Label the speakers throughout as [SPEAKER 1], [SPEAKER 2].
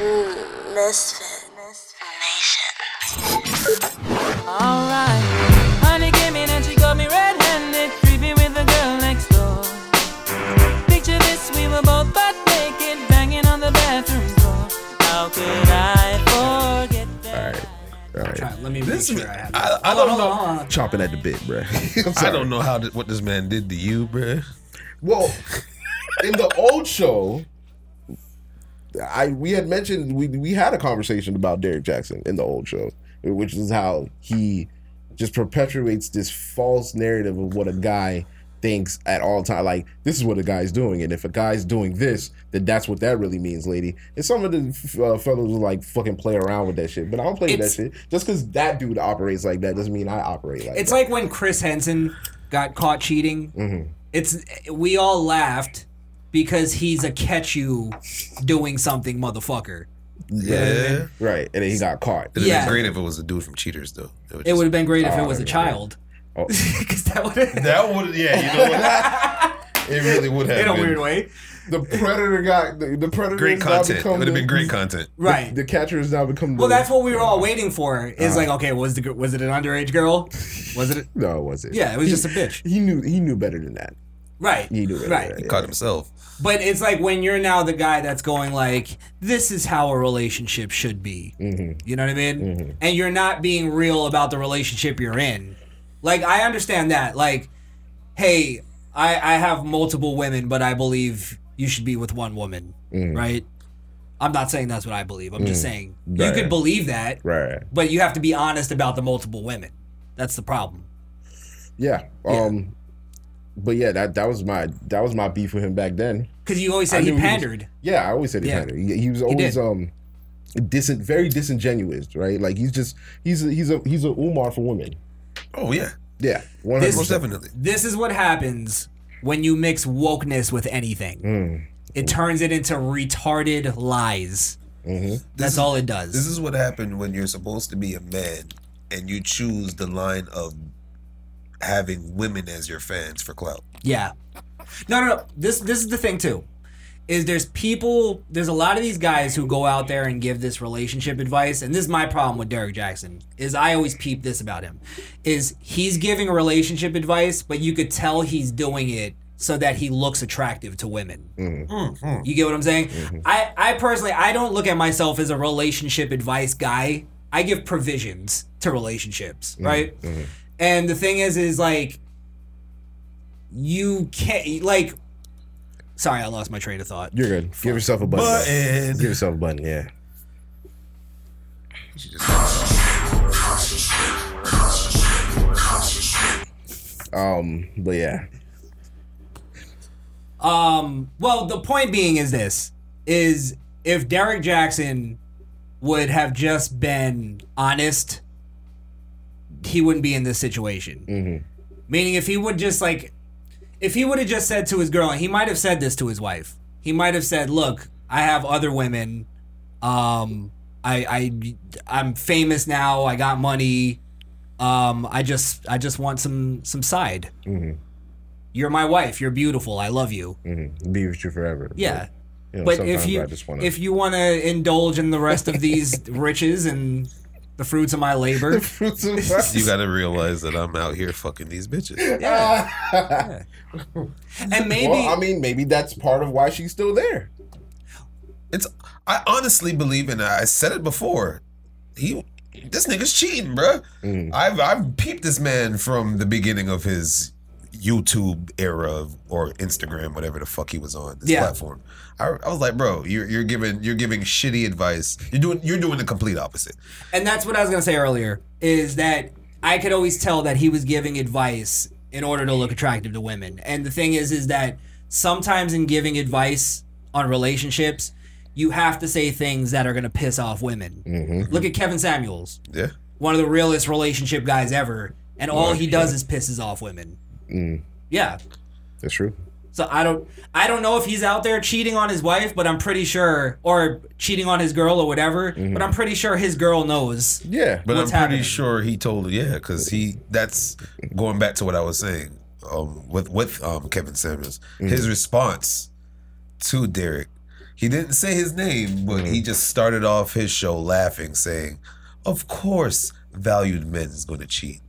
[SPEAKER 1] Mm, misfit. Nation.
[SPEAKER 2] Alright. Honey came in and she got me red handed, creepy with the girl next door. Picture this, we were both butt naked, banging on the bathroom door. How could I forget that?
[SPEAKER 3] All right. All right.
[SPEAKER 4] Let me
[SPEAKER 5] This
[SPEAKER 4] make
[SPEAKER 5] is,
[SPEAKER 4] sure I have
[SPEAKER 5] I, I
[SPEAKER 4] Hold
[SPEAKER 5] don't
[SPEAKER 4] on,
[SPEAKER 5] know.
[SPEAKER 4] hold on, hold on.
[SPEAKER 3] Chopping at the bit, bro. I'm sorry.
[SPEAKER 5] I don't know how th- what this man did to you, bruh.
[SPEAKER 3] Well, in the old show, I we had mentioned we we had a conversation about Derek Jackson in the old show, which is how he just perpetuates this false narrative of what a guy thinks at all time. Like this is what a guy's doing, and if a guy's doing this, then that's what that really means, lady. And some of the uh, fellows will like fucking play around with that shit, but I don't play
[SPEAKER 4] It's-
[SPEAKER 3] with that shit. Just because that dude operates like that doesn't mean I operate like
[SPEAKER 4] It's
[SPEAKER 3] that.
[SPEAKER 4] like when Chris Henson got caught cheating.
[SPEAKER 3] Mm-hmm.
[SPEAKER 4] It's we all laughed because he's a catch you doing something motherfucker.
[SPEAKER 5] Yeah.
[SPEAKER 3] right, and then he got caught.
[SPEAKER 5] It'd
[SPEAKER 4] Yeah.
[SPEAKER 5] been great if it was a dude from Cheaters, though.
[SPEAKER 4] It would have been great if it
[SPEAKER 3] Oh,
[SPEAKER 4] was a
[SPEAKER 3] yeah.
[SPEAKER 4] child.
[SPEAKER 3] Oh.
[SPEAKER 4] 'Cause that would
[SPEAKER 5] That would, yeah, you know what? it really would have.
[SPEAKER 4] in a
[SPEAKER 5] been
[SPEAKER 4] weird way.
[SPEAKER 3] The predator got the, the predator. has
[SPEAKER 5] Great
[SPEAKER 3] now
[SPEAKER 5] content. It
[SPEAKER 3] become
[SPEAKER 5] would have
[SPEAKER 3] the-
[SPEAKER 5] been great content.
[SPEAKER 4] Right.
[SPEAKER 3] The catcher has now become.
[SPEAKER 4] well,
[SPEAKER 3] the,
[SPEAKER 4] that's what we were all waiting for.
[SPEAKER 3] Uh-huh.
[SPEAKER 4] Is like, okay, was the gr- was it an underage girl? Was it?
[SPEAKER 3] No, it wasn't.
[SPEAKER 4] Yeah, it was
[SPEAKER 3] He-
[SPEAKER 4] just a bitch.
[SPEAKER 3] He knew. He knew better than that.
[SPEAKER 4] Right.
[SPEAKER 3] He knew. Better
[SPEAKER 4] Right.
[SPEAKER 3] Than
[SPEAKER 5] He
[SPEAKER 3] that.
[SPEAKER 5] caught himself.
[SPEAKER 4] But it's like when you're now the guy that's going like, this is how a relationship should be.
[SPEAKER 3] Mm-hmm.
[SPEAKER 4] You know what I mean? And you're not being real about the relationship you're in. Like I understand that. Like, hey, I I have multiple women, but I believe you should be with one woman,
[SPEAKER 3] Mm-hmm.
[SPEAKER 4] right? I'm not saying that's what I believe. I'm just saying you
[SPEAKER 3] Right.
[SPEAKER 4] could believe that,
[SPEAKER 3] Right. right.
[SPEAKER 4] but you have to be honest about the multiple women. That's the problem.
[SPEAKER 3] Yeah. Um. But yeah, that that was my that was my beef with him back then.
[SPEAKER 4] Because you always said
[SPEAKER 3] I
[SPEAKER 4] he
[SPEAKER 3] knew he was-
[SPEAKER 4] pandered.
[SPEAKER 3] Yeah, I always said he
[SPEAKER 4] Yeah.
[SPEAKER 3] had it. He, he was always
[SPEAKER 4] did.
[SPEAKER 3] um, disen- very disingenuous, right? Like he's just he's a, he's a he's a Umar for women.
[SPEAKER 5] Oh, yeah.
[SPEAKER 3] Yeah, one
[SPEAKER 4] This-
[SPEAKER 3] hundred
[SPEAKER 5] Most
[SPEAKER 3] percent.
[SPEAKER 5] definitely.
[SPEAKER 4] this is what happens when you mix wokeness with anything.
[SPEAKER 3] Mm.
[SPEAKER 4] It turns it into retarded lies.
[SPEAKER 3] Mm-hmm.
[SPEAKER 4] That's all it does.
[SPEAKER 5] This is what happened when you're supposed to be a man and you choose the line of having women as your fans for clout.
[SPEAKER 4] yeah. No, no, no. This this is the thing too. Is there's people there's a lot of these guys who go out there and give this relationship advice, and this is my problem with Derek Jackson, is I always peep this about him. Is he's giving relationship advice, but you could tell he's doing it so that he looks attractive to women.
[SPEAKER 3] Mm-hmm. Hmm.
[SPEAKER 4] You get what I'm
[SPEAKER 2] Mm-hmm.
[SPEAKER 4] saying? I, I personally, I don't look at myself as a relationship advice guy. I give provisions to relationships, right? And the thing is, is like, you can't, like, sorry, I lost my train of thought.
[SPEAKER 3] You're good. Give yourself a button.
[SPEAKER 5] Button.
[SPEAKER 3] Give yourself a button. Yeah.
[SPEAKER 5] You should just-
[SPEAKER 3] Um. But yeah.
[SPEAKER 4] Um, well, the point being is this is if Derek Jackson would have just been honest, he wouldn't be in this situation. Meaning, if he would just like, if he would have just said to his girl, and he might have said this to his wife, he might have said, "Look, I have other women. Um, I, I, I'm famous now. I got money. Um, I just, I just want some, some side.
[SPEAKER 3] Mm-hmm.
[SPEAKER 4] You're my wife. You're beautiful. I love you.
[SPEAKER 3] Mhm. Be with you forever.
[SPEAKER 4] Yeah."
[SPEAKER 3] You know,
[SPEAKER 4] But if
[SPEAKER 3] sometimes
[SPEAKER 4] you
[SPEAKER 3] I just wanna-
[SPEAKER 4] if you want to indulge in the rest of these riches and the fruits of my labor,
[SPEAKER 5] You got to realize that I'm out here fucking these bitches.
[SPEAKER 4] and maybe
[SPEAKER 3] Well, I mean, maybe that's part of why she's still there.
[SPEAKER 5] It's I honestly believe, and I said it before. He, this nigga's cheating, bruh.
[SPEAKER 3] Mm.
[SPEAKER 5] I've I've peeped this man from the beginning of his YouTube era or Instagram, whatever the fuck he was on this
[SPEAKER 4] Yeah.
[SPEAKER 5] platform. I, I was like, bro, you're you're giving you're giving shitty advice. You're doing you're doing the complete opposite.
[SPEAKER 4] and that's what I was gonna say earlier is that I could always tell that he was giving advice in order to look attractive to women. And the thing is, is that sometimes in giving advice on relationships, you have to say things that are gonna piss off women. Look at Kevin Samuels,
[SPEAKER 5] Yeah.
[SPEAKER 4] one of the realest relationship guys ever, and all he does is pisses off women. Yeah.
[SPEAKER 3] Mm. That's true.
[SPEAKER 4] So I don't I don't know if he's out there cheating on his wife, but I'm pretty sure or cheating on his girl or whatever, but I'm pretty sure his girl knows.
[SPEAKER 3] Yeah,
[SPEAKER 5] Mm-hmm. But
[SPEAKER 4] What's
[SPEAKER 5] I'm pretty
[SPEAKER 4] happening?
[SPEAKER 5] sure he told her, yeah, because he that's going back to what I was saying um, with with um, Kevin Samuels. His response to Derek, He didn't say his name, but he just started off his show laughing, saying, Of course, valued men is going to cheat.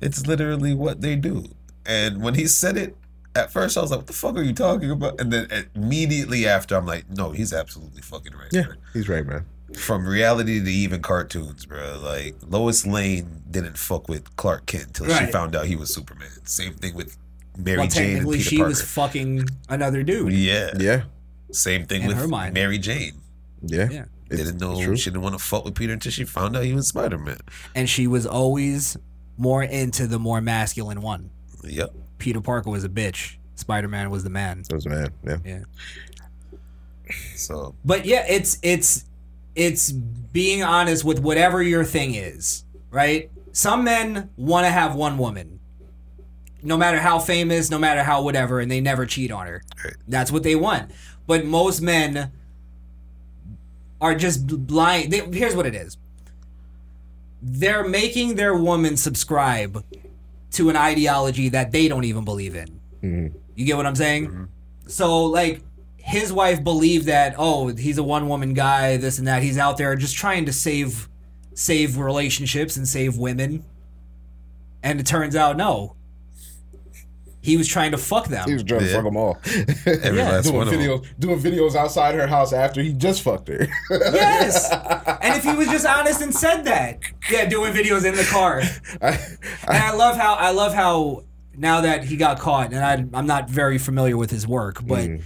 [SPEAKER 5] It's literally what they do. And when he said it, at first I was like, What the fuck are you talking about? And then immediately after, I'm like, No, he's absolutely fucking right.
[SPEAKER 3] Yeah,
[SPEAKER 5] man."
[SPEAKER 3] he's right, man.
[SPEAKER 5] From reality to even cartoons, bro. Like, Lois Lane didn't fuck with Clark Kent until she
[SPEAKER 4] Right.
[SPEAKER 5] found out he was Superman. Same thing with Mary
[SPEAKER 4] Well,
[SPEAKER 5] Jane and
[SPEAKER 4] technically,
[SPEAKER 5] Peter
[SPEAKER 4] she
[SPEAKER 5] Parker.
[SPEAKER 4] was fucking another dude.
[SPEAKER 5] yeah.
[SPEAKER 3] Yeah,
[SPEAKER 5] Same thing
[SPEAKER 4] In
[SPEAKER 5] with
[SPEAKER 4] her mind.
[SPEAKER 5] Mary Jane.
[SPEAKER 3] yeah.
[SPEAKER 4] Yeah.
[SPEAKER 3] It's-
[SPEAKER 5] didn't know
[SPEAKER 3] it's true.
[SPEAKER 5] she didn't want to fuck with Peter until she found out he was Spider Man.
[SPEAKER 4] And she was always more into the more masculine one.
[SPEAKER 5] Yep.
[SPEAKER 4] Peter Parker was a bitch. Spider Man was the man.
[SPEAKER 3] That's man. Yeah.
[SPEAKER 5] So
[SPEAKER 4] But yeah, it's it's it's being honest with whatever your thing is, right? Some men want to have one woman, no matter how famous, no matter how whatever, and they never cheat on her.
[SPEAKER 5] Right.
[SPEAKER 4] That's what they want. But most men are just blind. They, here's what it is: they're making their woman subscribe to an ideology that they don't even believe in. You get what I'm saying?
[SPEAKER 3] Mm-hmm.
[SPEAKER 4] So like his wife believed that oh he's a one woman guy this and that he's out there just trying to save save relationships and save women. And it turns out no. He was trying to fuck them.
[SPEAKER 3] He was trying to
[SPEAKER 5] Yeah.
[SPEAKER 3] fuck them all.
[SPEAKER 5] every
[SPEAKER 4] Yeah.
[SPEAKER 5] last
[SPEAKER 3] doing
[SPEAKER 5] one of them.
[SPEAKER 3] videos, doing videos outside her house after he just fucked her.
[SPEAKER 4] Yes. And if he was just honest and said that. Yeah, doing videos in the car.
[SPEAKER 3] I,
[SPEAKER 4] And I love how I love how now that he got caught and I I'm not very familiar with his work, but
[SPEAKER 3] Mm.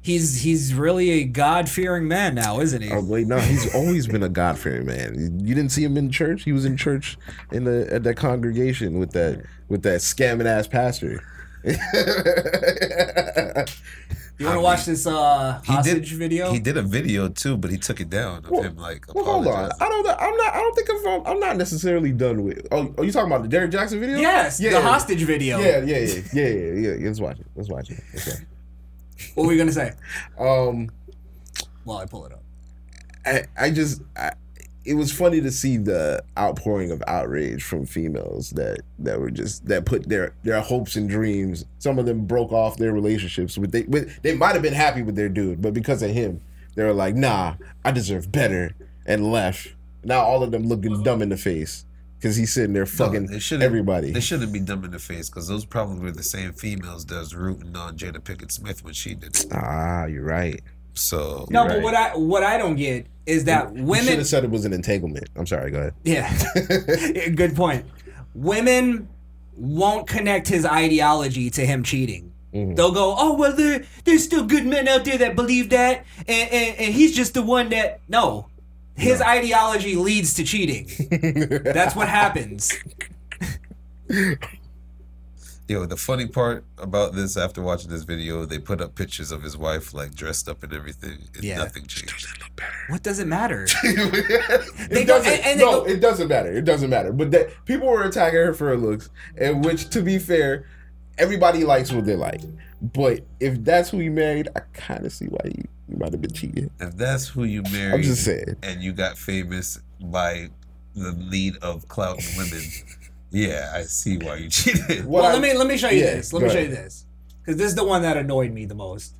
[SPEAKER 4] he's he's really a god-fearing man now, isn't he?
[SPEAKER 3] I was like, Oh, no, he's always been a God fearing man. You didn't see him in church. He was in church in the at that congregation with that with that scamming ass pastor.
[SPEAKER 4] You want to watch this uh
[SPEAKER 5] He did
[SPEAKER 4] hostage video?
[SPEAKER 5] He did a video too, but he took it down of him like
[SPEAKER 3] Well, hold on.
[SPEAKER 5] apologizing.
[SPEAKER 3] I don't. know- I'm not. I don't think I'm. I'm not necessarily done with. Oh, are you talking about the Derek Jackson video?
[SPEAKER 4] Yes, the hostage video.
[SPEAKER 3] Yeah, yeah, yeah, yeah, yeah, yeah, yeah. Let's watch it. Let's watch it. Let's watch it.
[SPEAKER 4] What were we gonna say?
[SPEAKER 3] Um,
[SPEAKER 4] While I pull it up.
[SPEAKER 3] I, I just, I, it was funny to see the outpouring of outrage from females that that were just that put their their hopes and dreams. Some of them broke off their relationships with they with, they might have been happy with their dude, but because of him, they were like, nah, I deserve better, and left. Now all of them looking dumb in the face because he's sitting there fucking
[SPEAKER 5] they shouldn't-
[SPEAKER 3] everybody.
[SPEAKER 5] They shouldn't be dumb in the face because those probably were the same females that was rooting on Jada Pickett Smith when she did. it.
[SPEAKER 3] ah, you're right.
[SPEAKER 5] So
[SPEAKER 4] No,
[SPEAKER 3] Right.
[SPEAKER 4] but what I what I don't get is that
[SPEAKER 3] you should
[SPEAKER 4] women.
[SPEAKER 3] have said it was an entanglement. I'm sorry. Go ahead.
[SPEAKER 4] Yeah, Yeah, good point. Women won't connect his ideology to him cheating.
[SPEAKER 3] Mm-hmm.
[SPEAKER 6] Hmm.
[SPEAKER 4] They'll go, oh well, there, there's still good men out there that believe that, and and, and he's just the one that no. His ideology leads to cheating. That's what happens.
[SPEAKER 5] yo, the funny part about this after watching this video, they put up pictures of his wife like dressed up and everything, and
[SPEAKER 4] Yeah.
[SPEAKER 5] nothing changed.
[SPEAKER 4] What does it matter?
[SPEAKER 3] It
[SPEAKER 4] They go-
[SPEAKER 3] doesn't-
[SPEAKER 4] and- and they
[SPEAKER 3] no,
[SPEAKER 4] go-
[SPEAKER 3] it doesn't matter. It doesn't matter. But that people were attacking her for her looks, and which, to be fair, everybody likes what they like. But if that's who you married, I kind of see why you, you might have been cheating.
[SPEAKER 5] If that's who you married,
[SPEAKER 3] I'm just saying.
[SPEAKER 5] and you got famous by the lead of clout and women, yeah, I see why you cheated.
[SPEAKER 3] What
[SPEAKER 4] well,
[SPEAKER 3] I-
[SPEAKER 4] let me let me show you
[SPEAKER 3] yeah,
[SPEAKER 4] this. Let
[SPEAKER 3] go
[SPEAKER 4] me show you
[SPEAKER 3] ahead.
[SPEAKER 4] this because this is the one that annoyed me the most.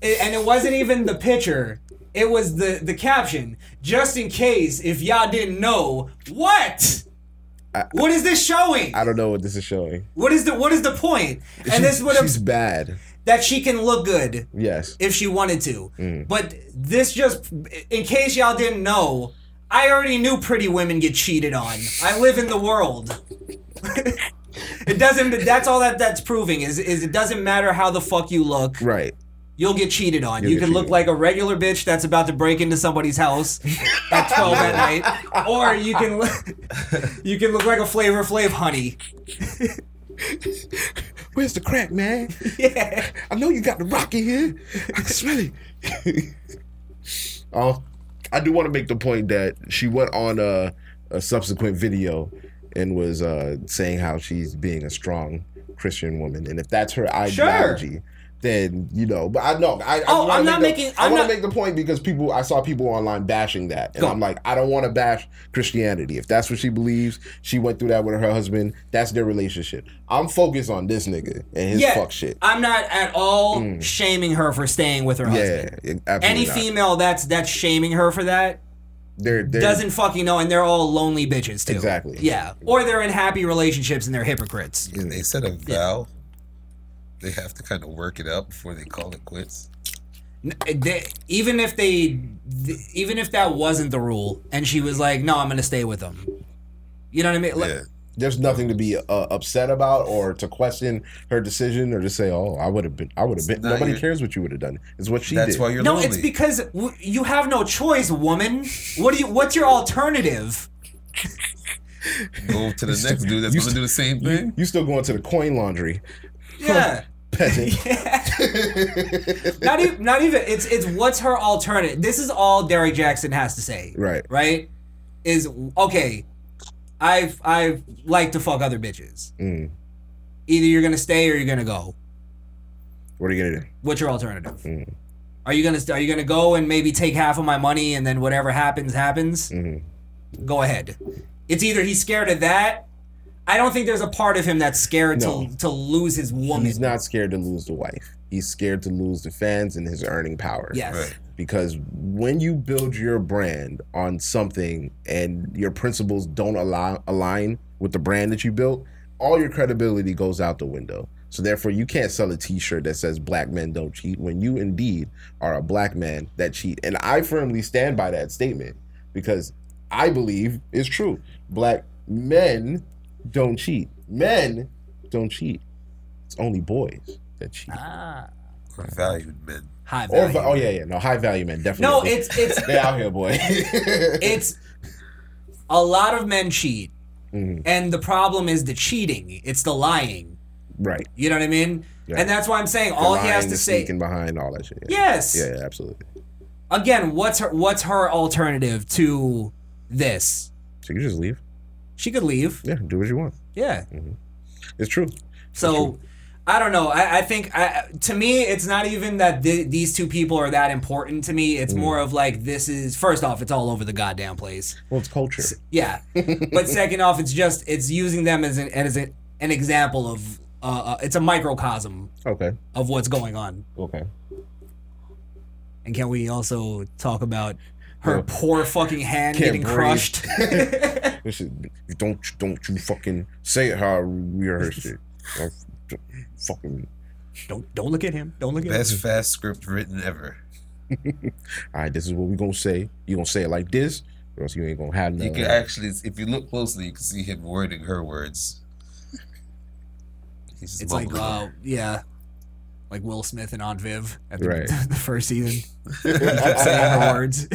[SPEAKER 4] It- and it wasn't even the picture; it was the the caption. Just in case, if y'all didn't know, what? what is this showing?
[SPEAKER 3] I don't know what this is showing.
[SPEAKER 4] what is the what is the point? And
[SPEAKER 3] She-
[SPEAKER 4] this would
[SPEAKER 3] she's
[SPEAKER 4] have
[SPEAKER 3] bad.
[SPEAKER 4] that she can look good
[SPEAKER 3] Yes. Mm.
[SPEAKER 4] if she wanted to. But this just, in case y'all didn't know, I already knew pretty women get cheated on. I live in the world. it doesn't. That's all that that's proving is is it doesn't matter how the fuck you look,
[SPEAKER 3] Right.
[SPEAKER 4] you'll get cheated on.
[SPEAKER 3] You'll
[SPEAKER 4] you
[SPEAKER 3] get
[SPEAKER 4] can look
[SPEAKER 3] cheated.
[SPEAKER 4] like a regular bitch that's about to break into somebody's house at twelve at night, or you can look, you can look like a Flavor Flav honey.
[SPEAKER 3] Where's the crack, man?
[SPEAKER 4] Yeah.
[SPEAKER 3] I know you got the rock in here. I can smell it. oh, I do want to make the point that she went on a, a subsequent video and was uh, saying how she's being a strong Christian woman, and if that's her ideology, then you know. But I know I. I
[SPEAKER 4] Oh,
[SPEAKER 3] wanna
[SPEAKER 4] I'm not
[SPEAKER 3] make the-
[SPEAKER 4] making-
[SPEAKER 3] I
[SPEAKER 4] I'm
[SPEAKER 3] want to
[SPEAKER 4] not-
[SPEAKER 3] make the point because people. I saw people online bashing that, and
[SPEAKER 4] Go.
[SPEAKER 3] I'm like, I don't want to bash Christianity. If that's what she believes, she went through that with her husband. That's their relationship. I'm focused on this nigga and his fuck shit. Mm.
[SPEAKER 4] I'm not at all shaming her for staying with her
[SPEAKER 3] Yeah,
[SPEAKER 4] husband.
[SPEAKER 3] it- absolutely
[SPEAKER 4] Any
[SPEAKER 3] not.
[SPEAKER 4] female that's that's shaming her for that
[SPEAKER 3] They're- they're-
[SPEAKER 4] doesn't fucking know, and they're all lonely bitches too.
[SPEAKER 3] Exactly.
[SPEAKER 4] Yeah, or they're in happy relationships and they're hypocrites.
[SPEAKER 5] Yeah, they set a vow. They have to kind of work it out before they call it quits.
[SPEAKER 4] N- eh, they- even if they, th- even if that wasn't the rule, and she was like, "No, I'm gonna stay with him," you know what I mean? Like,
[SPEAKER 5] Yeah.
[SPEAKER 3] there's nothing to be uh, upset about or to question her decision or to say, oh, I would have been, I would have been.
[SPEAKER 5] not
[SPEAKER 3] Nobody
[SPEAKER 5] your-
[SPEAKER 3] cares what you would have done. It's what she
[SPEAKER 5] That's
[SPEAKER 3] did.
[SPEAKER 5] why you're
[SPEAKER 4] No,
[SPEAKER 5] lonely.
[SPEAKER 4] it's because w- you have no choice, woman. What do you? What's your alternative?
[SPEAKER 5] Go to the next dude that's
[SPEAKER 3] you
[SPEAKER 5] going to do the same
[SPEAKER 3] you,
[SPEAKER 5] thing.
[SPEAKER 3] you still going to the coin laundry,
[SPEAKER 4] Yeah.
[SPEAKER 3] peasant.
[SPEAKER 4] not even not even it's it's what's her alternative this is all derek jackson has to say
[SPEAKER 3] Right.
[SPEAKER 4] right is okay i've i've like to fuck other bitches
[SPEAKER 3] Mm.
[SPEAKER 4] either you're gonna stay or you're gonna go
[SPEAKER 3] What are you gonna do?
[SPEAKER 4] what's your alternative
[SPEAKER 3] Mm.
[SPEAKER 4] are you gonna are you gonna go and maybe take half of my money and then whatever happens happens
[SPEAKER 3] Mhm.
[SPEAKER 4] go ahead it's either he's scared of that i don't think there's a part of him that's scared
[SPEAKER 3] No.
[SPEAKER 4] to to lose his woman
[SPEAKER 3] He's not scared to lose the wife. He's scared to lose the fans and his earning power.
[SPEAKER 4] yes
[SPEAKER 5] Right.
[SPEAKER 3] Because when you build your brand on something and your principles don't allow, align with the brand that you built, all your credibility goes out the window. So therefore, you can't sell a T-shirt that says "Black men don't cheat" when you indeed are a black man that cheat. And I firmly stand by that statement because I believe it's true. Black men don't cheat. Men don't cheat. It's only boys that cheat.
[SPEAKER 4] ah,
[SPEAKER 5] We're valued men.
[SPEAKER 4] high
[SPEAKER 3] Or
[SPEAKER 4] value.
[SPEAKER 3] va- oh yeah, yeah, no high value men definitely.
[SPEAKER 4] no it's it's
[SPEAKER 3] they out here, boy.
[SPEAKER 4] it's a lot of men cheat
[SPEAKER 3] Mhm.
[SPEAKER 4] and the problem is the cheating it's the lying
[SPEAKER 3] right.
[SPEAKER 4] you know what i mean
[SPEAKER 3] Yeah.
[SPEAKER 4] and that's why i'm saying all he
[SPEAKER 3] Lying,
[SPEAKER 4] has to
[SPEAKER 3] the
[SPEAKER 4] say
[SPEAKER 3] sneaking behind all that shit. Yeah.
[SPEAKER 4] yes
[SPEAKER 3] Yeah, yeah, absolutely.
[SPEAKER 4] again what's her what's her alternative to this
[SPEAKER 3] So you just leave.
[SPEAKER 4] she could leave
[SPEAKER 3] Yeah, do what you want.
[SPEAKER 4] yeah
[SPEAKER 3] It's true.
[SPEAKER 4] so i don't know i, I think I, to me it's not even that th- these two people are that important to me it's
[SPEAKER 3] Mm.
[SPEAKER 4] more of like this is first off it's all over the goddamn place
[SPEAKER 3] Well, it's culture.
[SPEAKER 4] Yeah, but second off, it's just it's using them as an as an, an example of uh, uh, it's a microcosm
[SPEAKER 3] Okay.
[SPEAKER 4] of what's going on.
[SPEAKER 3] Okay.
[SPEAKER 4] And can we also talk about her
[SPEAKER 3] Yeah.
[SPEAKER 4] poor fucking hand
[SPEAKER 3] Can't
[SPEAKER 4] getting
[SPEAKER 3] breathe.
[SPEAKER 4] crushed?
[SPEAKER 3] This is, don't don't you fucking say it how I rehearsed it. Don't- don't fucking,
[SPEAKER 4] don't don't look at him. Don't look at him.
[SPEAKER 5] Best fast script written ever.
[SPEAKER 3] all right, this is what we gonna say. You gonna say it like this, or else you ain't gonna have
[SPEAKER 5] You
[SPEAKER 3] nothing.
[SPEAKER 5] can actually, if you look closely, you can see him wording her words. He's just
[SPEAKER 4] It's like
[SPEAKER 5] mumbling.
[SPEAKER 4] uh, yeah, like Will Smith and Aunt Viv at the,
[SPEAKER 3] Right.
[SPEAKER 4] the first season saying her words.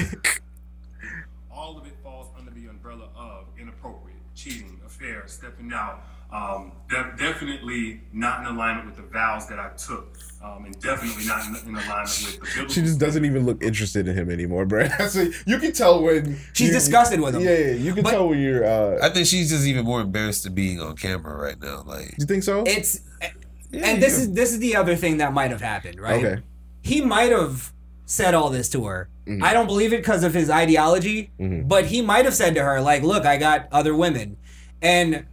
[SPEAKER 7] all of it falls under the umbrella of inappropriate, cheating, affairs, stepping out. Um, de- definitely not in alignment with the vows that I took, um, and definitely not in, in alignment with the biblical.
[SPEAKER 3] She just doesn't even look interested in him anymore, bro. so you can tell when
[SPEAKER 4] She's
[SPEAKER 3] you-
[SPEAKER 4] disgusted with him.
[SPEAKER 3] Yeah, yeah, you can
[SPEAKER 4] But-
[SPEAKER 3] tell when you're. uh
[SPEAKER 5] I think she's just even more embarrassed to being on camera right now. Like,
[SPEAKER 3] You think so?
[SPEAKER 4] It's and this is this is the other thing that might have happened, right?
[SPEAKER 3] Okay.
[SPEAKER 4] He might have said all this to her. I don't believe it because of his ideology, but he might have said to her like, "Look, I got other women." And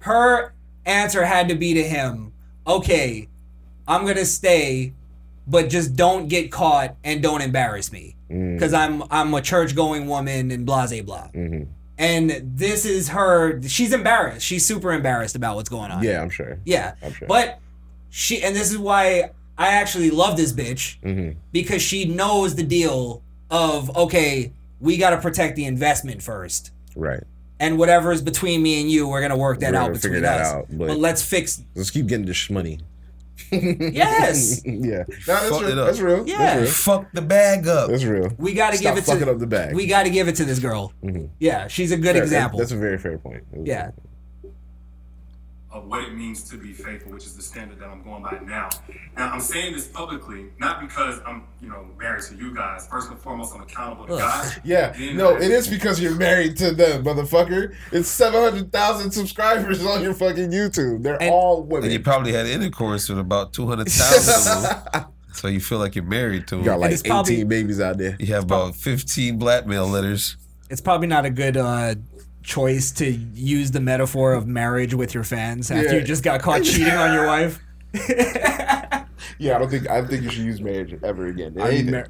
[SPEAKER 4] her answer had to be to him, "Okay, I'm going to stay, but just don't get caught and don't embarrass me because I'm I'm a church-going woman and blah blah blah."
[SPEAKER 3] mm-hmm.
[SPEAKER 4] And this is her she's embarrassed. She's super embarrassed about what's going on.
[SPEAKER 3] yeah, I'm sure.
[SPEAKER 4] Yeah.
[SPEAKER 3] I'm sure.
[SPEAKER 4] But she, and this is why I actually love this bitch
[SPEAKER 3] Mhm.
[SPEAKER 4] because she knows the deal of, okay, we got to protect the investment first.
[SPEAKER 3] Right.
[SPEAKER 4] And whatever is between me and you, we're going to work that
[SPEAKER 3] We're
[SPEAKER 4] out
[SPEAKER 3] gonna figure
[SPEAKER 4] between
[SPEAKER 3] that
[SPEAKER 4] us.
[SPEAKER 3] out,
[SPEAKER 4] but,
[SPEAKER 3] but-
[SPEAKER 4] let's fix.
[SPEAKER 3] Let's keep getting this money.
[SPEAKER 4] Yes.
[SPEAKER 3] yeah. No, that's,
[SPEAKER 5] Fuck
[SPEAKER 3] real.
[SPEAKER 5] it up.
[SPEAKER 3] that's real.
[SPEAKER 4] Yeah.
[SPEAKER 3] That's real.
[SPEAKER 5] fuck the bag up.
[SPEAKER 3] That's real.
[SPEAKER 4] We got to
[SPEAKER 3] Stop
[SPEAKER 4] give it
[SPEAKER 3] fucking
[SPEAKER 4] to
[SPEAKER 3] up the bag. Mm-hmm.
[SPEAKER 4] we got to give it to this girl. Yeah, she's a good
[SPEAKER 3] Fair-
[SPEAKER 4] example.
[SPEAKER 3] Mm-hmm. That's a very fair point.
[SPEAKER 4] yeah.
[SPEAKER 7] of what it means to be faithful, which is the standard that I'm going by now. Now I'm saying this publicly, not because I'm, you know, married to you guys. First and foremost, I'm accountable to God.
[SPEAKER 3] Yeah,
[SPEAKER 7] Then
[SPEAKER 3] no,
[SPEAKER 7] I-
[SPEAKER 3] it is because you're married to them, motherfucker. It's seven hundred thousand subscribers on your fucking YouTube. They're
[SPEAKER 4] And-
[SPEAKER 3] all
[SPEAKER 5] And you
[SPEAKER 3] women.
[SPEAKER 5] probably had intercourse with about 200,000 of them. So you feel like you're married to
[SPEAKER 3] You got
[SPEAKER 5] them.
[SPEAKER 3] like
[SPEAKER 4] it's
[SPEAKER 3] eighteen
[SPEAKER 4] probably-
[SPEAKER 3] babies out there.
[SPEAKER 5] You have about 15 blackmail letters.
[SPEAKER 4] It's probably not a good uh, choice to use the metaphor of marriage with your fans after
[SPEAKER 3] Yeah.
[SPEAKER 4] you just got caught cheating on your wife.
[SPEAKER 3] Yeah, I don't think I don't think you should use marriage ever again.
[SPEAKER 4] I'm
[SPEAKER 3] Anything.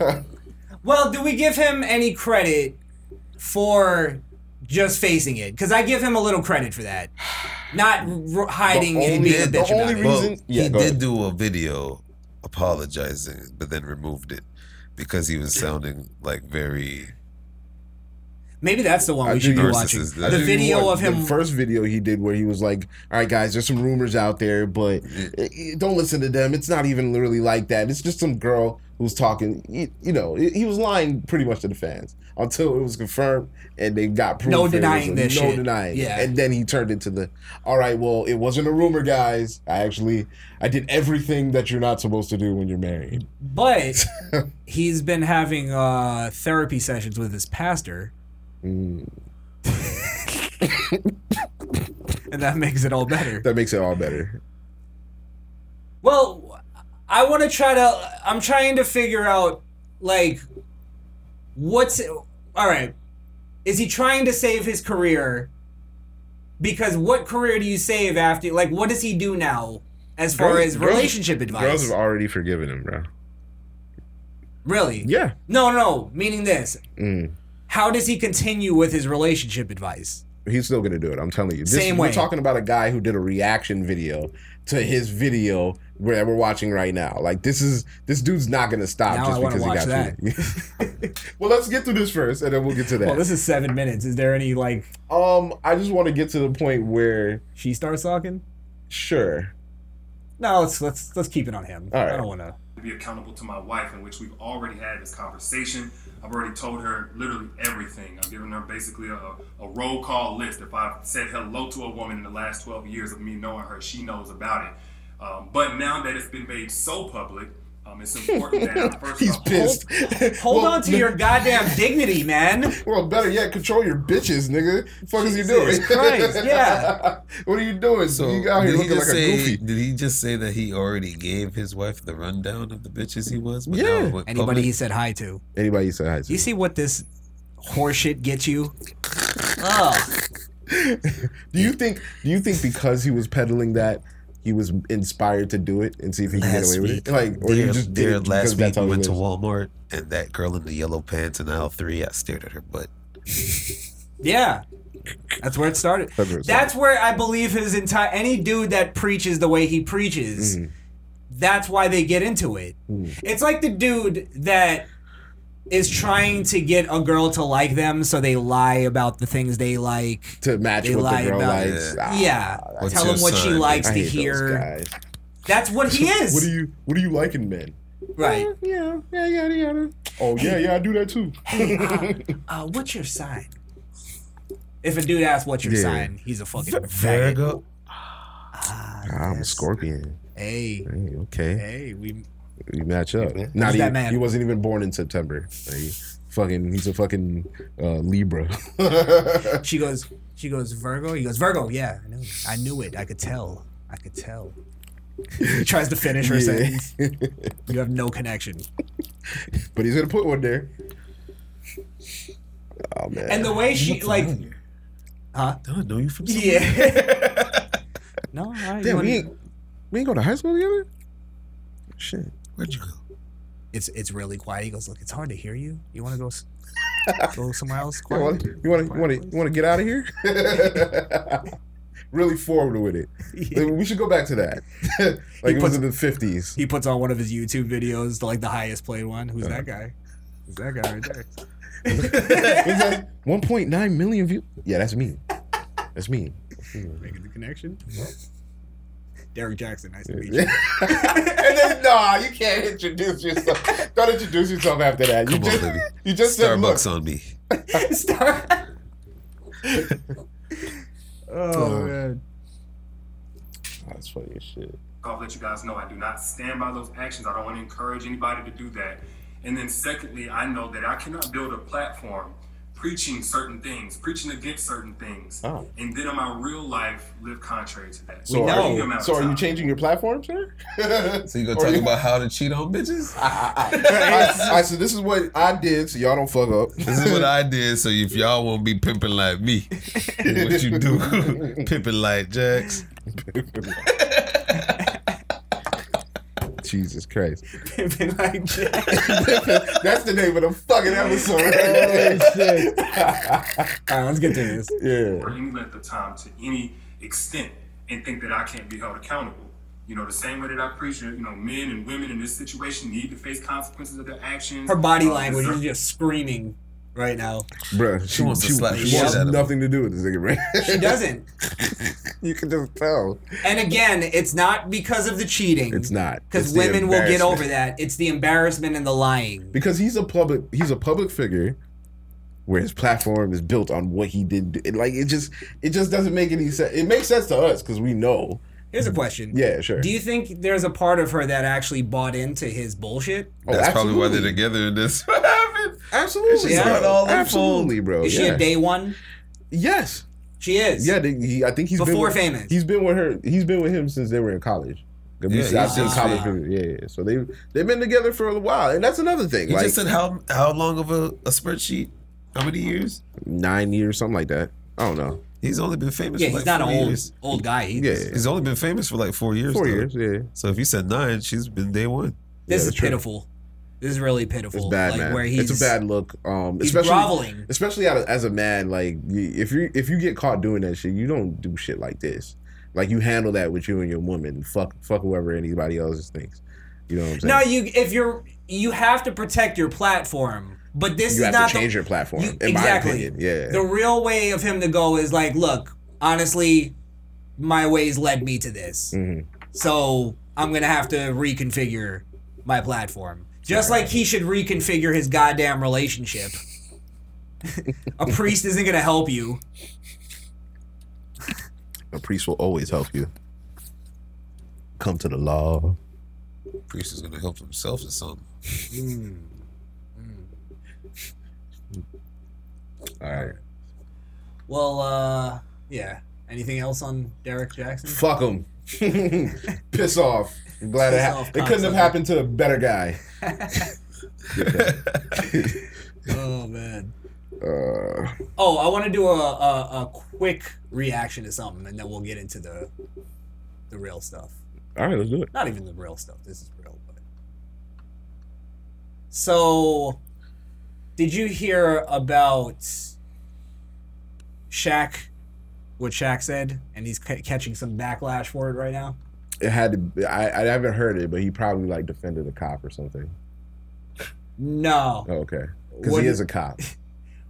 [SPEAKER 4] mar- Well, do we give him any credit for just facing it? Because I give him a little credit for that, not r- hiding and
[SPEAKER 3] only-
[SPEAKER 4] being a
[SPEAKER 3] the
[SPEAKER 4] bitch
[SPEAKER 3] only
[SPEAKER 4] about
[SPEAKER 3] reason-
[SPEAKER 4] it.
[SPEAKER 5] Well,
[SPEAKER 3] Yeah,
[SPEAKER 5] he
[SPEAKER 3] go
[SPEAKER 5] did
[SPEAKER 3] ahead.
[SPEAKER 5] do a video apologizing, but then removed it because he was sounding like very.
[SPEAKER 4] Maybe that's the one we
[SPEAKER 3] I
[SPEAKER 4] should
[SPEAKER 3] do
[SPEAKER 4] be
[SPEAKER 5] narcissist.
[SPEAKER 4] watching.
[SPEAKER 5] I
[SPEAKER 4] The
[SPEAKER 5] do
[SPEAKER 4] video
[SPEAKER 3] What-
[SPEAKER 4] of him.
[SPEAKER 3] The first video he did where he was like, "All right, guys, there's some rumors out there, but eh, eh, don't listen to them. It's not even really like that. It's just some girl who's talking. You, you know, he he was lying pretty much to the fans until it was confirmed and they got proof.
[SPEAKER 4] No
[SPEAKER 3] that it was
[SPEAKER 4] denying
[SPEAKER 3] a-
[SPEAKER 4] this
[SPEAKER 3] No
[SPEAKER 4] shit.
[SPEAKER 3] denying.
[SPEAKER 4] Yeah.
[SPEAKER 3] Yeah. And then he turned into the, "All right, well, it wasn't a rumor, guys. I actually, I did everything that you're not supposed to do when you're married.
[SPEAKER 4] But he's been having uh, therapy sessions with his pastor.
[SPEAKER 3] Mm.
[SPEAKER 4] and that makes it all better.
[SPEAKER 3] That makes it all better.
[SPEAKER 4] Well, I want to try to. I'm trying to figure out, like, what's. All right. Is he trying to save his career? Because what career do you save after? Like, what does he do now as far
[SPEAKER 3] Girls-
[SPEAKER 4] as
[SPEAKER 3] girls-
[SPEAKER 4] relationship
[SPEAKER 3] Girls
[SPEAKER 4] advice?
[SPEAKER 3] have already forgiven him, bro.
[SPEAKER 4] really?
[SPEAKER 3] Yeah.
[SPEAKER 4] No, no. Meaning this.
[SPEAKER 3] Mm.
[SPEAKER 4] How does he continue with his relationship advice?
[SPEAKER 3] He's still gonna do it. I'm telling you. This,
[SPEAKER 4] Same
[SPEAKER 3] we're
[SPEAKER 4] way.
[SPEAKER 3] talking about a guy who did a reaction video to his video where we're watching right now. Like this is this dude's not gonna stop
[SPEAKER 4] Now I
[SPEAKER 3] just
[SPEAKER 4] wanna
[SPEAKER 3] because he got
[SPEAKER 4] watch
[SPEAKER 3] treated. well, let's get through this first, and then we'll get to that.
[SPEAKER 4] Well, this is seven minutes. Is there any like
[SPEAKER 3] um, I just want to get to the point where
[SPEAKER 4] she starts talking?
[SPEAKER 3] sure,
[SPEAKER 4] No, let's let's let's keep it on him.
[SPEAKER 3] All
[SPEAKER 4] I
[SPEAKER 3] right.
[SPEAKER 4] don't want to.
[SPEAKER 7] to be accountable to my wife, in which we've already had this conversation. I've already told her literally everything. I've given her basically a, a roll call list. If I've said hello to a woman in the last 12 years of me knowing her, she knows about it. Um, but now that it's been made so public, um, it's important that I first
[SPEAKER 3] he's
[SPEAKER 7] off-
[SPEAKER 3] pissed.
[SPEAKER 4] Uh, Hold
[SPEAKER 3] Well,
[SPEAKER 4] on to
[SPEAKER 3] the-
[SPEAKER 4] your goddamn dignity, man.
[SPEAKER 3] Well, better yet, control your bitches, nigga. The fuck is you
[SPEAKER 4] Jesus
[SPEAKER 3] doing?
[SPEAKER 4] Christ, yeah.
[SPEAKER 3] what are you doing?
[SPEAKER 5] So
[SPEAKER 3] you out here
[SPEAKER 5] did, he
[SPEAKER 3] looking
[SPEAKER 5] just
[SPEAKER 3] like
[SPEAKER 5] say,
[SPEAKER 3] a goofy.
[SPEAKER 5] did he just say that he already gave his wife the rundown of the bitches he was? But
[SPEAKER 3] Yeah.
[SPEAKER 5] it went
[SPEAKER 4] Anybody
[SPEAKER 5] public?
[SPEAKER 4] he said hi to.
[SPEAKER 3] Anybody you say hi to?
[SPEAKER 4] You see what this horseshit gets you? Oh,
[SPEAKER 3] Do you think? Do you think because he was peddling that, he was inspired to do it and see if he can get away with it? Like, or
[SPEAKER 5] dear,
[SPEAKER 3] you just
[SPEAKER 5] dear,
[SPEAKER 3] did it
[SPEAKER 5] last
[SPEAKER 3] because that's
[SPEAKER 5] week
[SPEAKER 3] how
[SPEAKER 5] we
[SPEAKER 3] he
[SPEAKER 5] went to
[SPEAKER 3] lives?
[SPEAKER 5] Walmart and that girl in the yellow pants in aisle three. I stared at her butt.
[SPEAKER 4] yeah. That's where it started.
[SPEAKER 3] That's where it started.
[SPEAKER 4] That's where I believe his entire any dude that preaches the way he preaches,
[SPEAKER 3] Mm-hmm.
[SPEAKER 4] that's why they get into it. It's like the dude that is trying to get a girl to like them so they lie about the things they like.
[SPEAKER 3] to match
[SPEAKER 4] They
[SPEAKER 3] what
[SPEAKER 4] lie
[SPEAKER 3] the girl
[SPEAKER 4] about
[SPEAKER 3] likes.
[SPEAKER 5] it.
[SPEAKER 3] Ah,
[SPEAKER 4] yeah.
[SPEAKER 5] What's
[SPEAKER 4] Tell
[SPEAKER 5] your
[SPEAKER 4] him what she
[SPEAKER 5] sign?
[SPEAKER 4] likes
[SPEAKER 3] I
[SPEAKER 4] to
[SPEAKER 3] hate those
[SPEAKER 4] hear.
[SPEAKER 3] guys.
[SPEAKER 4] That's what he is.
[SPEAKER 3] What do you What do you like in men?
[SPEAKER 4] right.
[SPEAKER 3] Yeah, yeah, yeah, yeah. Oh yeah, yeah, I do that too.
[SPEAKER 4] hey, uh, uh, what's your sign? If a dude asks what's your
[SPEAKER 3] Yeah.
[SPEAKER 4] sign, he's a fucking faggot.
[SPEAKER 5] Virgo.
[SPEAKER 3] I'm a Scorpion.
[SPEAKER 4] Hey,
[SPEAKER 3] Hey, okay,
[SPEAKER 4] hey, we
[SPEAKER 3] we match up.
[SPEAKER 5] man.
[SPEAKER 3] Not
[SPEAKER 4] Who's that
[SPEAKER 3] even,
[SPEAKER 4] man?
[SPEAKER 3] He wasn't even born in September. Like, he fucking, he's a fucking uh, Libra.
[SPEAKER 4] she goes she goes Virgo. He goes Virgo. Yeah, I knew. it. I knew it. I could tell. I could tell. he tries to finish her
[SPEAKER 3] Yeah.
[SPEAKER 4] sentence. You have no connection.
[SPEAKER 3] but he's gonna put one there. Oh man.
[SPEAKER 4] And the way she like, huh?
[SPEAKER 5] I know you from somewhere.
[SPEAKER 4] Yeah. no, I, you
[SPEAKER 3] Damn,
[SPEAKER 4] wanna-
[SPEAKER 3] we ain't, we ain't go to high school together? Shit.
[SPEAKER 5] Where'd you go?
[SPEAKER 4] it's it's really quiet. He goes, look, it's hard to hear you. You want to go s- go somewhere else?
[SPEAKER 3] You want to
[SPEAKER 4] Quiet?
[SPEAKER 3] you want to you want to get out of here? really forward with it. Like, we should go back to that. like it
[SPEAKER 4] puts-
[SPEAKER 3] was in the fifties.
[SPEAKER 4] he puts on one of his YouTube videos, like the highest played one. Who's that
[SPEAKER 3] Uh-huh.
[SPEAKER 4] guy? Who's that guy right there?
[SPEAKER 3] One point nine million views. Yeah, that's me. That's me.
[SPEAKER 4] Making the connection. Derek Jackson, nice to meet you.
[SPEAKER 3] and then nah, you can't introduce yourself. Don't introduce yourself after that. You
[SPEAKER 5] Come on,
[SPEAKER 3] just
[SPEAKER 5] baby.
[SPEAKER 3] you just said look.
[SPEAKER 5] Starbucks on me.
[SPEAKER 4] Star. oh man.
[SPEAKER 3] Uh, That's funny as shit.
[SPEAKER 7] I'll let you guys know I do not stand by those actions. I don't want to encourage anybody to do that. And then, secondly, I know that I cannot build a platform preaching certain things, preaching against certain things,
[SPEAKER 3] Oh.
[SPEAKER 7] and then in my real life live contrary to that.
[SPEAKER 3] So,
[SPEAKER 4] know.
[SPEAKER 3] are
[SPEAKER 7] Medium
[SPEAKER 3] you,
[SPEAKER 7] amount
[SPEAKER 3] so
[SPEAKER 7] of
[SPEAKER 3] are you
[SPEAKER 7] time.
[SPEAKER 3] changing your platform, sir?
[SPEAKER 5] So you gonna
[SPEAKER 3] Or
[SPEAKER 5] talk
[SPEAKER 3] you-
[SPEAKER 5] about how to cheat on bitches?
[SPEAKER 3] I, I said this is what I did, so y'all don't fuck up.
[SPEAKER 5] This is what I did. So if y'all won't be pimping like me, then what you do? pimping like Jax.
[SPEAKER 3] Jesus Christ,
[SPEAKER 4] like Jack.
[SPEAKER 3] that's the name of the fucking episode.
[SPEAKER 4] Oh, shit. All right, let's get to this.
[SPEAKER 3] yeah.
[SPEAKER 7] for any length of time to any extent and think that I can't be held accountable. You know, the same way that I preach, you know, men and women in this situation need to face consequences of their actions.
[SPEAKER 4] Her body
[SPEAKER 7] Uh,
[SPEAKER 4] language
[SPEAKER 7] deserve-
[SPEAKER 4] is just screaming right now.
[SPEAKER 3] Bruh, she,
[SPEAKER 5] wants to slap the
[SPEAKER 3] she
[SPEAKER 5] shit
[SPEAKER 3] wants
[SPEAKER 5] out of him.
[SPEAKER 3] nothing to do with this nigga,
[SPEAKER 4] She
[SPEAKER 3] right?
[SPEAKER 4] doesn't.
[SPEAKER 3] you can just tell.
[SPEAKER 4] And again, it's not because of the cheating.
[SPEAKER 3] It's not. It's
[SPEAKER 4] Because
[SPEAKER 3] the
[SPEAKER 4] women will get
[SPEAKER 3] embarrassment.
[SPEAKER 4] over that. It's the embarrassment and the lying.
[SPEAKER 3] Because he's a public he's a public figure where his platform is built on what he did. do. It, like it just it just doesn't make any sense. It makes sense to us because we know.
[SPEAKER 4] Here's a question.
[SPEAKER 3] Mm. Yeah, sure.
[SPEAKER 4] Do you think there's a part of her that actually bought into his bullshit?
[SPEAKER 3] Oh,
[SPEAKER 5] That's probably why
[SPEAKER 3] absolutely.
[SPEAKER 5] they're together in this. What happened?
[SPEAKER 3] Absolutely,
[SPEAKER 5] She's
[SPEAKER 3] bro.
[SPEAKER 5] got all the
[SPEAKER 3] absolutely, bro.
[SPEAKER 4] Is she
[SPEAKER 3] yeah.
[SPEAKER 4] a day one?
[SPEAKER 3] Yes.
[SPEAKER 4] She is.
[SPEAKER 3] Yeah, they, he, I think he's been
[SPEAKER 4] Before
[SPEAKER 3] with-
[SPEAKER 4] famous.
[SPEAKER 3] He's been with her. He's been with him since they were in college. Yeah,
[SPEAKER 5] Yeah,
[SPEAKER 3] I've
[SPEAKER 5] he's
[SPEAKER 3] seen
[SPEAKER 5] just-
[SPEAKER 3] college. pictures. Yeah, yeah. So they they've been together for a while, and that's another thing.
[SPEAKER 5] You
[SPEAKER 3] like
[SPEAKER 5] just said how how long of a, a spreadsheet? How many years?
[SPEAKER 3] nine years, something like that. I don't know.
[SPEAKER 5] He's only been famous.
[SPEAKER 4] Yeah,
[SPEAKER 5] for
[SPEAKER 4] he's
[SPEAKER 5] like
[SPEAKER 4] not an
[SPEAKER 5] four
[SPEAKER 4] old
[SPEAKER 5] Years.
[SPEAKER 4] old guy. He's-
[SPEAKER 3] Yeah,
[SPEAKER 5] He's only been famous for like four years.
[SPEAKER 3] four
[SPEAKER 5] though.
[SPEAKER 3] years. Yeah.
[SPEAKER 5] So if you said nine, she's been day one.
[SPEAKER 4] This
[SPEAKER 3] Yeah,
[SPEAKER 4] is
[SPEAKER 3] that's true.
[SPEAKER 4] pitiful. This is really pitiful.
[SPEAKER 3] It's bad,
[SPEAKER 4] like
[SPEAKER 3] man.
[SPEAKER 4] where he's
[SPEAKER 3] it's a bad look. Um,
[SPEAKER 4] he's
[SPEAKER 3] especially
[SPEAKER 4] groveling.
[SPEAKER 3] especially as, as a man. Like you- if you if you get caught doing that shit, you don't do shit like this. Like you handle that with you and your woman. Fuck fuck whoever anybody else thinks. You know what I'm saying?
[SPEAKER 4] No, you if you're you have to protect your platform, but this
[SPEAKER 3] you
[SPEAKER 4] is
[SPEAKER 3] have
[SPEAKER 4] not
[SPEAKER 3] to change
[SPEAKER 4] the,
[SPEAKER 3] your platform.
[SPEAKER 4] you-
[SPEAKER 3] in
[SPEAKER 4] exactly.
[SPEAKER 3] my opinion, yeah.
[SPEAKER 4] the real way of him to go is like, look, honestly, my ways led me to this.
[SPEAKER 3] Mhm.
[SPEAKER 4] So I'm gonna have to reconfigure my platform. Just like he should reconfigure his goddamn relationship. a priest isn't gonna help you.
[SPEAKER 3] A priest will always help you. Come to the law.
[SPEAKER 5] Priest is gonna help himself or something.
[SPEAKER 3] All right.
[SPEAKER 4] Well, uh yeah. Anything else on Derek Jackson?
[SPEAKER 3] Fuck him. Piss off. I'm glad
[SPEAKER 4] Piss
[SPEAKER 3] it, ha-
[SPEAKER 4] off,
[SPEAKER 3] it couldn't have
[SPEAKER 4] cocksucker.
[SPEAKER 3] happened to a better guy.
[SPEAKER 4] Oh man.
[SPEAKER 3] Uh,
[SPEAKER 4] Oh, I want to do a, a a quick reaction to something, and then we'll get into the the real stuff.
[SPEAKER 3] all right, let's do it.
[SPEAKER 4] Not even the real stuff. This is real. But... So, did you hear about Shaq? What Shaq said, and he's ca- catching some backlash for it right now.
[SPEAKER 3] It had to. Be, I I haven't heard it, but he probably like defended a cop or something.
[SPEAKER 4] No,
[SPEAKER 3] Oh, okay, because
[SPEAKER 4] What-
[SPEAKER 3] he is a cop.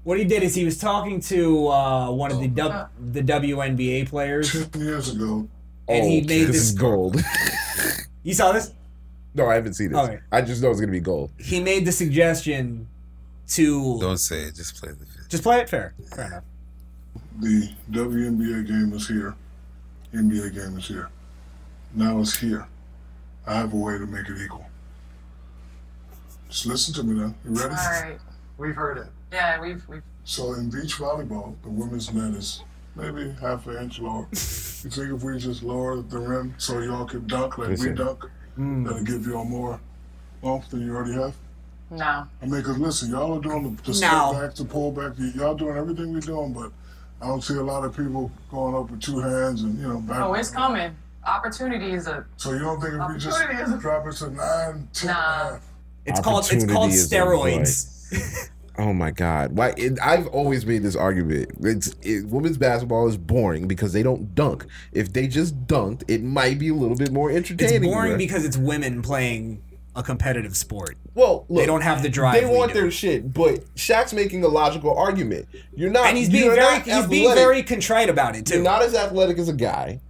[SPEAKER 4] what he did is he was talking to uh, one of the w- the WNBA players.
[SPEAKER 8] years ago,
[SPEAKER 4] And
[SPEAKER 3] oh,
[SPEAKER 4] he made
[SPEAKER 3] this,
[SPEAKER 4] this-
[SPEAKER 3] is gold.
[SPEAKER 4] You saw this?
[SPEAKER 3] no, I haven't seen this.
[SPEAKER 4] All right.
[SPEAKER 3] I just know it's gonna be gold.
[SPEAKER 4] He made the suggestion to
[SPEAKER 5] Don't say it. Just play the video.
[SPEAKER 4] Just play it fair. Fair enough.
[SPEAKER 8] the WNBA game is here, NBA game is here. Now it's here. I have a way to make it equal. Just listen to me now. You
[SPEAKER 9] All
[SPEAKER 8] ready?
[SPEAKER 9] right.
[SPEAKER 10] We've heard it.
[SPEAKER 9] Yeah, we've we've
[SPEAKER 8] So in beach volleyball, the women's net is maybe half an inch lower. you think if we just lower the rim so y'all could dunk like
[SPEAKER 3] Listen.
[SPEAKER 8] we dunk, that'll give y'all more oomph than you already have?
[SPEAKER 9] no.
[SPEAKER 8] I mean, cause listen, y'all are doing the, the
[SPEAKER 4] No.
[SPEAKER 8] step back, the pull back. y- Y'all doing everything we're doing, but I don't see a lot of people going up with two hands and you know back.
[SPEAKER 9] Oh, it's coming. Opportunity is a
[SPEAKER 8] So you don't think if we just
[SPEAKER 9] Opportunity is-
[SPEAKER 8] drop it to nine, ten? and a
[SPEAKER 9] Nah.
[SPEAKER 8] half?
[SPEAKER 4] It's called it's
[SPEAKER 3] Opportunity
[SPEAKER 4] called
[SPEAKER 3] is a void.
[SPEAKER 4] steroids.
[SPEAKER 3] Oh my God! Why? It, I've always made this argument. It's it, women's basketball is boring because they don't dunk. If they just dunked, it might be a little bit more
[SPEAKER 4] It's
[SPEAKER 3] entertaining.
[SPEAKER 4] boring
[SPEAKER 3] bruh.
[SPEAKER 4] because it's women playing a competitive sport.
[SPEAKER 3] well, look,
[SPEAKER 4] They don't have the drive.
[SPEAKER 3] They
[SPEAKER 4] we
[SPEAKER 3] want
[SPEAKER 4] do.
[SPEAKER 3] their shit, but Shaq's making a logical argument. You're not,
[SPEAKER 4] and he's being
[SPEAKER 3] you're
[SPEAKER 4] very
[SPEAKER 3] not
[SPEAKER 4] he's being
[SPEAKER 3] athletic.
[SPEAKER 4] very contrite about it
[SPEAKER 3] You're
[SPEAKER 4] too.
[SPEAKER 3] not as athletic as a guy.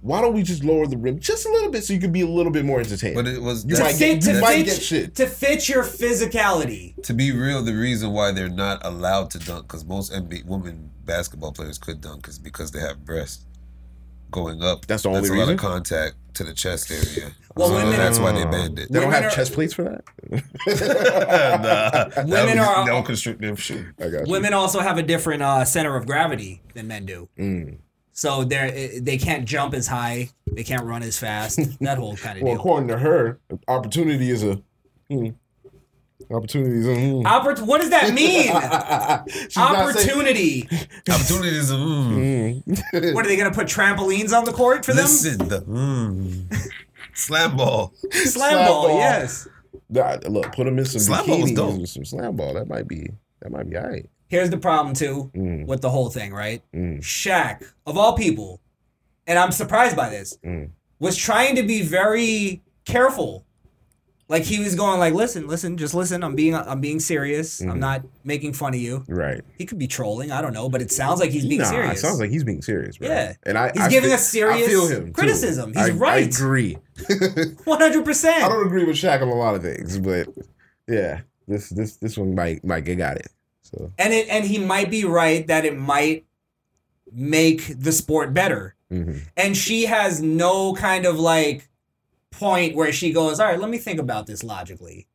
[SPEAKER 3] Why don't we just lower the rim just a little bit so you can be a little bit more entertaining?
[SPEAKER 5] But it was
[SPEAKER 3] You
[SPEAKER 5] that-
[SPEAKER 3] might get-
[SPEAKER 4] fit, to,
[SPEAKER 3] you might
[SPEAKER 4] fit,
[SPEAKER 3] get shit.
[SPEAKER 4] to fit your physicality.
[SPEAKER 5] to be real, the reason why they're not allowed to dunk because most NBA women basketball players could dunk is because they have breasts. going up.
[SPEAKER 3] That's the only
[SPEAKER 5] That's a lot
[SPEAKER 3] reason?
[SPEAKER 5] of contact to the chest area.
[SPEAKER 4] Well,
[SPEAKER 5] So
[SPEAKER 4] women-
[SPEAKER 5] that's why they banned it.
[SPEAKER 3] They don't
[SPEAKER 4] Women
[SPEAKER 3] have
[SPEAKER 4] are-
[SPEAKER 3] chest plates for that.
[SPEAKER 5] nah,
[SPEAKER 4] Women are-
[SPEAKER 5] no constrictive shoe.
[SPEAKER 3] I got you.
[SPEAKER 4] Women also have a different uh, center of gravity than men do. So they they can't jump as high, they can't run as fast. that whole kind of
[SPEAKER 3] Well,
[SPEAKER 4] deal.
[SPEAKER 3] according to her, opportunity is a hmm, opportunity is a. hmm.
[SPEAKER 4] Oppor- what does that mean?
[SPEAKER 3] She's not saying-
[SPEAKER 4] Opportunity.
[SPEAKER 5] Opportunities. Of, mm,
[SPEAKER 4] What are they gonna put trampolines on the court for them?
[SPEAKER 5] listen, the mm, slam ball.
[SPEAKER 4] Slam
[SPEAKER 3] Slam
[SPEAKER 4] ball,
[SPEAKER 3] ball.
[SPEAKER 4] yes.
[SPEAKER 3] Nah, look, put them in some
[SPEAKER 5] Slam
[SPEAKER 3] slam
[SPEAKER 5] ball was
[SPEAKER 3] bikinis
[SPEAKER 5] dope.
[SPEAKER 3] and some slam ball. That might be that might be all right.
[SPEAKER 4] Here's the problem too
[SPEAKER 3] Mm.
[SPEAKER 4] with the whole thing, right?
[SPEAKER 3] Mm.
[SPEAKER 4] Shaq, of all people, and I'm surprised by this,
[SPEAKER 3] Mm.
[SPEAKER 4] was trying to be very careful. Like he was going like, listen, listen, just listen. I'm being I'm being serious. I'm not making fun of you.
[SPEAKER 3] Mm-hmm. Right.
[SPEAKER 4] He could be trolling. I don't know, but it sounds like he's being
[SPEAKER 3] nah,
[SPEAKER 4] serious.
[SPEAKER 3] it sounds like he's being serious, bro.
[SPEAKER 4] Yeah.
[SPEAKER 3] And I
[SPEAKER 4] He's
[SPEAKER 3] I
[SPEAKER 4] giving
[SPEAKER 3] fe-
[SPEAKER 4] us serious
[SPEAKER 3] I feel him, too.
[SPEAKER 4] criticism. He's
[SPEAKER 3] I- I
[SPEAKER 4] right.
[SPEAKER 3] agree.
[SPEAKER 4] 100. percent
[SPEAKER 3] I don't agree with Shaq on a lot of things, but yeah, this this this one might might get got it. So
[SPEAKER 4] and it and he might be right that it might make the sport better.
[SPEAKER 3] mhm.
[SPEAKER 4] And she has no kind of like point where she goes, all right, let me think about this logically.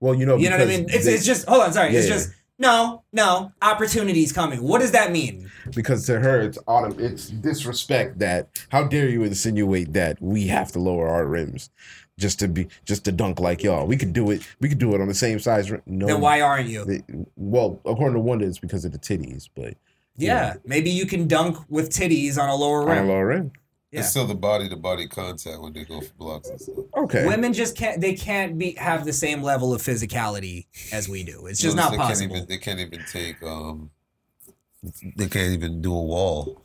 [SPEAKER 3] well, you know,
[SPEAKER 4] You know what I
[SPEAKER 3] because
[SPEAKER 4] mean? It's,
[SPEAKER 3] they-
[SPEAKER 4] it's just hold on, sorry. it's
[SPEAKER 3] Yeah,
[SPEAKER 4] just no, no, opportunities coming. What does that mean?
[SPEAKER 3] because to her it's autumn it's disrespect that how dare you insinuate that we have to lower our rims just to be just to dunk like y'all we could do it we could do it on the same size rim. no
[SPEAKER 4] Then why aren't you?
[SPEAKER 3] They- well according to wanda it's because of the titties but
[SPEAKER 4] Yeah, maybe you can dunk with titties on a lower
[SPEAKER 3] on a
[SPEAKER 4] rim.
[SPEAKER 3] lower rim
[SPEAKER 4] Yeah.
[SPEAKER 5] It's still the body to body contact when they go for blocks and stuff.
[SPEAKER 3] okay
[SPEAKER 4] Women just can't. They can't be have the same level of physicality as we do. It's just
[SPEAKER 5] Notice
[SPEAKER 4] not
[SPEAKER 5] they
[SPEAKER 4] possible.
[SPEAKER 5] Can't even, they can't even take. Um, they can't even do a wall.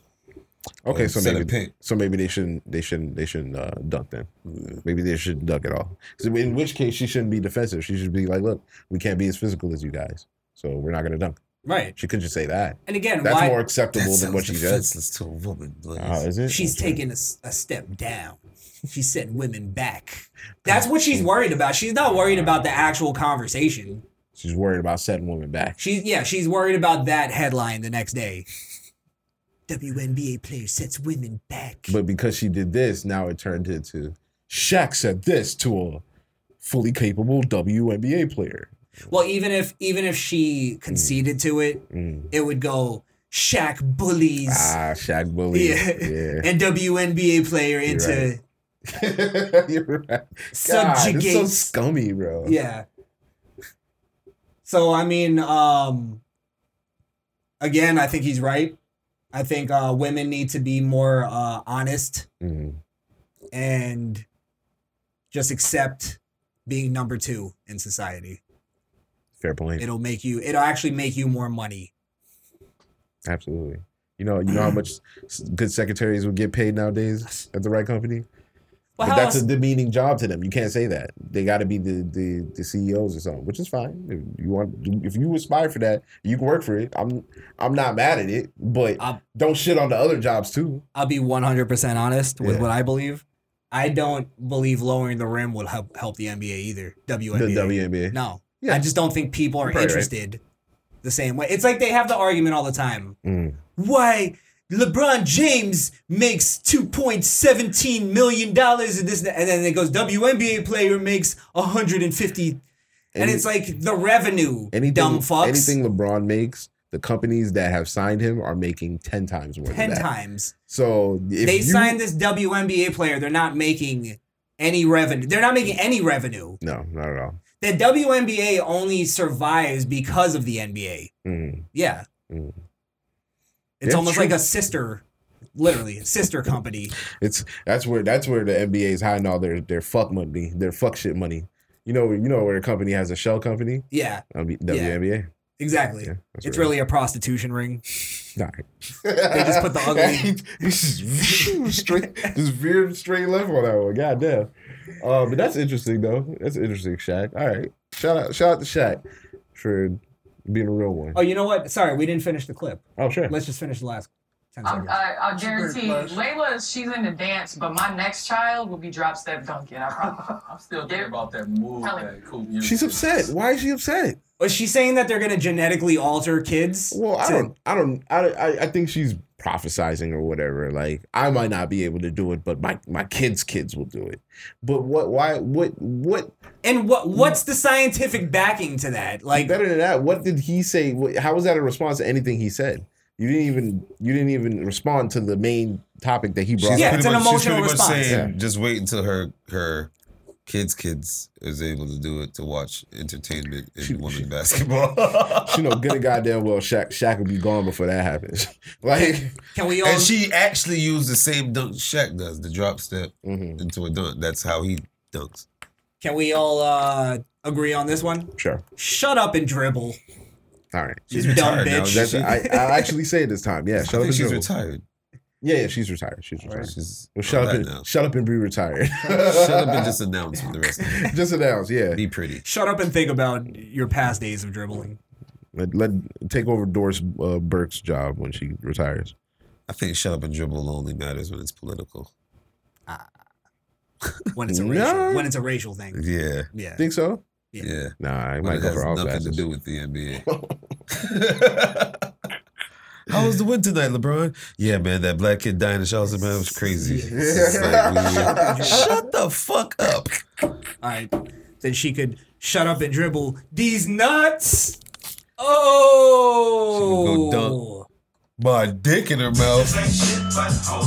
[SPEAKER 3] okay so
[SPEAKER 5] Set a
[SPEAKER 3] maybe
[SPEAKER 5] pick.
[SPEAKER 3] so maybe they shouldn't they shouldn't they shouldn't uh, dunk then maybe they shouldn't dunk at all so in which case she shouldn't be defensive she should be like look we can't be as physical as you guys so we're not gonna dunk
[SPEAKER 4] right.
[SPEAKER 3] she could just say that
[SPEAKER 4] And again,
[SPEAKER 3] that's
[SPEAKER 4] why
[SPEAKER 3] more acceptable than what she does
[SPEAKER 5] defenseless to a woman. Blaze.
[SPEAKER 3] Oh, is it?
[SPEAKER 4] she's
[SPEAKER 3] Okay.
[SPEAKER 4] taking a, s- a step down. She's setting women back. That's what
[SPEAKER 3] Mm-hmm.
[SPEAKER 4] she's worried about. She's not worried about the actual conversation.
[SPEAKER 3] She's worried about setting women back.
[SPEAKER 4] She's yeah, she's worried about that headline the next day. WNBA player sets women back.
[SPEAKER 3] But because she did this, now it turned into Shaq said this to a fully capable WNBA player.
[SPEAKER 4] well, even if even if she conceded to it,
[SPEAKER 3] Mm.
[SPEAKER 4] it would go Shaq bullies
[SPEAKER 3] Ah, Shaq bully.
[SPEAKER 4] yeah.
[SPEAKER 3] Yeah.
[SPEAKER 4] and WNBA player into
[SPEAKER 3] right. You're right. God, it's so
[SPEAKER 4] subjugates
[SPEAKER 3] scummy, bro.
[SPEAKER 4] Yeah. So I mean, um again, I think he's right. I think uh women need to be more uh honest
[SPEAKER 3] Mhm.
[SPEAKER 4] and just accept being number 2 in society.
[SPEAKER 3] Fair point.
[SPEAKER 4] It'll make you it'll actually make you more money.
[SPEAKER 3] Absolutely. You know, you know how much s- good secretaries would get paid nowadays at the right company? but
[SPEAKER 4] Well, how
[SPEAKER 3] that's
[SPEAKER 4] else,
[SPEAKER 3] a demeaning job to them. You can't say that. They got to be the, the the CEOs or something, which is fine. If you want, if you aspire for that, you can work for it. I'm I'm not mad at it, but
[SPEAKER 4] I'll,
[SPEAKER 3] don't shit on the other jobs too.
[SPEAKER 4] I'll be 100% honest with
[SPEAKER 3] Yeah.
[SPEAKER 4] what I believe. I don't believe lowering the rim will help help the NBA either. WNBA.
[SPEAKER 3] The WNBA.
[SPEAKER 4] No.
[SPEAKER 3] Yeah.
[SPEAKER 4] I just don't think people are
[SPEAKER 3] You're probably right.
[SPEAKER 4] interested the same way. It's like they have the argument all the time.
[SPEAKER 3] Mm.
[SPEAKER 4] Why LeBron James makes $2.17 million dollars and this and that," and then it goes WNBA player makes 150 and,
[SPEAKER 3] Any-
[SPEAKER 4] it's like the revenue
[SPEAKER 3] Anything,
[SPEAKER 4] dumb fucks
[SPEAKER 3] anything LeBron makes, the companies that have signed him are making ten times more.
[SPEAKER 4] 10
[SPEAKER 3] than that.
[SPEAKER 4] times.
[SPEAKER 3] So if
[SPEAKER 4] they
[SPEAKER 3] you-
[SPEAKER 4] signed this WNBA player, they're not making any revenue. They're not making any revenue.
[SPEAKER 3] No, not at all.
[SPEAKER 4] The WNBA only survives because of the NBA.
[SPEAKER 3] Mm.
[SPEAKER 4] Yeah.
[SPEAKER 3] Mm.
[SPEAKER 4] It's
[SPEAKER 3] Yeah,
[SPEAKER 4] almost
[SPEAKER 3] true.
[SPEAKER 4] like a sister, literally, a sister company.
[SPEAKER 3] It's that's where that's where the NBA is hiding all their their fuck money, their fuck shit money. You know, you know where a company has a shell company.
[SPEAKER 4] Yeah,
[SPEAKER 3] W- WNBA.
[SPEAKER 4] exactly.
[SPEAKER 3] Yeah, that's
[SPEAKER 4] it's
[SPEAKER 3] right.
[SPEAKER 4] really a prostitution ring.
[SPEAKER 3] All right.
[SPEAKER 4] They just put the ugly-
[SPEAKER 3] just straight, just veered straight left on that one. God damn. Uh, but that's interesting though. That's interesting, Shaq. All right. Shout out, shout out to Shaq for being a real one.
[SPEAKER 4] Oh, you know what? Sorry, we didn't finish the clip.
[SPEAKER 3] Oh, sure.
[SPEAKER 4] Let's just finish the last 10
[SPEAKER 9] I'm,
[SPEAKER 4] seconds.
[SPEAKER 9] I, I guarantee
[SPEAKER 8] Great flash.
[SPEAKER 9] Layla, she's in the dance, but my next child will be drop step dunking. I promise.
[SPEAKER 10] I'm still thinking about that move.
[SPEAKER 9] Tell
[SPEAKER 10] That cool music.
[SPEAKER 3] She's upset. Why is she upset?
[SPEAKER 4] Was she saying that they're going to genetically alter kids?
[SPEAKER 3] Well, I
[SPEAKER 4] to-
[SPEAKER 3] don't, I don't, I, I, I think she's prophesizing or whatever. Like I might not be able to do it, but my my kids' kids will do it. But what? Why? What? What?
[SPEAKER 4] And what what's the scientific backing to that? Like
[SPEAKER 3] Better than that, what did he say? What- How was that a response to anything he said? You didn't even you didn't even respond to the main topic that he brought.
[SPEAKER 4] Yeah,
[SPEAKER 3] up.
[SPEAKER 4] it's an emotional response.
[SPEAKER 3] Yeah.
[SPEAKER 5] just wait until her her kids kids is able to do it to watch entertainment in women's basketball.
[SPEAKER 3] You know, good and goddamn well, Shaq Shaq would be gone before that happens. like,
[SPEAKER 4] can we all
[SPEAKER 5] and she actually used the same dunk Shaq does, the drop step
[SPEAKER 3] Mm-hmm.
[SPEAKER 5] into a dunk. That's how he dunks.
[SPEAKER 4] can we all uh agree on this one?
[SPEAKER 3] sure,
[SPEAKER 4] Shut up and dribble.
[SPEAKER 3] all right.
[SPEAKER 5] She's
[SPEAKER 4] You dumb
[SPEAKER 5] retired now.
[SPEAKER 4] bitch.
[SPEAKER 3] That's I, I actually say it this time. Yeah,
[SPEAKER 5] I
[SPEAKER 3] shut up.
[SPEAKER 5] think
[SPEAKER 3] and
[SPEAKER 5] she's
[SPEAKER 3] dribble.
[SPEAKER 5] retired.
[SPEAKER 3] Yeah, yeah, she's retired. She's retired.
[SPEAKER 5] She's
[SPEAKER 3] Well, shut up
[SPEAKER 5] on
[SPEAKER 3] and
[SPEAKER 5] that now.
[SPEAKER 3] shut up and be retired.
[SPEAKER 5] Shut up and just announce for the rest of it.
[SPEAKER 3] just announce. Yeah,
[SPEAKER 5] Be pretty.
[SPEAKER 4] Shut up and think about your past days of dribbling.
[SPEAKER 3] let, let take over Doris uh, Burke's job when she retires.
[SPEAKER 5] I think shut up and dribble only matters when it's political.
[SPEAKER 4] When it's a
[SPEAKER 3] No.
[SPEAKER 4] racial when it's a racial thing.
[SPEAKER 5] Yeah.
[SPEAKER 4] Yeah.
[SPEAKER 3] Think so?
[SPEAKER 5] Yeah.
[SPEAKER 3] Nah, it
[SPEAKER 5] But
[SPEAKER 3] might
[SPEAKER 5] it
[SPEAKER 3] go
[SPEAKER 5] has
[SPEAKER 3] for all
[SPEAKER 5] nothing
[SPEAKER 3] classes.
[SPEAKER 5] to do with the NBA. How was the win tonight, LeBron? Yeah, man, that black kid dying in Charlottesville man, was crazy. It's just like, we- Shut the fuck up.
[SPEAKER 4] Alright. Then she could shut up and dribble these nuts. Oh
[SPEAKER 5] She could go My dick in her mouth.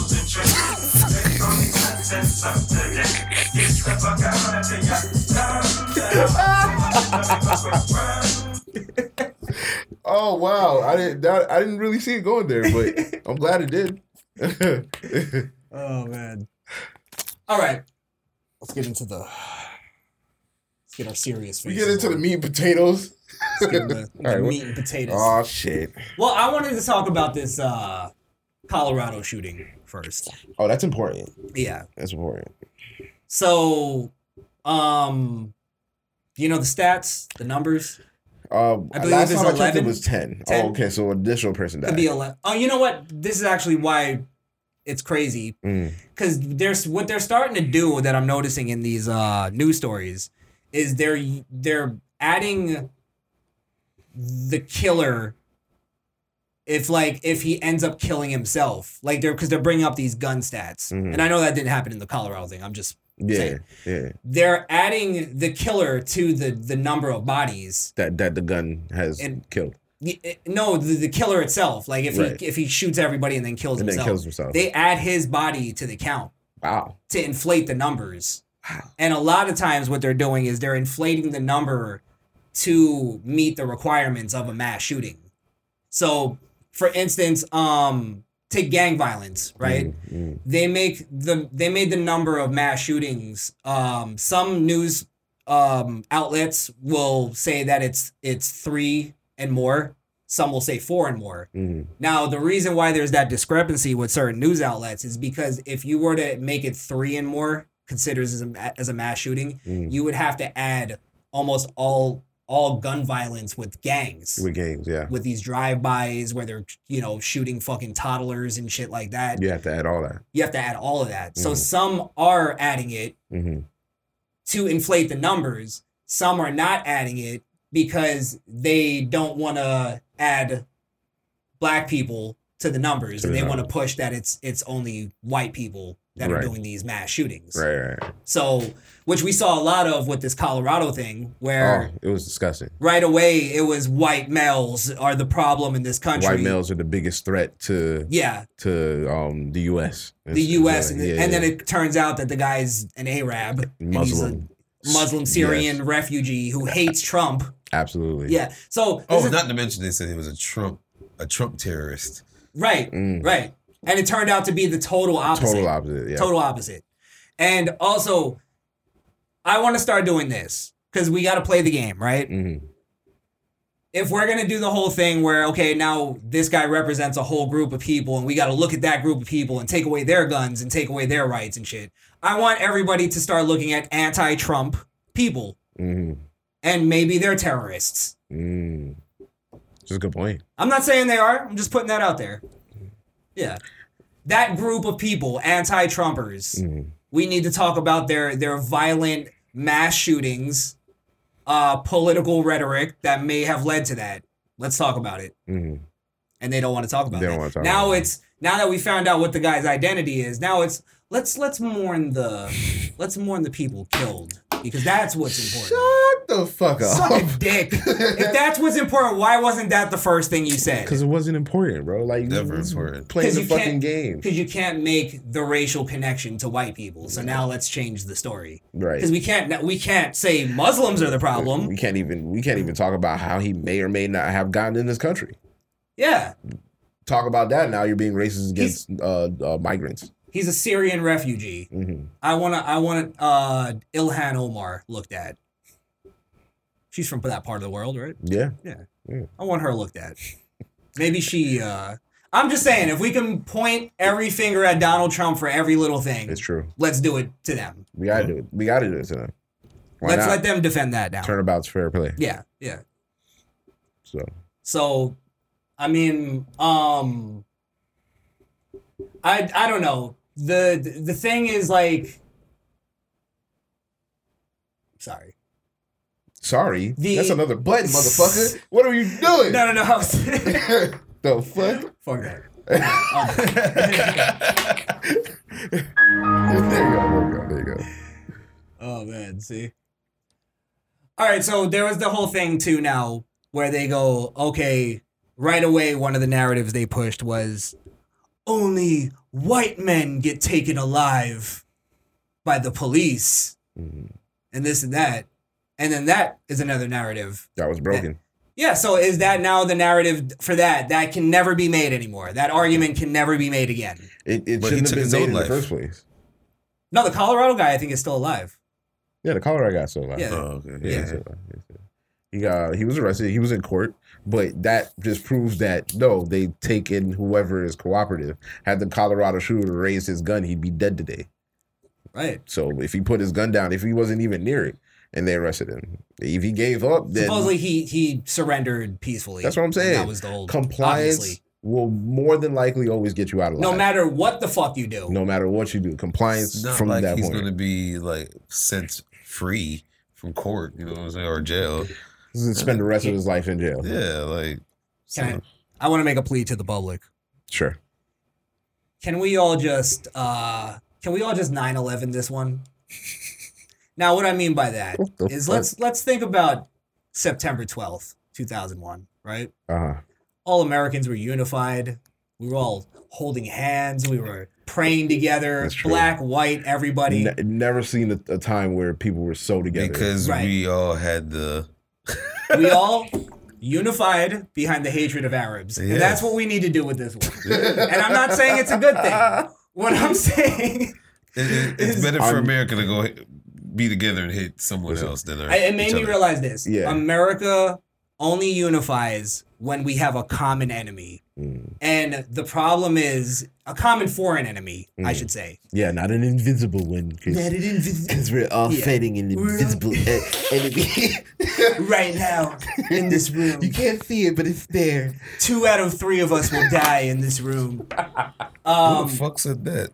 [SPEAKER 3] Oh wow, I didn't that, I didn't really see it going there, but I'm glad it did.
[SPEAKER 4] Oh man. All right. Let's get into the. Let's get our serious.
[SPEAKER 3] we
[SPEAKER 4] Faces
[SPEAKER 3] get into the
[SPEAKER 4] on.
[SPEAKER 3] meat and potatoes.
[SPEAKER 4] Let's get into the, the
[SPEAKER 3] All right,
[SPEAKER 4] meat and potatoes.
[SPEAKER 3] Oh shit.
[SPEAKER 4] well, I wanted to talk about this uh, Colorado shooting first.
[SPEAKER 3] Oh, that's important.
[SPEAKER 4] Yeah.
[SPEAKER 3] That's important.
[SPEAKER 4] So, um, you know the stats, the numbers.
[SPEAKER 3] Um,
[SPEAKER 4] I believe
[SPEAKER 3] last
[SPEAKER 4] it's
[SPEAKER 3] time I checked, it
[SPEAKER 4] 11?
[SPEAKER 3] was 10.
[SPEAKER 4] 10?
[SPEAKER 3] Oh, okay, so an additional person
[SPEAKER 4] Could
[SPEAKER 3] died.
[SPEAKER 4] be a. le- Oh, you know what? This is actually why it's crazy
[SPEAKER 3] Mm.
[SPEAKER 4] because there's what they're starting to do that I'm noticing in these uh, news stories is they're they're adding the killer if like if he ends up killing himself like they're because they're bringing up these gun stats
[SPEAKER 3] Mhm.
[SPEAKER 4] and I know that didn't happen in the Colorado thing I'm just
[SPEAKER 3] Yeah,
[SPEAKER 4] Same.
[SPEAKER 3] yeah.
[SPEAKER 4] they're adding the killer to the the number of bodies
[SPEAKER 3] That that the gun has
[SPEAKER 4] And-
[SPEAKER 3] killed
[SPEAKER 4] Y- eh, no the, the killer itself like if
[SPEAKER 3] Right.
[SPEAKER 4] he if he shoots everybody and then kills
[SPEAKER 3] and then
[SPEAKER 4] himself
[SPEAKER 3] kills himself.
[SPEAKER 4] they add his body to the count
[SPEAKER 3] wow.
[SPEAKER 4] to inflate the numbers. And a lot of times what they're doing is they're inflating the number to meet the requirements of a mass shooting. So, for instance, um take gang violence, right?
[SPEAKER 3] Mm,
[SPEAKER 4] They make the they made the number of mass shootings um some news um outlets will say that it's it's 3 and more, some will say 4 and more.
[SPEAKER 3] mm,
[SPEAKER 4] Now, the reason why there's that discrepancy with certain news outlets is because if you were to make it three and more considers as a, as a mass shooting,
[SPEAKER 3] mm.
[SPEAKER 4] you would have to add almost all all gun violence with gangs,
[SPEAKER 3] With games, yeah.
[SPEAKER 4] with these drive-bys where they're you know shooting fucking toddlers and shit like that.
[SPEAKER 3] You have to add all that.
[SPEAKER 4] You have to add all of that. So
[SPEAKER 3] Mhm.
[SPEAKER 4] some are adding it
[SPEAKER 3] Mm-hmm.
[SPEAKER 4] to inflate the numbers. Some are not adding it because they don't want to add black people to the numbers,
[SPEAKER 3] To
[SPEAKER 4] and
[SPEAKER 3] the
[SPEAKER 4] they want to push that it's it's only white people that are
[SPEAKER 3] Right.
[SPEAKER 4] doing these mass shootings.
[SPEAKER 3] Right, right, right.
[SPEAKER 4] So, which we saw a lot of with this Colorado thing, where
[SPEAKER 3] Oh, it was disgusting.
[SPEAKER 4] right away it was white males are the problem in this country.
[SPEAKER 3] White males are the biggest threat to
[SPEAKER 4] Yeah,
[SPEAKER 3] to um the U.S.
[SPEAKER 4] the
[SPEAKER 3] It's-
[SPEAKER 4] U.S.
[SPEAKER 3] yeah,
[SPEAKER 4] and, the,
[SPEAKER 3] yeah,
[SPEAKER 4] and then
[SPEAKER 3] yeah.
[SPEAKER 4] it turns out that the guy's an Arab, and he's a
[SPEAKER 3] Muslim,
[SPEAKER 4] Muslim
[SPEAKER 3] Yes.
[SPEAKER 4] Syrian refugee who hates Trump.
[SPEAKER 3] absolutely.
[SPEAKER 4] Yeah. So this
[SPEAKER 5] Oh,
[SPEAKER 4] is-
[SPEAKER 5] not to mention they said he was a Trump a Trump terrorist.
[SPEAKER 4] right,
[SPEAKER 3] Mm.
[SPEAKER 4] right, and it turned out to be the total opposite.
[SPEAKER 3] total opposite. Yeah,
[SPEAKER 4] Total opposite. And also, I want to start doing this because we got to play the game, right?
[SPEAKER 3] Mhm.
[SPEAKER 4] If we're gonna do the whole thing where okay, now this guy represents a whole group of people, and we got to look at that group of people and take away their guns and take away their rights and shit. I want everybody to start looking at anti-Trump people,
[SPEAKER 3] Mhm.
[SPEAKER 4] and maybe they're terrorists.
[SPEAKER 3] Mm. That's a good point.
[SPEAKER 4] I'm not saying they are. I'm just putting that out there. Yeah. That group of people, anti-Trumpers,
[SPEAKER 3] Mhm.
[SPEAKER 4] we need to talk about their their violent mass shootings, uh, political rhetoric that may have led to that. Let's talk about it.
[SPEAKER 3] Mhm.
[SPEAKER 4] And they don't want to talk about
[SPEAKER 3] They
[SPEAKER 4] it.
[SPEAKER 3] don't wanna talk
[SPEAKER 4] now
[SPEAKER 3] about it.
[SPEAKER 4] it's Now that we found out what the guy's identity is, now it's let's let's mourn the let's mourn the people killed because that's what's important.
[SPEAKER 3] Shut the fuck
[SPEAKER 4] Suck a
[SPEAKER 3] up.
[SPEAKER 4] dick. if that's what's important, why wasn't that the first thing you said?
[SPEAKER 3] Because it wasn't important, bro. Like
[SPEAKER 5] Never
[SPEAKER 3] we was
[SPEAKER 5] important.
[SPEAKER 3] playing the fucking game.
[SPEAKER 4] Because you can't make the racial connection to white people. So now let's change the story.
[SPEAKER 3] Right.
[SPEAKER 4] Because we can't we can't say Muslims are the
[SPEAKER 3] We
[SPEAKER 4] problem.
[SPEAKER 3] can't even we can't even talk about how he may or may not have gotten in this country.
[SPEAKER 4] Yeah.
[SPEAKER 3] Talk about that now. You're being racist against uh, uh, migrants.
[SPEAKER 4] He's a Syrian refugee.
[SPEAKER 3] Mhm.
[SPEAKER 4] I wanna I want uh Ilhan Omar looked at. She's from that part of the world, right?
[SPEAKER 3] Yeah,
[SPEAKER 4] I want her looked at. Maybe she uh I'm just saying if we can point every finger at Donald Trump for every little thing,
[SPEAKER 3] it's true.
[SPEAKER 4] let's do it to them.
[SPEAKER 3] We gotta do it. We gotta do it to them. Why
[SPEAKER 4] let's
[SPEAKER 3] not?
[SPEAKER 4] let them defend that now.
[SPEAKER 3] Turnabout's fair play.
[SPEAKER 4] Yeah, yeah.
[SPEAKER 3] So
[SPEAKER 4] So, I mean, um, I I don't know. the The thing is like, sorry.
[SPEAKER 3] sorry.
[SPEAKER 4] The-
[SPEAKER 3] That's another button, motherfucker. what are you doing?
[SPEAKER 4] No, no, no. I was-
[SPEAKER 3] the fuck?
[SPEAKER 4] Fuck that.
[SPEAKER 3] There you go. There you go. There you go.
[SPEAKER 4] Oh man, see. All right, so there was the whole thing too now where they go, okay, right away one of the narratives they pushed was only white men get taken alive by the police
[SPEAKER 3] Mm-hmm.
[SPEAKER 4] and this and that. And then that is another narrative.
[SPEAKER 3] That was broken.
[SPEAKER 4] Yeah, so is that now the narrative for that? That can never be made anymore. That argument can never be made again.
[SPEAKER 3] It, it
[SPEAKER 5] But he
[SPEAKER 3] shouldn't
[SPEAKER 5] took
[SPEAKER 3] have been
[SPEAKER 5] his
[SPEAKER 3] made
[SPEAKER 5] own
[SPEAKER 3] in the
[SPEAKER 5] life.
[SPEAKER 3] first place.
[SPEAKER 4] No, the Colorado guy I think is still alive.
[SPEAKER 3] Yeah, the collar I got so loud.
[SPEAKER 4] Yeah.
[SPEAKER 5] Oh, okay.
[SPEAKER 3] Yeah.
[SPEAKER 5] Yeah.
[SPEAKER 3] so, uh, yeah, so. He got he was arrested. He was in court, but that just proves that no, they take in whoever is cooperative. Had the Colorado shooter raised his gun, he'd be dead today.
[SPEAKER 4] Right.
[SPEAKER 3] So if he put his gun down, if he wasn't even near it, and they arrested him, if he gave up, then
[SPEAKER 4] Supposedly he he surrendered peacefully.
[SPEAKER 3] that's what I'm
[SPEAKER 4] And
[SPEAKER 3] saying.
[SPEAKER 4] That was the whole
[SPEAKER 3] compliance
[SPEAKER 4] obviously.
[SPEAKER 3] will more than likely always get you out of
[SPEAKER 4] No
[SPEAKER 3] life,
[SPEAKER 4] matter what the fuck you do.
[SPEAKER 3] no matter what you do. Compliance
[SPEAKER 5] It's not
[SPEAKER 3] from
[SPEAKER 5] like
[SPEAKER 3] that
[SPEAKER 5] he's
[SPEAKER 3] point.
[SPEAKER 5] gonna be like sent free from court, you know what I'm saying, or jail.
[SPEAKER 3] Spend the rest of his life in jail.
[SPEAKER 5] Yeah, like
[SPEAKER 4] Can I, I want to make a plea to the public.
[SPEAKER 3] Sure.
[SPEAKER 4] Can we all just uh can we all just 9/11 this one? now what I mean by that
[SPEAKER 3] What the
[SPEAKER 4] is
[SPEAKER 3] fuck?
[SPEAKER 4] let's let's think about September 12th, 2001, right?
[SPEAKER 3] Uh huh.
[SPEAKER 4] All Americans were unified. We were all holding hands. We were praying together.
[SPEAKER 3] That's true.
[SPEAKER 4] Black, white, everybody.
[SPEAKER 3] Ne- never seen a, a time where people were so together.
[SPEAKER 5] because
[SPEAKER 4] Right.
[SPEAKER 5] we all had the
[SPEAKER 4] we all unified behind the hatred of Arabs.
[SPEAKER 5] Yeah.
[SPEAKER 4] And that's what we need to do with this one. and I'm not saying it's a good thing. What I'm saying,
[SPEAKER 5] It, it, it's better for
[SPEAKER 3] I'm-
[SPEAKER 5] America to go h- be together and hit someone else than our,
[SPEAKER 4] I, it made
[SPEAKER 5] each
[SPEAKER 4] me
[SPEAKER 5] other.
[SPEAKER 4] realize this. Um,
[SPEAKER 3] Yeah.
[SPEAKER 4] America only unifies when we have a common enemy.
[SPEAKER 3] Mm.
[SPEAKER 4] And the problem is a common foreign enemy, I
[SPEAKER 3] Mm.
[SPEAKER 4] should say.
[SPEAKER 3] yeah, not an invisible one. Because we're all
[SPEAKER 4] Yeah.
[SPEAKER 3] fighting an
[SPEAKER 4] all-
[SPEAKER 3] invisible e- enemy.
[SPEAKER 4] Right now, in this room,
[SPEAKER 3] you can't see it, but it's there.
[SPEAKER 4] two out of three of us will die in this room. Um,
[SPEAKER 5] Who the fuck said that?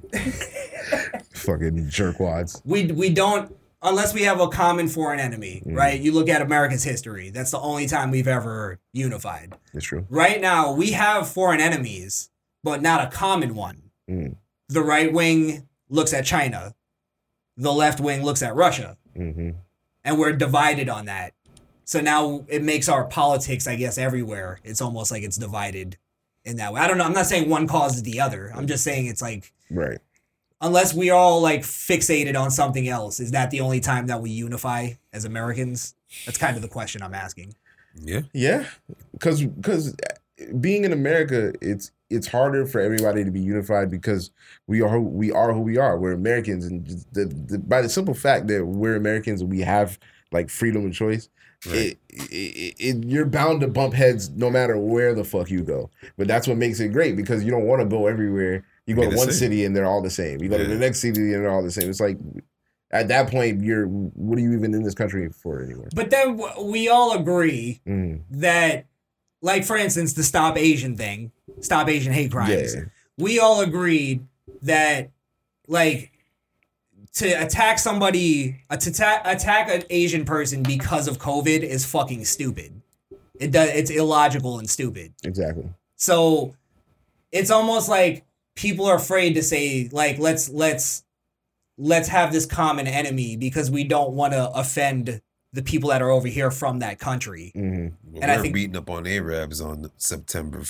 [SPEAKER 3] Fucking jerkwads.
[SPEAKER 4] we we don't unless we have a common foreign enemy,
[SPEAKER 3] Mm.
[SPEAKER 4] right? You look at America's history. That's the only time we've ever unified.
[SPEAKER 3] It's true.
[SPEAKER 4] Right now, we have foreign enemies, but not a common one.
[SPEAKER 3] Mm.
[SPEAKER 4] The right wing looks at China. The left wing looks at Russia,
[SPEAKER 3] Mm-hmm.
[SPEAKER 4] and we're divided on that. So now it makes our politics, I guess, everywhere. It's almost like it's divided in that way. I don't know. I'm not saying one causes the other. I'm just saying it's like
[SPEAKER 3] Right.
[SPEAKER 4] unless we are all like fixated on something else, is that the only time that we unify as Americans? That's kind of the question I'm asking.
[SPEAKER 5] Yeah.
[SPEAKER 3] Yeah, because because being in America, it's it's harder for everybody to be unified because we are who- we are who we are. We're Americans, and just the, the, by the simple fact that we're Americans and we have like freedom and choice, it, it, it, it you're bound to bump heads no matter where the fuck you go. But that's what makes it great because you don't want to go everywhere. You go
[SPEAKER 5] Be
[SPEAKER 3] to
[SPEAKER 5] the
[SPEAKER 3] one
[SPEAKER 5] same.
[SPEAKER 3] city and they're all the same. You go to the
[SPEAKER 5] Yeah.
[SPEAKER 3] next city and they're all the same. It's like at that point, you're what are you even in this country for anymore?
[SPEAKER 4] But then w- we all agree
[SPEAKER 3] Mm,
[SPEAKER 4] that, like, for instance, the Stop Asian thing, Stop Asian Hate Crimes,
[SPEAKER 3] Yeah.
[SPEAKER 4] we all agreed that, like, to attack somebody, uh, to ta- attack an Asian person because of COVID is fucking stupid. It does. It's illogical and stupid.
[SPEAKER 3] exactly.
[SPEAKER 4] So it's almost like people are afraid to say like let's let's let's have this common enemy because we don't want to offend the people that are over here from that country.
[SPEAKER 3] Mm-hmm.
[SPEAKER 5] Well,
[SPEAKER 4] And I
[SPEAKER 5] we're
[SPEAKER 4] think-
[SPEAKER 5] beating up on Arabs on September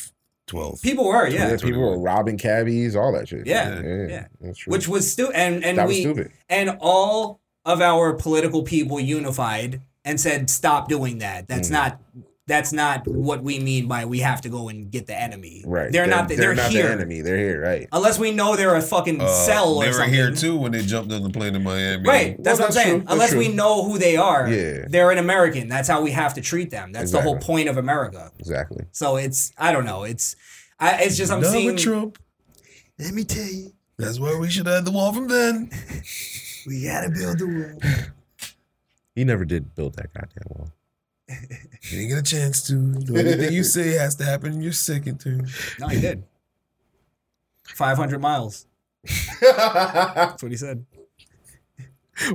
[SPEAKER 5] 12th.
[SPEAKER 4] People were, yeah.
[SPEAKER 3] Yeah, people were robbing cabbies, all that shit.
[SPEAKER 4] Yeah, yeah.
[SPEAKER 3] That's true.
[SPEAKER 4] Which was stupid, and and
[SPEAKER 3] that was
[SPEAKER 4] we
[SPEAKER 3] stupid.
[SPEAKER 4] and all of our political people unified and said, "Stop doing that. That's
[SPEAKER 3] Mm.
[SPEAKER 4] not that's not what we mean by we have to go and get the enemy.
[SPEAKER 3] Right.
[SPEAKER 4] They're, not. The, they're,
[SPEAKER 3] not
[SPEAKER 4] here.
[SPEAKER 3] the enemy. They're here, right?
[SPEAKER 4] Unless we know they're a fucking
[SPEAKER 5] Uh,
[SPEAKER 4] cell or
[SPEAKER 5] They were
[SPEAKER 4] something.
[SPEAKER 5] here too when they jumped on the plane in Miami.
[SPEAKER 4] Right. That's
[SPEAKER 3] Well,
[SPEAKER 4] what
[SPEAKER 3] that's
[SPEAKER 4] I'm saying.
[SPEAKER 3] true. That's
[SPEAKER 4] Unless we
[SPEAKER 3] true.
[SPEAKER 4] know who they are,
[SPEAKER 3] Yeah.
[SPEAKER 4] they're an American. That's how we have to treat them. That's the whole
[SPEAKER 3] Exactly.
[SPEAKER 4] point of America.
[SPEAKER 3] Exactly.
[SPEAKER 4] So it's I don't know. It's I, it's just I'm
[SPEAKER 5] Donald
[SPEAKER 4] seeing
[SPEAKER 5] Trump. Let me tell you, that's why we should have the wall from then.
[SPEAKER 4] we gotta build the wall.
[SPEAKER 3] He never did build that goddamn wall.
[SPEAKER 5] You didn't get a chance to. Anything you say has to happen in your second term.
[SPEAKER 4] No, he did. Five hundred miles. That's what he said.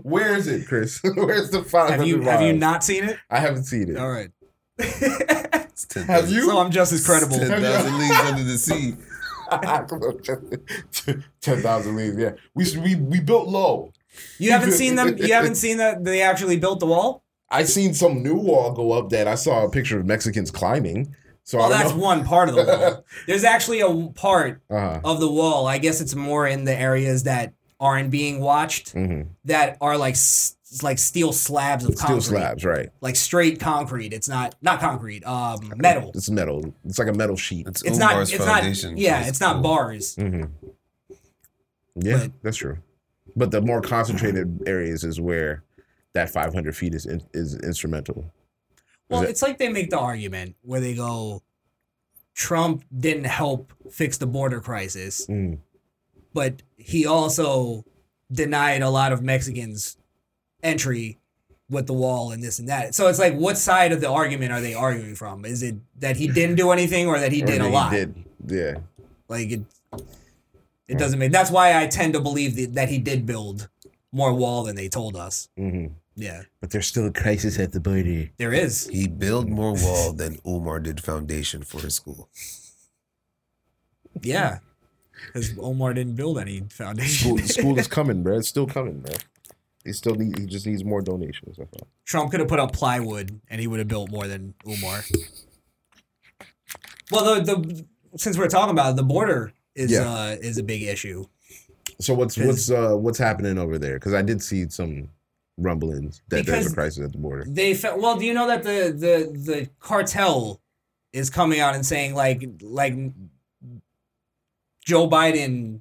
[SPEAKER 3] Where is it, Chris? Where's the five
[SPEAKER 4] Have
[SPEAKER 3] hundred
[SPEAKER 4] you
[SPEAKER 3] miles?
[SPEAKER 4] have you not seen it?
[SPEAKER 3] I haven't seen it.
[SPEAKER 4] All right.
[SPEAKER 5] It's 10,
[SPEAKER 3] Have you?
[SPEAKER 4] So I'm just as credible.
[SPEAKER 5] 10,000 leagues under the sea.
[SPEAKER 3] Ten thousand leagues. Yeah, we s- we we built low.
[SPEAKER 4] You haven't seen them. You haven't seen that they actually built the wall.
[SPEAKER 3] I seen some new wall go up that I saw a picture of Mexicans climbing. So I
[SPEAKER 4] Well, Oh, that's
[SPEAKER 3] don't
[SPEAKER 4] one part of the Oh. wall. There's actually a part
[SPEAKER 3] know. Uh-huh.
[SPEAKER 4] of the wall. I guess it's more in the areas that aren't being watched
[SPEAKER 3] Mhm.
[SPEAKER 4] that are like s- like steel slabs of
[SPEAKER 3] Steel
[SPEAKER 4] concrete,
[SPEAKER 3] slabs, right?
[SPEAKER 4] like straight concrete. It's not not concrete. Um, metal.
[SPEAKER 3] It's metal. It's like a metal sheet.
[SPEAKER 4] It's not.
[SPEAKER 5] Umar's
[SPEAKER 4] It's not.
[SPEAKER 5] foundation.
[SPEAKER 4] Yeah, it's not
[SPEAKER 5] cool.
[SPEAKER 4] bars.
[SPEAKER 3] hmm Yeah,
[SPEAKER 4] But-
[SPEAKER 3] that's true. But the more concentrated areas is where that 500 feet is in, is instrumental.
[SPEAKER 4] Well,
[SPEAKER 3] that-
[SPEAKER 4] it's like they make the argument where they go, Trump didn't help fix the border crisis,
[SPEAKER 3] Mm.
[SPEAKER 4] but he also denied a lot of Mexicans entry with the wall and this and that. So it's like, what side of the argument are they arguing from? Is it that he didn't do anything or that he
[SPEAKER 3] Or
[SPEAKER 4] did a
[SPEAKER 3] he
[SPEAKER 4] lot?
[SPEAKER 3] Did. Yeah.
[SPEAKER 4] Like it, it doesn't make. That's why I tend to believe that, that he did build more wall than they told us.
[SPEAKER 3] hmm
[SPEAKER 4] Yeah,
[SPEAKER 3] But there's still a crisis at the border.
[SPEAKER 4] there is.
[SPEAKER 5] He built more wall than Umar did foundation for his school.
[SPEAKER 4] Yeah. Because Omar didn't build any
[SPEAKER 3] School,
[SPEAKER 4] foundation.
[SPEAKER 3] school is coming, bro. It's still coming, bro. He still need, he just needs more donations. That's all.
[SPEAKER 4] Trump could have put up plywood and he would have built more than Omar. Well, the, the since we're talking about it, the border is
[SPEAKER 3] Yeah.
[SPEAKER 4] uh, is a big issue.
[SPEAKER 3] So what's
[SPEAKER 4] Cause-
[SPEAKER 3] what's uh, what's happening over there? Because I did see some rumblings that there's
[SPEAKER 4] Because-
[SPEAKER 3] a crisis at the border.
[SPEAKER 4] They fe- well, do you know that the the the cartel is coming out and saying like like Joe Biden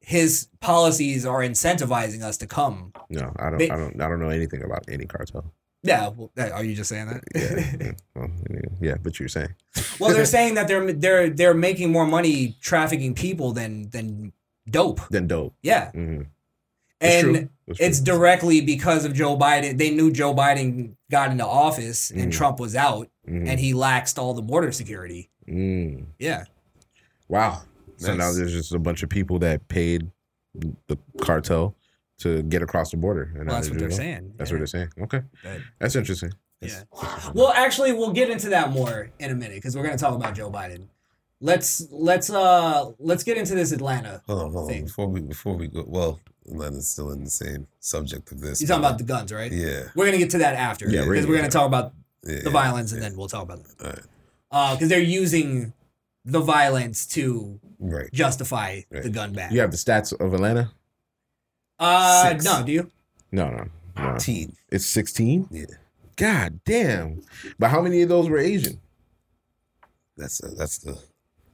[SPEAKER 4] his policies are incentivizing us to come.
[SPEAKER 3] No, I don't.
[SPEAKER 4] They-
[SPEAKER 3] I don't. I don't know anything about any cartel.
[SPEAKER 4] Yeah, well, are you just saying that?
[SPEAKER 3] Yeah. well, yeah, but you're saying.
[SPEAKER 4] Well, they're saying that they're they're they're making more money trafficking people than than dope.
[SPEAKER 3] Then dope.
[SPEAKER 4] Yeah,
[SPEAKER 3] hmm It's
[SPEAKER 4] and
[SPEAKER 3] true. It's true.
[SPEAKER 4] it's directly because of Joe Biden. They knew Joe Biden got into office
[SPEAKER 3] Mhm.
[SPEAKER 4] and Trump was out,
[SPEAKER 3] Mhm.
[SPEAKER 4] and he laxed all the border security.
[SPEAKER 3] Mm.
[SPEAKER 4] Yeah,
[SPEAKER 3] Wow. So now
[SPEAKER 5] Nice.
[SPEAKER 3] there's just a bunch of people that paid the cartel to get across the border. And now
[SPEAKER 4] well, that's what they're
[SPEAKER 3] just-
[SPEAKER 4] saying.
[SPEAKER 3] That's
[SPEAKER 4] yeah.
[SPEAKER 3] what they're saying. Okay.
[SPEAKER 4] That-
[SPEAKER 3] That's interesting.
[SPEAKER 4] Yeah. Well, actually, we'll get into that more in a minute because we're gonna talk about Joe Biden. Let's let's uh let's get into this Atlanta.
[SPEAKER 5] Hold on, hold on.
[SPEAKER 4] Thing.
[SPEAKER 5] Before we before we go, well, Atlanta's still in the same subject of this.
[SPEAKER 4] You're talking
[SPEAKER 5] but-
[SPEAKER 4] about the guns, right?
[SPEAKER 5] yeah,
[SPEAKER 4] We're gonna get to that after
[SPEAKER 3] Yeah,
[SPEAKER 4] because
[SPEAKER 3] we're
[SPEAKER 4] we're,
[SPEAKER 3] gonna
[SPEAKER 4] gonna talk about
[SPEAKER 5] yeah,
[SPEAKER 4] the violence and then we'll talk about that.
[SPEAKER 5] Alright.
[SPEAKER 4] Because they're using the violence to
[SPEAKER 5] right.
[SPEAKER 4] justify the
[SPEAKER 5] Right.
[SPEAKER 4] gun ban.
[SPEAKER 3] You have the stats of Atlanta?
[SPEAKER 4] Uh,
[SPEAKER 5] Six.
[SPEAKER 4] no, do you?
[SPEAKER 3] No, no. no.
[SPEAKER 5] Teen.
[SPEAKER 3] It's 16?
[SPEAKER 5] Yeah.
[SPEAKER 3] God damn. But how many of those were Asian?
[SPEAKER 5] That's uh that's the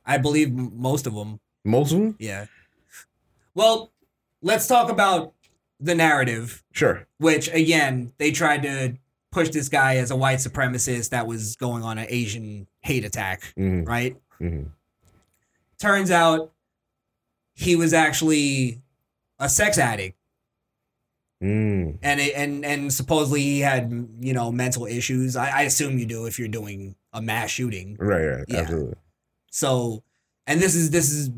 [SPEAKER 4] I believe m- most of them.
[SPEAKER 3] Most of them?
[SPEAKER 4] Yeah. Well, let's talk about the narrative,
[SPEAKER 3] Sure.
[SPEAKER 4] which again they tried to push this guy as a white supremacist that was going on an Asian hate attack,
[SPEAKER 5] Mm-hmm.
[SPEAKER 3] Mhm,
[SPEAKER 4] right?
[SPEAKER 3] mhm.
[SPEAKER 4] Turns out he was actually a sex addict.
[SPEAKER 3] Mm.
[SPEAKER 4] and it, and and supposedly he had you know mental issues. I, I assume you do if you're doing a mass shooting.
[SPEAKER 3] Right, right.
[SPEAKER 4] Yeah.
[SPEAKER 3] Absolutely.
[SPEAKER 4] So, and this is this is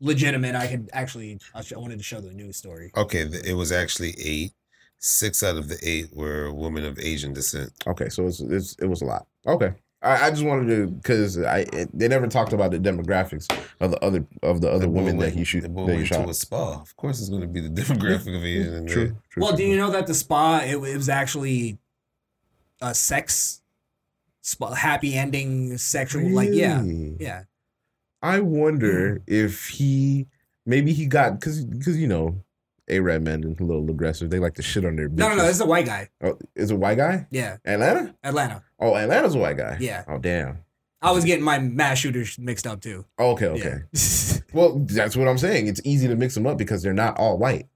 [SPEAKER 4] legitimate. I could actually I, sh- I wanted to show the news story.
[SPEAKER 5] okay. th- It was actually eight. Six out of the eight were women of Asian descent.
[SPEAKER 3] Okay. So it's, it's it was a lot. Okay. I, I just wanted to because I it, they never talked about the demographics of the other of the other women that he shoot
[SPEAKER 5] The boy
[SPEAKER 3] that he
[SPEAKER 5] went
[SPEAKER 3] shot.
[SPEAKER 5] to a spa. Of course, it's going to be the demographic of here. And
[SPEAKER 3] True.
[SPEAKER 5] True.
[SPEAKER 3] true,
[SPEAKER 4] Well,
[SPEAKER 3] true,
[SPEAKER 4] do you know that the spa it, wa- it was actually a sex spa, happy ending sexual like yeah.
[SPEAKER 3] Really?
[SPEAKER 4] Yeah.
[SPEAKER 3] I
[SPEAKER 4] Hmm.
[SPEAKER 3] wonder if he maybe he got because because you know a red men is a little aggressive. They like to shit on their. Bitches.
[SPEAKER 4] No, no, no, this is a white guy.
[SPEAKER 3] Oh, is it a white guy?
[SPEAKER 4] Yeah.
[SPEAKER 3] Atlanta?
[SPEAKER 4] Atlanta.
[SPEAKER 3] Oh, Atlanta's a white guy.
[SPEAKER 4] Yeah.
[SPEAKER 3] Oh damn.
[SPEAKER 4] I was getting my mass shooters mixed up too.
[SPEAKER 3] Okay. Okay.
[SPEAKER 4] Yeah.
[SPEAKER 3] Well, that's what I'm saying. It's easy to mix them up because they're not all white.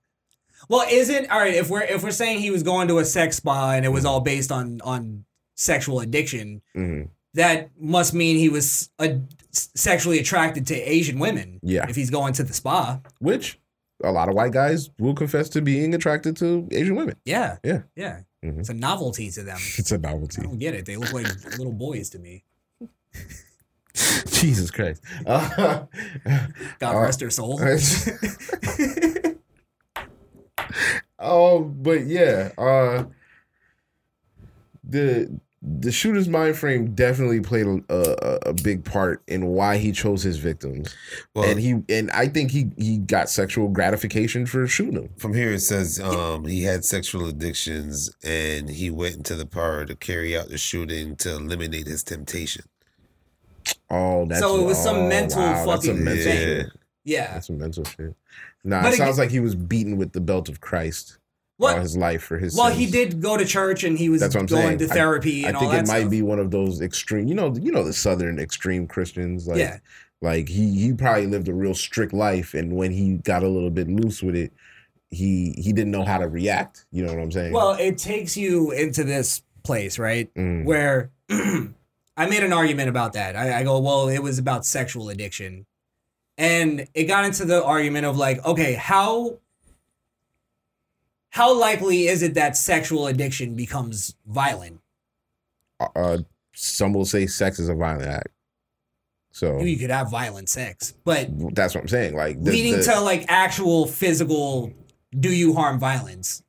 [SPEAKER 4] well, isn't all right, if we're if we're saying he was going to a sex spa and it was all based on on sexual addiction,
[SPEAKER 3] hmm
[SPEAKER 4] that must mean he was a, sexually attracted to Asian women.
[SPEAKER 3] Yeah.
[SPEAKER 4] If he's going to the spa.
[SPEAKER 3] Which a lot of white guys will confess to being attracted to Asian women.
[SPEAKER 4] Yeah.
[SPEAKER 3] Yeah.
[SPEAKER 4] Yeah.
[SPEAKER 3] Mhm.
[SPEAKER 4] It's a novelty to them.
[SPEAKER 3] It's a
[SPEAKER 4] I
[SPEAKER 3] novelty.
[SPEAKER 4] don't get it. They look like little boys to me.
[SPEAKER 3] Jesus Christ. Uh,
[SPEAKER 4] God
[SPEAKER 3] Uh,
[SPEAKER 4] rest their soul.
[SPEAKER 3] oh, but yeah, uh, the the shooter's mind frame definitely played a, a, a big part in why he chose his victims,
[SPEAKER 5] Well,
[SPEAKER 3] and he and I think he he got sexual gratification for shooting them.
[SPEAKER 5] from here it says um, he had sexual addictions and he went into the power to carry out the shooting to eliminate his temptation.
[SPEAKER 3] Oh, that's
[SPEAKER 4] So it was some
[SPEAKER 3] oh,
[SPEAKER 4] mental
[SPEAKER 3] that's a
[SPEAKER 4] fucking
[SPEAKER 3] mental
[SPEAKER 4] thing.
[SPEAKER 3] shit.
[SPEAKER 4] yeah.
[SPEAKER 3] That's a mental shit. Nah,
[SPEAKER 4] But
[SPEAKER 3] it
[SPEAKER 4] again-
[SPEAKER 3] sounds like he was beaten with the belt of Christ all
[SPEAKER 4] Well,
[SPEAKER 3] his life for his.
[SPEAKER 4] well, he
[SPEAKER 3] sins.
[SPEAKER 4] did go to church and he was
[SPEAKER 3] That's what I'm saying.
[SPEAKER 4] going to
[SPEAKER 3] I-
[SPEAKER 4] therapy
[SPEAKER 3] I
[SPEAKER 4] and
[SPEAKER 3] think
[SPEAKER 4] all that
[SPEAKER 3] it might
[SPEAKER 4] stuff.
[SPEAKER 3] be one of those extreme. You know, you know the southern extreme Christians. Like,
[SPEAKER 4] Yeah.
[SPEAKER 3] like he he probably lived a real strict life, and when he got a little bit loose with it, he he didn't know how to react. You know what I'm saying?
[SPEAKER 4] Well, it takes you into this place, right?
[SPEAKER 3] Mm.
[SPEAKER 4] Where I made an argument about that. I, I go, well, it was about sexual addiction. And it got into the argument of like, okay, how how likely is it that sexual addiction becomes violent?
[SPEAKER 3] uh, some will say sex is a violent act. So
[SPEAKER 4] You could have violent sex, but
[SPEAKER 3] that's what I'm saying. Like Oh. the-
[SPEAKER 4] leading
[SPEAKER 3] the-
[SPEAKER 4] to like actual physical do you harm violence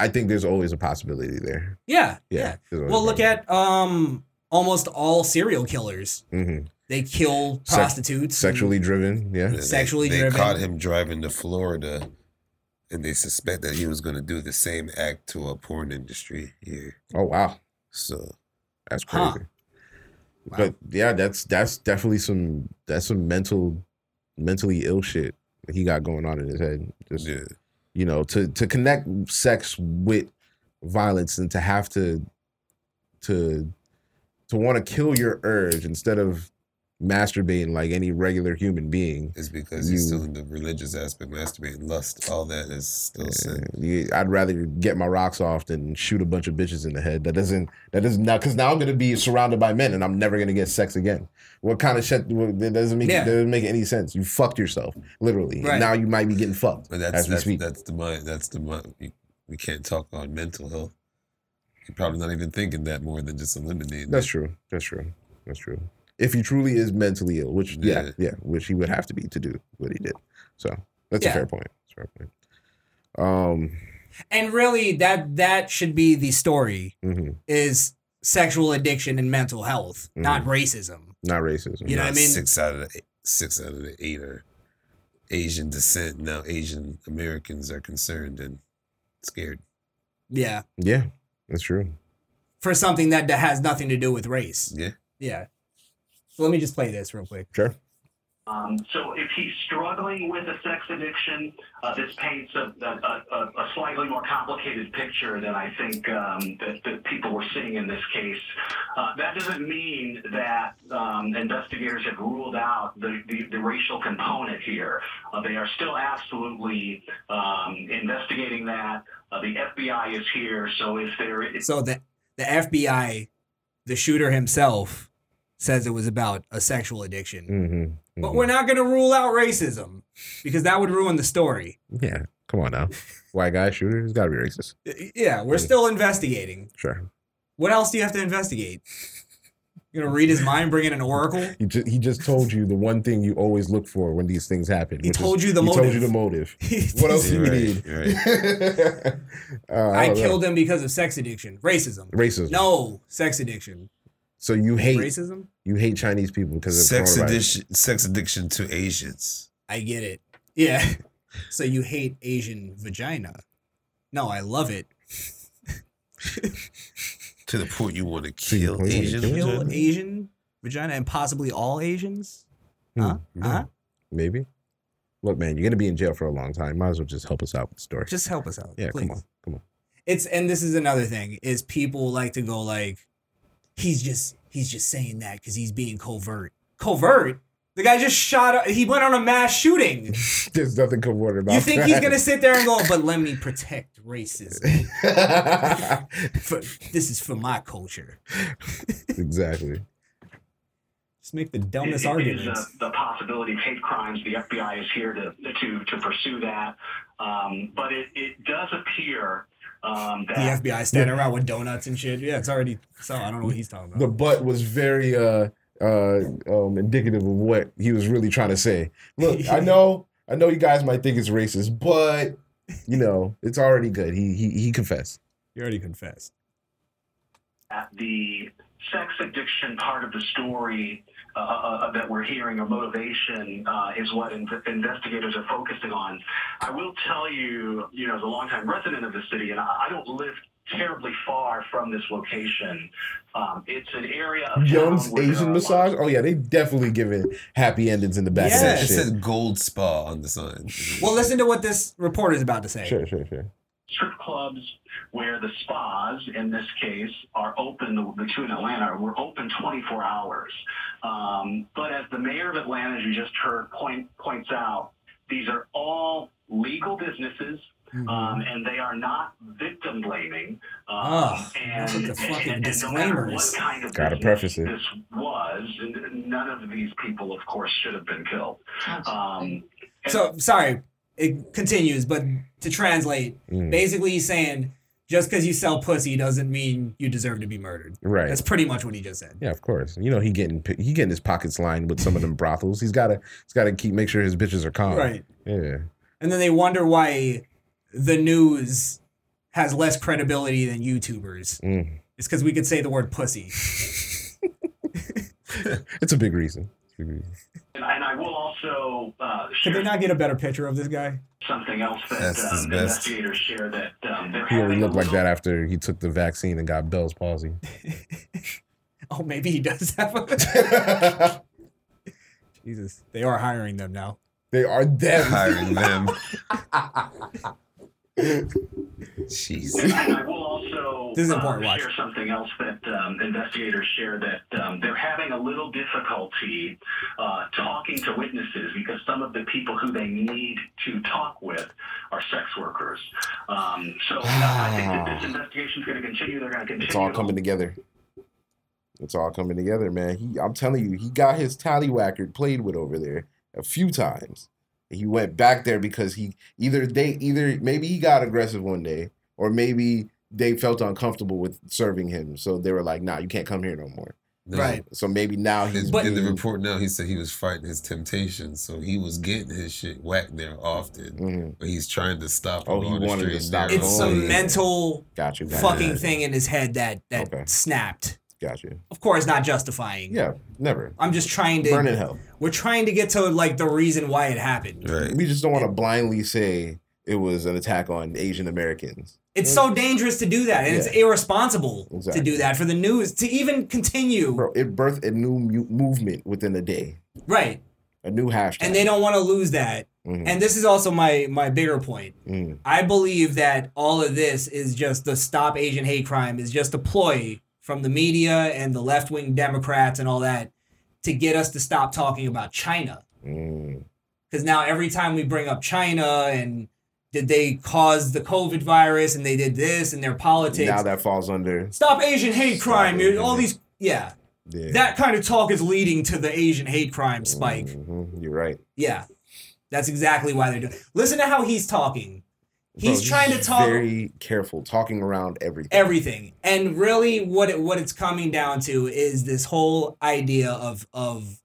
[SPEAKER 3] I think there's always a possibility there.
[SPEAKER 4] yeah yeah,
[SPEAKER 3] Yeah.
[SPEAKER 4] well look at um almost all serial killers
[SPEAKER 3] hmm
[SPEAKER 4] they kill
[SPEAKER 3] Sex-
[SPEAKER 4] prostitutes
[SPEAKER 3] sexually driven. Yeah.
[SPEAKER 5] And they-
[SPEAKER 4] Sexually
[SPEAKER 5] they,
[SPEAKER 4] driven.
[SPEAKER 5] caught him driving to Florida, and they suspect that he was going to do the same act to a porn industry here.
[SPEAKER 3] Oh wow.
[SPEAKER 5] So
[SPEAKER 3] That's
[SPEAKER 4] Huh.
[SPEAKER 3] crazy. But yeah, that's that's definitely some that's some mental mentally ill shit that he got going on in his head. Just
[SPEAKER 5] yeah,
[SPEAKER 3] you know, to to connect sex with violence and to have to to to want to kill your urge instead of masturbating like any regular human being.
[SPEAKER 5] it's because he's
[SPEAKER 3] You-
[SPEAKER 5] still in the religious aspect, masturbating, lust, all that is still sin.
[SPEAKER 3] You- I'd rather get my rocks off than shoot a bunch of bitches in the head. That doesn't. That doesn't. Now, because now I'm gonna be surrounded by men, and I'm never gonna get sex again. What kind of shit? what- That doesn't make.
[SPEAKER 4] Yeah.
[SPEAKER 3] That doesn't make any sense. You fucked yourself, literally.
[SPEAKER 4] Right.
[SPEAKER 3] And now you might be getting fucked.
[SPEAKER 5] But that's
[SPEAKER 3] as we
[SPEAKER 5] that's,
[SPEAKER 3] speak.
[SPEAKER 5] that's the mind. That's the mind. We, we can't talk on mental health. You're probably not even thinking that more than just eliminating.
[SPEAKER 3] That's
[SPEAKER 5] it.
[SPEAKER 3] true. That's true. That's true. If he truly is mentally ill, which yeah, yeah,
[SPEAKER 5] Yeah.
[SPEAKER 3] which he would have to be to do what he did. So that's
[SPEAKER 4] Yeah.
[SPEAKER 3] a fair point. Um, That's a fair point.
[SPEAKER 4] and really that that should be the story
[SPEAKER 3] Um, mhm.
[SPEAKER 4] is sexual addiction and mental health not racism
[SPEAKER 3] Mm. not racism.
[SPEAKER 4] Um, You know
[SPEAKER 5] Now
[SPEAKER 4] what I mean?
[SPEAKER 5] Six out of the, six out of the eight are Asian descent. Now Asian Americans are concerned and scared.
[SPEAKER 4] yeah
[SPEAKER 3] Yeah, that's true.
[SPEAKER 4] for something that, that has nothing to do with race
[SPEAKER 5] Yeah.
[SPEAKER 4] yeah so let me just play this real quick
[SPEAKER 3] Sure.
[SPEAKER 10] Um, so if he's struggling with a sex addiction, uh, this paints a, a, a, a slightly more complicated picture than I think um, that, that people were seeing in this case. Uh, that doesn't mean that um, investigators have ruled out the, the, the racial component here. Uh, they are still absolutely um, investigating that. Uh, the FBI is here, so if there is
[SPEAKER 4] so the the FBI, the shooter himself, says it was about a sexual addiction.
[SPEAKER 3] hmm
[SPEAKER 4] But we're not gonna rule out racism because that would ruin the story.
[SPEAKER 3] Yeah, come on now. White guy shooter, it's gotta be racist.
[SPEAKER 4] Y- Yeah,
[SPEAKER 3] Mm.
[SPEAKER 4] we're still investigating.
[SPEAKER 3] Sure.
[SPEAKER 4] What else do you have to investigate? You gonna read his mind, bring in an oracle?
[SPEAKER 3] He just, he just told you the one thing you always look for when these things happen.
[SPEAKER 4] He
[SPEAKER 3] which
[SPEAKER 4] told you the
[SPEAKER 3] he
[SPEAKER 4] motive.
[SPEAKER 3] told you the motive. What else do you
[SPEAKER 5] You're right,
[SPEAKER 3] need? Oh,
[SPEAKER 5] you're
[SPEAKER 3] Uh,
[SPEAKER 4] I
[SPEAKER 3] don't know.
[SPEAKER 4] killed him because of sex addiction. Racism.
[SPEAKER 3] racism.
[SPEAKER 4] No, sex addiction.
[SPEAKER 3] So you hate
[SPEAKER 4] Racism?
[SPEAKER 3] you hate Chinese people because of
[SPEAKER 5] Sex
[SPEAKER 3] coronavirus.
[SPEAKER 5] addiction, sex addiction to Asians.
[SPEAKER 4] I get it. Yeah. so you hate Asian vagina. No, I love it.
[SPEAKER 5] To the point you want to
[SPEAKER 3] the
[SPEAKER 5] kill
[SPEAKER 3] point you wanna
[SPEAKER 5] Asians.
[SPEAKER 3] kill
[SPEAKER 4] Kill
[SPEAKER 3] Vagina?
[SPEAKER 4] Asian vagina and possibly all Asians? Uh-huh.
[SPEAKER 3] Hmm,
[SPEAKER 4] Huh?
[SPEAKER 3] yeah,
[SPEAKER 4] Huh?
[SPEAKER 3] Maybe. Look, man, you're gonna be in jail for a long time. Might as well just help us out with the story.
[SPEAKER 4] Just help us out.
[SPEAKER 3] yeah,
[SPEAKER 4] please.
[SPEAKER 3] come on, come on.
[SPEAKER 4] It's and this is another thing is people like to go like he's just he's just saying that cuz he's being covert. Covert? The guy just shot he went on a mass shooting.
[SPEAKER 3] There's nothing covert about.
[SPEAKER 4] You think he's
[SPEAKER 3] that.
[SPEAKER 4] gonna sit there and go, but let me protect racism. For, this is for my culture.
[SPEAKER 3] exactly.
[SPEAKER 4] Just make the dumbest
[SPEAKER 10] It- it is,
[SPEAKER 4] arguments.
[SPEAKER 10] uh, the possibility of hate crimes. The FBI is here to to, to pursue that, um, but it, it does appear um, that
[SPEAKER 4] the FBI standing around with donuts and shit. Yeah, it's already so. I don't know what he's talking
[SPEAKER 3] The
[SPEAKER 4] about.
[SPEAKER 3] butt was very uh uh um indicative of what he was really trying to say. Look, I know, I know you guys might think it's racist, but you know, it's already good. He he he confessed.
[SPEAKER 4] You already confessed.
[SPEAKER 10] at the sex addiction part of the story uh, uh, that we're hearing, or motivation, uh, is what in- investigators are focusing on. I will tell you, you know, as a longtime resident of the city, and I, I don't live terribly far from this location. Um, it's an area of
[SPEAKER 3] Young's
[SPEAKER 10] town where there are
[SPEAKER 3] Asian
[SPEAKER 10] a lot-
[SPEAKER 3] massage. Oh yeah, they definitely giving happy endings in the back
[SPEAKER 5] It
[SPEAKER 3] of that shit.
[SPEAKER 5] said gold spa on the sign.
[SPEAKER 4] Well, listen to what this reporter is about to say.
[SPEAKER 3] Sure, sure, sure.
[SPEAKER 10] strip clubs where the spas, in this case, are open, the, the two in Atlanta, were open 24 hours. Um, but as the mayor of Atlanta, as you just heard, point, points out, these are all legal businesses.
[SPEAKER 4] Mm-hmm.
[SPEAKER 10] Um, and they are not victim blaming. Um,
[SPEAKER 4] Ugh,
[SPEAKER 10] and,
[SPEAKER 4] that's what the
[SPEAKER 10] and-
[SPEAKER 4] fucking
[SPEAKER 10] and no matter
[SPEAKER 4] disclaimer
[SPEAKER 10] what
[SPEAKER 4] is.
[SPEAKER 10] kind of
[SPEAKER 3] Gotta
[SPEAKER 10] business
[SPEAKER 3] preface it.
[SPEAKER 10] This was and none of these people, of course, should have been killed. Um, and-
[SPEAKER 4] So sorry, it continues, but to translate,
[SPEAKER 3] Mm.
[SPEAKER 4] basically he's saying just because you sell pussy doesn't mean you deserve to be murdered.
[SPEAKER 3] Right.
[SPEAKER 4] That's pretty much what he just said.
[SPEAKER 3] Yeah, of course. You know he getting pi- he getting his pockets lined with some of them brothels. He's gotta he's gotta keep make sure his bitches are calm.
[SPEAKER 4] Right.
[SPEAKER 3] Yeah.
[SPEAKER 4] And then they wonder why the news has less credibility than YouTubers.
[SPEAKER 3] Mm.
[SPEAKER 4] It's because we could say the word pussy.
[SPEAKER 3] It's a big reason. It's a big reason.
[SPEAKER 10] and, and I will also uh,
[SPEAKER 4] Could
[SPEAKER 10] share
[SPEAKER 4] they not get a better picture of this guy?
[SPEAKER 10] something else that
[SPEAKER 5] That's his
[SPEAKER 10] um,
[SPEAKER 5] best.
[SPEAKER 10] investigators share that um, they're
[SPEAKER 3] He only
[SPEAKER 10] having a
[SPEAKER 3] looked like
[SPEAKER 10] little-
[SPEAKER 3] that after he took the vaccine and got Bell's palsy.
[SPEAKER 4] Oh, maybe he does have a. Jesus, they are hiring them now.
[SPEAKER 3] they are them.
[SPEAKER 5] hiring them. Jesus.
[SPEAKER 10] And I will also
[SPEAKER 4] This is
[SPEAKER 10] uh,
[SPEAKER 4] important, watch.
[SPEAKER 10] share something else that um, investigators share that um, they're having a little difficulty uh, talking to witnesses because some of the people who they need to talk with are sex workers. Um, so uh, I think that
[SPEAKER 4] Ah.
[SPEAKER 10] this investigation is going to continue. They're going to continue.
[SPEAKER 3] It's all
[SPEAKER 10] to
[SPEAKER 3] coming together. It's all coming together, man. He, I'm telling you, he got his tallywhacker played with over there a few times. He went back there because he either they either maybe he got aggressive one day, or maybe they felt uncomfortable with serving him, so they were like, "Nah, you can't come here no more."
[SPEAKER 4] Right.
[SPEAKER 3] So maybe now he's
[SPEAKER 5] But, in the
[SPEAKER 3] being-
[SPEAKER 5] report now, he said he was fighting his temptations, so he was getting his shit whacked there often.
[SPEAKER 3] Mhm.
[SPEAKER 5] But he's trying to stop.
[SPEAKER 3] Oh,
[SPEAKER 5] it
[SPEAKER 3] he
[SPEAKER 5] on the
[SPEAKER 3] wanted to
[SPEAKER 5] straight and
[SPEAKER 3] stop
[SPEAKER 5] narrow.
[SPEAKER 3] it.
[SPEAKER 4] It's
[SPEAKER 3] Oh,
[SPEAKER 4] some
[SPEAKER 3] yeah.
[SPEAKER 4] mental
[SPEAKER 3] got you, got
[SPEAKER 4] fucking
[SPEAKER 3] you,
[SPEAKER 4] thing in his head that that
[SPEAKER 3] Okay.
[SPEAKER 4] snapped.
[SPEAKER 3] got you.
[SPEAKER 4] Of course, not justifying.
[SPEAKER 3] Yeah, never.
[SPEAKER 4] I'm just trying to.
[SPEAKER 3] Burn in hell.
[SPEAKER 4] We're trying to get to like the reason why it happened.
[SPEAKER 5] Right.
[SPEAKER 3] We just don't want to blindly say it was an attack on Asian Americans.
[SPEAKER 4] It's so dangerous to do that, and it's
[SPEAKER 3] Mm. Yeah.
[SPEAKER 4] irresponsible
[SPEAKER 3] Exactly.
[SPEAKER 4] to do that for the news to even continue.
[SPEAKER 3] Bro, it birthed a new mu- movement within a day,
[SPEAKER 4] Right,
[SPEAKER 3] a new hashtag.
[SPEAKER 4] and they don't want to lose that.
[SPEAKER 3] Mhm.
[SPEAKER 4] And this is also my my bigger point.
[SPEAKER 3] Mm.
[SPEAKER 4] I believe that all of this is just the stop Asian hate crime is just a ploy from the media and the left wing Democrats and all that to get us to stop talking about China.
[SPEAKER 3] Mm.
[SPEAKER 4] Because now every time we bring up China and did they cause the COVID virus and they did this and their politics,
[SPEAKER 3] Now that falls under
[SPEAKER 4] stop Asian hate
[SPEAKER 3] Stop
[SPEAKER 4] crime, you
[SPEAKER 3] Asian
[SPEAKER 4] all
[SPEAKER 3] hate.
[SPEAKER 4] these, yeah,
[SPEAKER 3] the,
[SPEAKER 4] that kind of talk is leading to the Asian hate crime spike.
[SPEAKER 3] Mhm, You're right.
[SPEAKER 4] Yeah, that's exactly why they're doing. Listen to how he's talking.
[SPEAKER 3] Bro,
[SPEAKER 4] He's trying to talk
[SPEAKER 3] Very careful, talking around everything.
[SPEAKER 4] everything. And really what it, what it's coming down to is this whole idea of of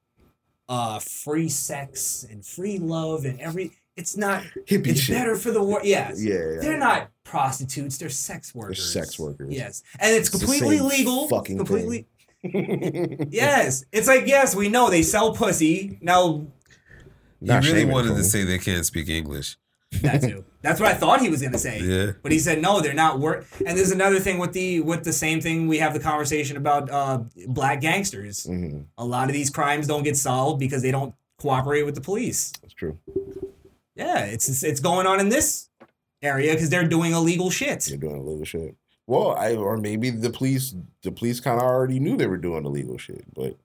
[SPEAKER 4] uh free sex and free love and every it's not
[SPEAKER 3] Hippie
[SPEAKER 4] it's
[SPEAKER 3] shit.
[SPEAKER 4] better for the world. Yes.
[SPEAKER 3] Yeah, yeah,
[SPEAKER 4] They're
[SPEAKER 3] yeah.
[SPEAKER 4] not prostitutes, they're sex workers.
[SPEAKER 3] sex workers.
[SPEAKER 4] Yes. And it's,
[SPEAKER 3] It's the
[SPEAKER 4] completely
[SPEAKER 3] same
[SPEAKER 4] legal.
[SPEAKER 3] fucking
[SPEAKER 4] completely
[SPEAKER 3] thing.
[SPEAKER 4] Yes, it's like yes, we know they sell pussy. Now
[SPEAKER 5] You really wanted to say they can't speak English.
[SPEAKER 4] that too. That's what I thought he was gonna say.
[SPEAKER 5] Yeah.
[SPEAKER 4] But he said no, they're not work. And there's another thing with the with the same thing we have the conversation about uh, black gangsters.
[SPEAKER 3] Mm-hmm,
[SPEAKER 4] A lot of these crimes don't get solved because they don't cooperate with the police.
[SPEAKER 3] That's true.
[SPEAKER 4] Yeah, it's it's, it's going on in this area because they're doing illegal shit.
[SPEAKER 3] They're doing illegal shit. Well, I or maybe the police the police kind of already knew they were doing illegal shit, but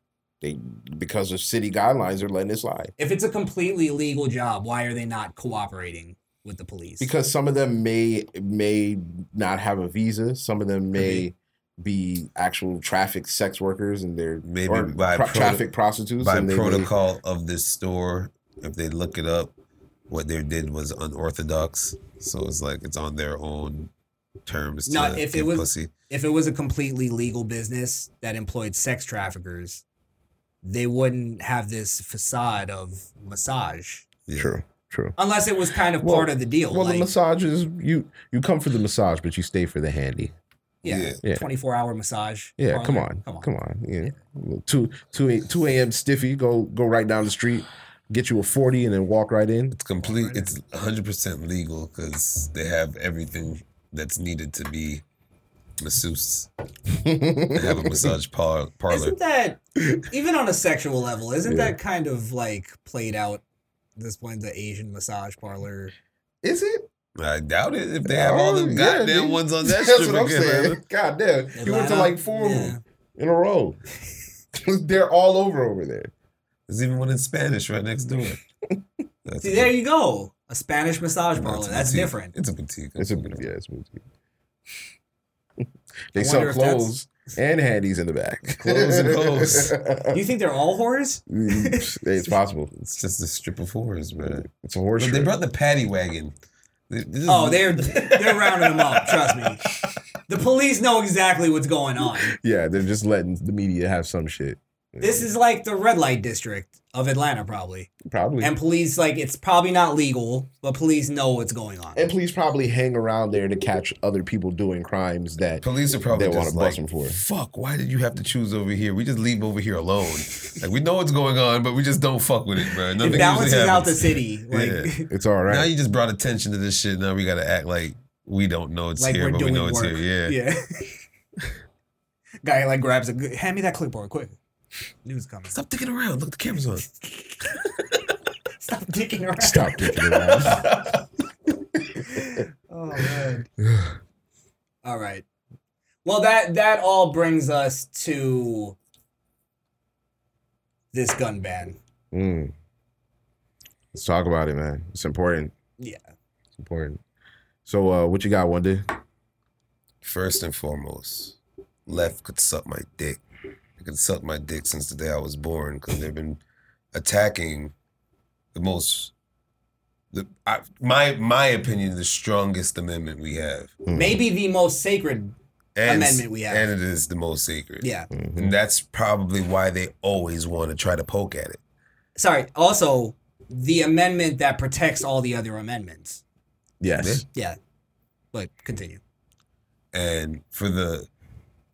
[SPEAKER 3] they because of city guidelines they're letting it slide.
[SPEAKER 4] If it's a completely legal job, why are they not cooperating with the police?
[SPEAKER 3] Because some of them may may not have a visa. Some of them may
[SPEAKER 4] Mm-hmm.
[SPEAKER 3] be actual traffic sex workers and they're
[SPEAKER 5] Maybe
[SPEAKER 3] or
[SPEAKER 5] by
[SPEAKER 3] pro-
[SPEAKER 5] proto-
[SPEAKER 3] traffic prostitutes
[SPEAKER 5] By
[SPEAKER 3] and they may-
[SPEAKER 5] protocol of this store, if they look it up, what they did was unorthodox. So it's like it's on their own terms to
[SPEAKER 4] Not if it
[SPEAKER 5] get
[SPEAKER 4] was-
[SPEAKER 5] pussy.
[SPEAKER 4] if it was a completely legal business that employed sex traffickers, they wouldn't have this facade of massage.
[SPEAKER 5] Yeah.
[SPEAKER 3] True, true.
[SPEAKER 4] Unless it was kind of
[SPEAKER 3] Well-
[SPEAKER 4] part of the deal.
[SPEAKER 3] Well, the
[SPEAKER 4] like,
[SPEAKER 3] massage is you you come for the massage, but you stay for the handy.
[SPEAKER 4] yeah,
[SPEAKER 3] yeah.
[SPEAKER 4] 24 hour massage.
[SPEAKER 3] Yeah,
[SPEAKER 4] parlor.
[SPEAKER 3] come on,
[SPEAKER 4] Come on.
[SPEAKER 3] come on. Yeah, two two a, two a.m. stiffy. Go go right down the street, get you a forty, and then walk right in.
[SPEAKER 5] It's complete. It's 100% legal because they have everything that's needed to be masseuse. they have a massage par- parlor.
[SPEAKER 4] Isn't that, even on a sexual level, isn't that kind of like played out at this point, the Asian massage parlor?
[SPEAKER 3] Is it?
[SPEAKER 5] I doubt it if they have all
[SPEAKER 3] Oh,
[SPEAKER 5] them
[SPEAKER 3] yeah,
[SPEAKER 5] goddamn
[SPEAKER 3] dude.
[SPEAKER 5] ones on that
[SPEAKER 3] That's
[SPEAKER 5] strip
[SPEAKER 3] what I'm
[SPEAKER 5] again,
[SPEAKER 3] saying.
[SPEAKER 5] man.
[SPEAKER 3] God damn, you went to
[SPEAKER 4] Atlanta?
[SPEAKER 3] like four of them in a row. They're all over over there.
[SPEAKER 5] There's even one in Spanish right next door. That's
[SPEAKER 4] See,
[SPEAKER 5] a-
[SPEAKER 4] there you go. A Spanish massage
[SPEAKER 5] no, it's
[SPEAKER 4] parlor.
[SPEAKER 5] a
[SPEAKER 4] That's
[SPEAKER 5] boutique.
[SPEAKER 4] different.
[SPEAKER 5] It's a boutique. I'm
[SPEAKER 3] It's a
[SPEAKER 5] fucking up.
[SPEAKER 3] yeah, it's boutique. They
[SPEAKER 4] I
[SPEAKER 3] sell
[SPEAKER 4] wonder if that's-
[SPEAKER 3] clothes and handies in the back.
[SPEAKER 5] Clothes and hoes.
[SPEAKER 4] Do you think they're all whores?
[SPEAKER 3] it's possible.
[SPEAKER 5] It's just a strip of whores, man.
[SPEAKER 3] It's a horse.
[SPEAKER 5] But they
[SPEAKER 3] trade.
[SPEAKER 5] brought the paddy wagon. They- this is-
[SPEAKER 4] Oh, they're they're rounding them up. Trust me. The police know exactly what's going on.
[SPEAKER 3] yeah, they're just letting the media have some shit.
[SPEAKER 4] This is like the red light district of Atlanta, probably.
[SPEAKER 3] Probably.
[SPEAKER 4] And police, like, it's probably not legal, but police know what's going on.
[SPEAKER 3] and police probably hang around there to catch other people doing crimes that
[SPEAKER 5] Police are probably
[SPEAKER 3] They wanna
[SPEAKER 5] just
[SPEAKER 3] bust
[SPEAKER 5] like,
[SPEAKER 3] them for it.
[SPEAKER 5] fuck, why did you have to choose over here? We just leave over here alone. like, we know what's going on, but we just don't fuck with it, bro. Nothing
[SPEAKER 4] It
[SPEAKER 5] usually
[SPEAKER 4] balances out the
[SPEAKER 5] happens.
[SPEAKER 4] city. Like,
[SPEAKER 5] Yeah.
[SPEAKER 3] it's all
[SPEAKER 5] Now
[SPEAKER 3] right.
[SPEAKER 5] you just brought attention to this shit. Now we got to act like we don't know it's
[SPEAKER 4] like
[SPEAKER 5] here,
[SPEAKER 4] we're
[SPEAKER 5] but we
[SPEAKER 4] doing
[SPEAKER 5] know
[SPEAKER 4] work.
[SPEAKER 5] it's here. Yeah.
[SPEAKER 4] Guy, like, grabs a, g- hand me that clipboard, quick. News coming.
[SPEAKER 5] Stop dicking around. Look, the camera's on.
[SPEAKER 4] Stop dicking around.
[SPEAKER 3] Stop kicking it around.
[SPEAKER 4] Oh man. all right. Well, that that all brings us to this gun ban.
[SPEAKER 3] Mm. Let's talk about it, man. It's important.
[SPEAKER 4] Yeah.
[SPEAKER 3] It's important. So, uh, what you got, Wonder?
[SPEAKER 5] First and foremost, left could suck my dick. It could suck my dick since the day I was born because they've been attacking the most, the I, my my opinion, the strongest amendment we have,
[SPEAKER 4] Maybe the most sacred.
[SPEAKER 5] Mm. and,
[SPEAKER 4] Amendment we have.
[SPEAKER 5] and it is the most sacred.
[SPEAKER 4] Yeah.
[SPEAKER 5] and that's probably why they always want to try to poke at it.
[SPEAKER 4] Sorry. Also, the amendment that protects all the other amendments.
[SPEAKER 3] Yes.
[SPEAKER 4] Yeah. But continue.
[SPEAKER 5] and for the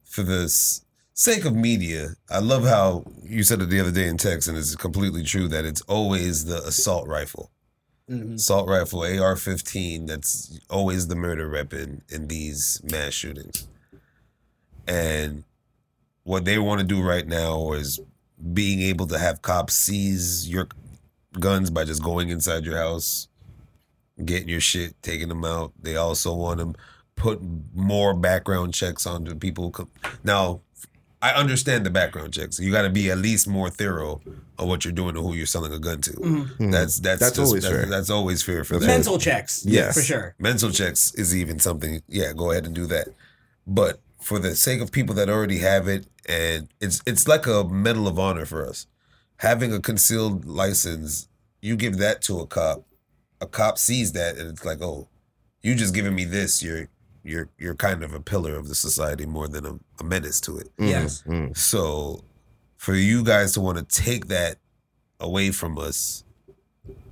[SPEAKER 5] for the s- sake of media, I love how you said it the other day in text, and it's completely true that it's always the assault rifle,
[SPEAKER 4] Mhm.
[SPEAKER 5] assault rifle AR-15. That's always the murder weapon in these mass shootings. And what they want to do right now is being able to have cops seize your guns by just going inside your house, getting your shit, taking them out. They also want them put more background checks on the people. co- Now, I understand the background checks. You got to be at least more thorough on what you're doing to who you're selling a gun to. That's that's
[SPEAKER 3] That's always
[SPEAKER 5] that's,
[SPEAKER 3] fair.
[SPEAKER 5] That's always fair for that.
[SPEAKER 4] Mental checks.
[SPEAKER 5] Yes.
[SPEAKER 4] For sure.
[SPEAKER 5] Mental checks is even something. Yeah, go ahead and do that. But for the sake of people that already have it, and it's it's like a medal of honor for us. Having a concealed license, you give that to a cop. A cop sees that, and it's like, oh, you just giving me this. You're you're you're kind of a pillar of the society more than a, a menace to it.
[SPEAKER 4] Yes.
[SPEAKER 5] So, for you guys to want to take that away from us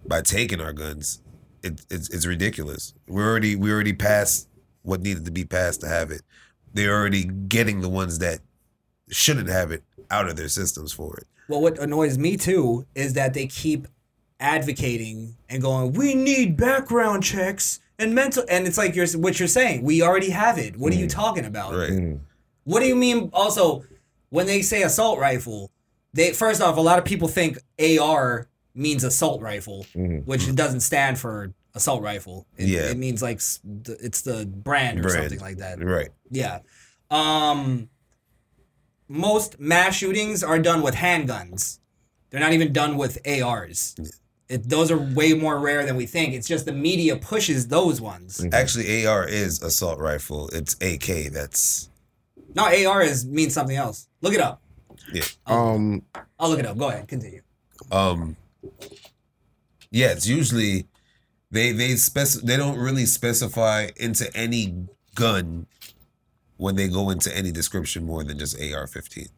[SPEAKER 5] by taking our guns, it, it's it's ridiculous. We're already we already passed what needed to be passed to have it. They're already getting the ones that shouldn't have it out of their systems for it.
[SPEAKER 4] Well, what annoys me too is that they keep advocating and going, "We need background checks and mental." And it's like you're what you're saying. We already have it. What are you talking about?
[SPEAKER 5] Right.
[SPEAKER 4] What do you mean? Also, when they say assault rifle, they first off, a lot of people think AR means assault rifle, which it doesn't stand for assault rifle. It,
[SPEAKER 5] Mm-hmm. Yeah.
[SPEAKER 4] it means like s- the- it's the brand or
[SPEAKER 5] Brand.
[SPEAKER 4] something like that.
[SPEAKER 5] Right.
[SPEAKER 4] Yeah. Um most mass shootings are done with handguns. They're not even done with ARs. It, those are way more rare than we think. It's just the media pushes those ones.
[SPEAKER 3] Mm-hmm.
[SPEAKER 5] Actually, AR is assault rifle. It's AK. That's
[SPEAKER 4] No, AR is means something else. Look it up.
[SPEAKER 3] Um,
[SPEAKER 4] I'll look it up. Go ahead. Continue.
[SPEAKER 5] um. Yeah, it's usually they they spec they don't really specify into any gun when they go into any description more than just AR-15.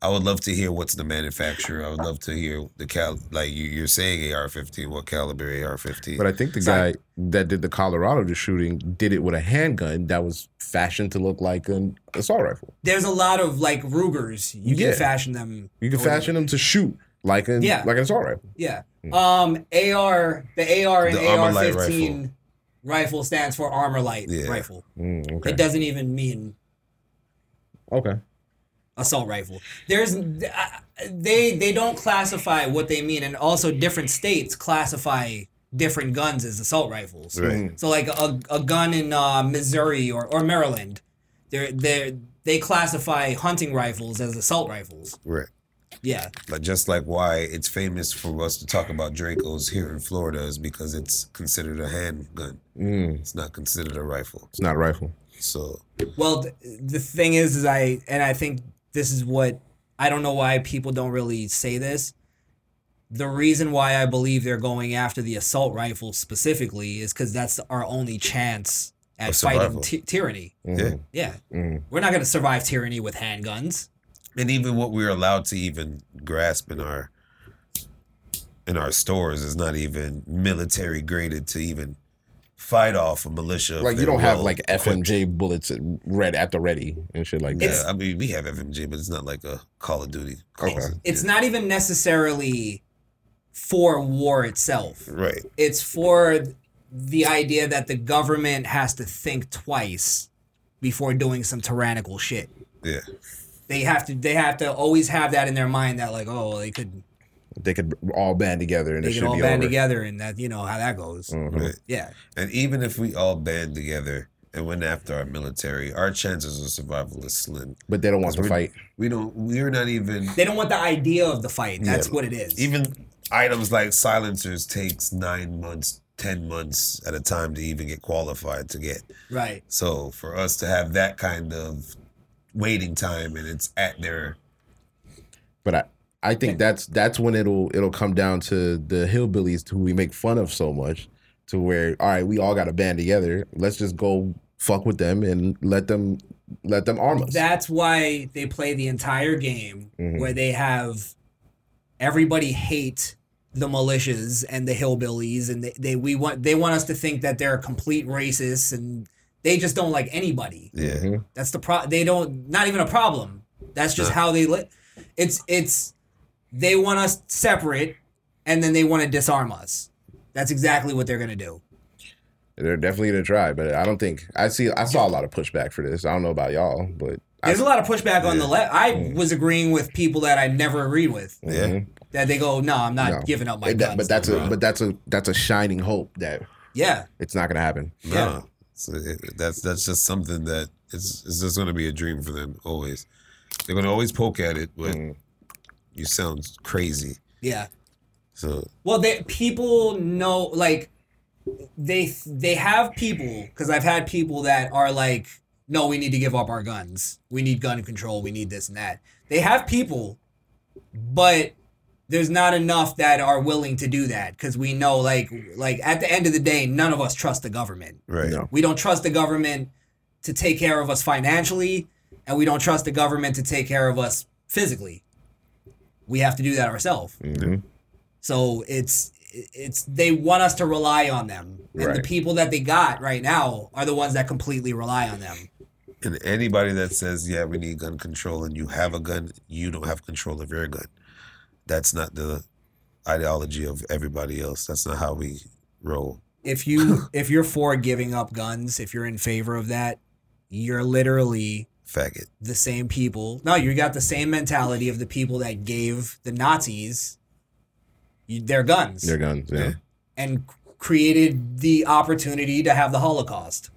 [SPEAKER 5] I would love to hear what's the manufacturer. I would love to hear the cal like you, you're saying AR-15. What caliber AR-15?
[SPEAKER 3] but I think the guy that did the Colorado the shooting did it with a handgun that was fashioned to look like an assault rifle.
[SPEAKER 4] There's a lot of like Rugers. You can
[SPEAKER 3] Yeah.
[SPEAKER 4] fashion them.
[SPEAKER 3] You can
[SPEAKER 4] or-
[SPEAKER 3] fashion them to shoot like an
[SPEAKER 4] Oh, Yeah.
[SPEAKER 3] like an assault rifle.
[SPEAKER 4] Yeah. Um AR the AR and
[SPEAKER 5] The Armor Light
[SPEAKER 4] AR15 rifle. stands for armor light
[SPEAKER 5] Yeah.
[SPEAKER 4] rifle.
[SPEAKER 3] Mm, okay.
[SPEAKER 4] It doesn't even mean
[SPEAKER 3] Okay.
[SPEAKER 4] assault rifle. There's I- they they don't classify what they mean, and also different states classify different guns as assault rifles.
[SPEAKER 5] Right.
[SPEAKER 4] So like a, a gun in uh, Missouri or, or Maryland, they they they classify hunting rifles as assault rifles.
[SPEAKER 5] Right.
[SPEAKER 4] Yeah,
[SPEAKER 5] like just like why it's famous for us to talk about Dracos here in Florida is because it's considered a handgun.
[SPEAKER 3] Mm,
[SPEAKER 5] It's not considered a rifle.
[SPEAKER 3] it's not a rifle.
[SPEAKER 5] So
[SPEAKER 4] Well, th- the thing is, is I and I think this is what I don't know why people don't really say this. The reason why I believe they're going after the assault rifle specifically is because that's our only chance at
[SPEAKER 5] Of
[SPEAKER 4] fighting
[SPEAKER 5] survival. Mm-hmm.
[SPEAKER 4] ty- tyranny.
[SPEAKER 5] yeah.
[SPEAKER 4] Yeah,
[SPEAKER 3] Mm.
[SPEAKER 4] we're not going to survive tyranny with handguns.
[SPEAKER 5] And even what we're allowed to even grasp in our in our stores is not even military graded to even fight off a militia. if
[SPEAKER 3] Like you
[SPEAKER 5] they're
[SPEAKER 3] don't have
[SPEAKER 5] well
[SPEAKER 3] like
[SPEAKER 5] equipped.
[SPEAKER 3] FMJ bullets at- red at the ready and shit like
[SPEAKER 5] Yeah,
[SPEAKER 3] that.
[SPEAKER 5] I mean we have FMJ, but it's not like a Call of Duty.
[SPEAKER 3] Okay.
[SPEAKER 4] It's not even necessarily for war itself.
[SPEAKER 5] right.
[SPEAKER 4] it's for the idea that the government has to think twice before doing some tyrannical shit.
[SPEAKER 5] Yeah.
[SPEAKER 4] They have to they have to always have that in their mind that like oh they could
[SPEAKER 3] They could all band together and
[SPEAKER 4] they
[SPEAKER 3] it
[SPEAKER 4] could
[SPEAKER 3] should
[SPEAKER 4] all
[SPEAKER 3] be
[SPEAKER 4] band
[SPEAKER 3] over.
[SPEAKER 4] together and that you know how that goes.
[SPEAKER 3] Mhm.
[SPEAKER 5] Right.
[SPEAKER 4] Yeah.
[SPEAKER 5] And even if we all band together and went after our military, our chances of survival is slim.
[SPEAKER 3] But they don't want to
[SPEAKER 5] We're-
[SPEAKER 3] fight.
[SPEAKER 5] We don't. We're not even.
[SPEAKER 4] They don't want the idea of the fight. That's
[SPEAKER 5] Yeah.
[SPEAKER 4] what it is.
[SPEAKER 5] Even items like silencers takes nine months, ten months at a time to even get qualified to get.
[SPEAKER 4] right.
[SPEAKER 5] So for us to have that kind of waiting time and it's at their
[SPEAKER 3] But I, I think that's that's when it'll it'll come down to the hillbillies who we make fun of so much to where all right, we all gotta band together. Let's just go fuck with them and let them let them arm us.
[SPEAKER 4] That's why they play the entire game
[SPEAKER 3] Mhm.
[SPEAKER 4] where they have everybody hate the militias and the hillbillies and they, they we want they want us to think that they're complete racists and they just don't like anybody.
[SPEAKER 5] yeah.
[SPEAKER 3] Mhm.
[SPEAKER 4] That's the pro they don't not even a problem. That's just
[SPEAKER 5] Yeah.
[SPEAKER 4] how they li- it's it's they want us separate and then they want to disarm us. That's exactly what they're going to do.
[SPEAKER 3] They're definitely gonna try, but I don't think I see I saw a lot of pushback for this. I don't know about y'all, but I, Mm.
[SPEAKER 4] There's a lot of pushback on the left. I was agreeing with people that I never agreed with.
[SPEAKER 5] Yeah.
[SPEAKER 4] that they go, no, I'm not
[SPEAKER 3] mm-hmm. No.
[SPEAKER 4] giving up my
[SPEAKER 3] it- that-
[SPEAKER 4] guns.
[SPEAKER 3] but that's a but that's a that's a shining hope that
[SPEAKER 4] yeah,
[SPEAKER 3] it's not gonna happen.
[SPEAKER 5] No.
[SPEAKER 4] Yeah.
[SPEAKER 5] So it, that's that's just something that it's it's just gonna be a dream for them always. They're gonna always poke at it, but you sound crazy.
[SPEAKER 4] yeah.
[SPEAKER 5] So
[SPEAKER 4] Well, they, people know like they they have people because I've had people that are like, no, we need to give up our guns. We need gun control. We need this and that. They have people, but there's not enough that are willing to do that because we know like like at the end of the day, none of us trust the government.
[SPEAKER 5] right.
[SPEAKER 3] No.
[SPEAKER 4] We don't trust the government to take care of us financially, and we don't trust the government to take care of us physically. We have to do that ourselves.
[SPEAKER 3] Mm-hmm.
[SPEAKER 4] So it's it's they want us to rely on them, and the
[SPEAKER 3] Right.
[SPEAKER 4] people that they got right now are the ones that completely rely on them.
[SPEAKER 5] And anybody that says, yeah, we need gun control and you have a gun, you don't have control of your gun. That's not the ideology of everybody else. That's not how we roll.
[SPEAKER 4] if you if you're for giving up guns, if you're in favor of that, you're literally
[SPEAKER 5] Faggot.
[SPEAKER 4] the same people. No, you got the same mentality of the people that gave the Nazis y- their guns
[SPEAKER 3] Their guns, yeah.
[SPEAKER 4] and created the opportunity to have the Holocaust.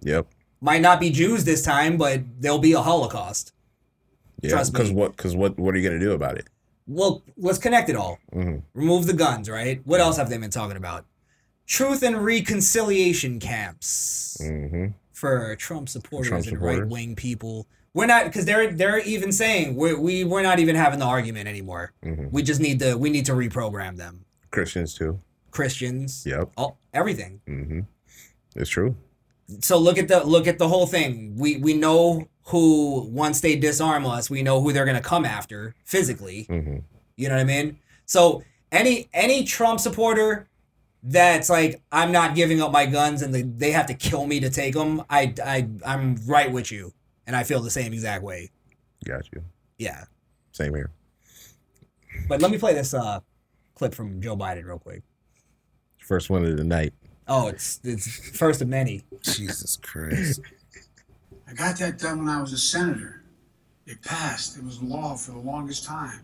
[SPEAKER 3] Yep.
[SPEAKER 4] Might not be Jews this time, but there'll be a Holocaust.
[SPEAKER 3] Yeah.
[SPEAKER 4] Trust me.
[SPEAKER 3] Because what? Because what? What are you gonna do about it?
[SPEAKER 4] Well, let's connect it all.
[SPEAKER 3] Mhm.
[SPEAKER 4] Remove the guns, right? What else have they been talking about? Truth and reconciliation camps.
[SPEAKER 3] Mm-hmm.
[SPEAKER 4] for Trump supporters
[SPEAKER 3] Trump
[SPEAKER 4] and
[SPEAKER 3] supporters.
[SPEAKER 4] right wing people. We're not because they're they're even saying we're, we we're not even having the argument anymore.
[SPEAKER 3] Mhm.
[SPEAKER 4] We just need to we need to reprogram them.
[SPEAKER 3] Christians too.
[SPEAKER 4] Christians,
[SPEAKER 3] Yep.
[SPEAKER 4] all, everything.
[SPEAKER 3] Mm-hmm. It's true.
[SPEAKER 4] So look at the look at the whole thing. We we know who once they disarm us, we know who they're gonna come after physically.
[SPEAKER 3] Mm-hmm.
[SPEAKER 4] You know what I mean? So any any Trump supporter that's like I'm not giving up my guns and they they have to kill me to take them, I I I'm right with you, and I feel the same exact way.
[SPEAKER 3] Got you.
[SPEAKER 4] Yeah,
[SPEAKER 3] Same here.
[SPEAKER 4] but let me play this uh clip from Joe Biden real quick.
[SPEAKER 3] First one of the night.
[SPEAKER 4] Oh, it's it's first of many.
[SPEAKER 5] Jesus Christ.
[SPEAKER 11] I got that done when I was a senator. It passed. It was law for the longest time.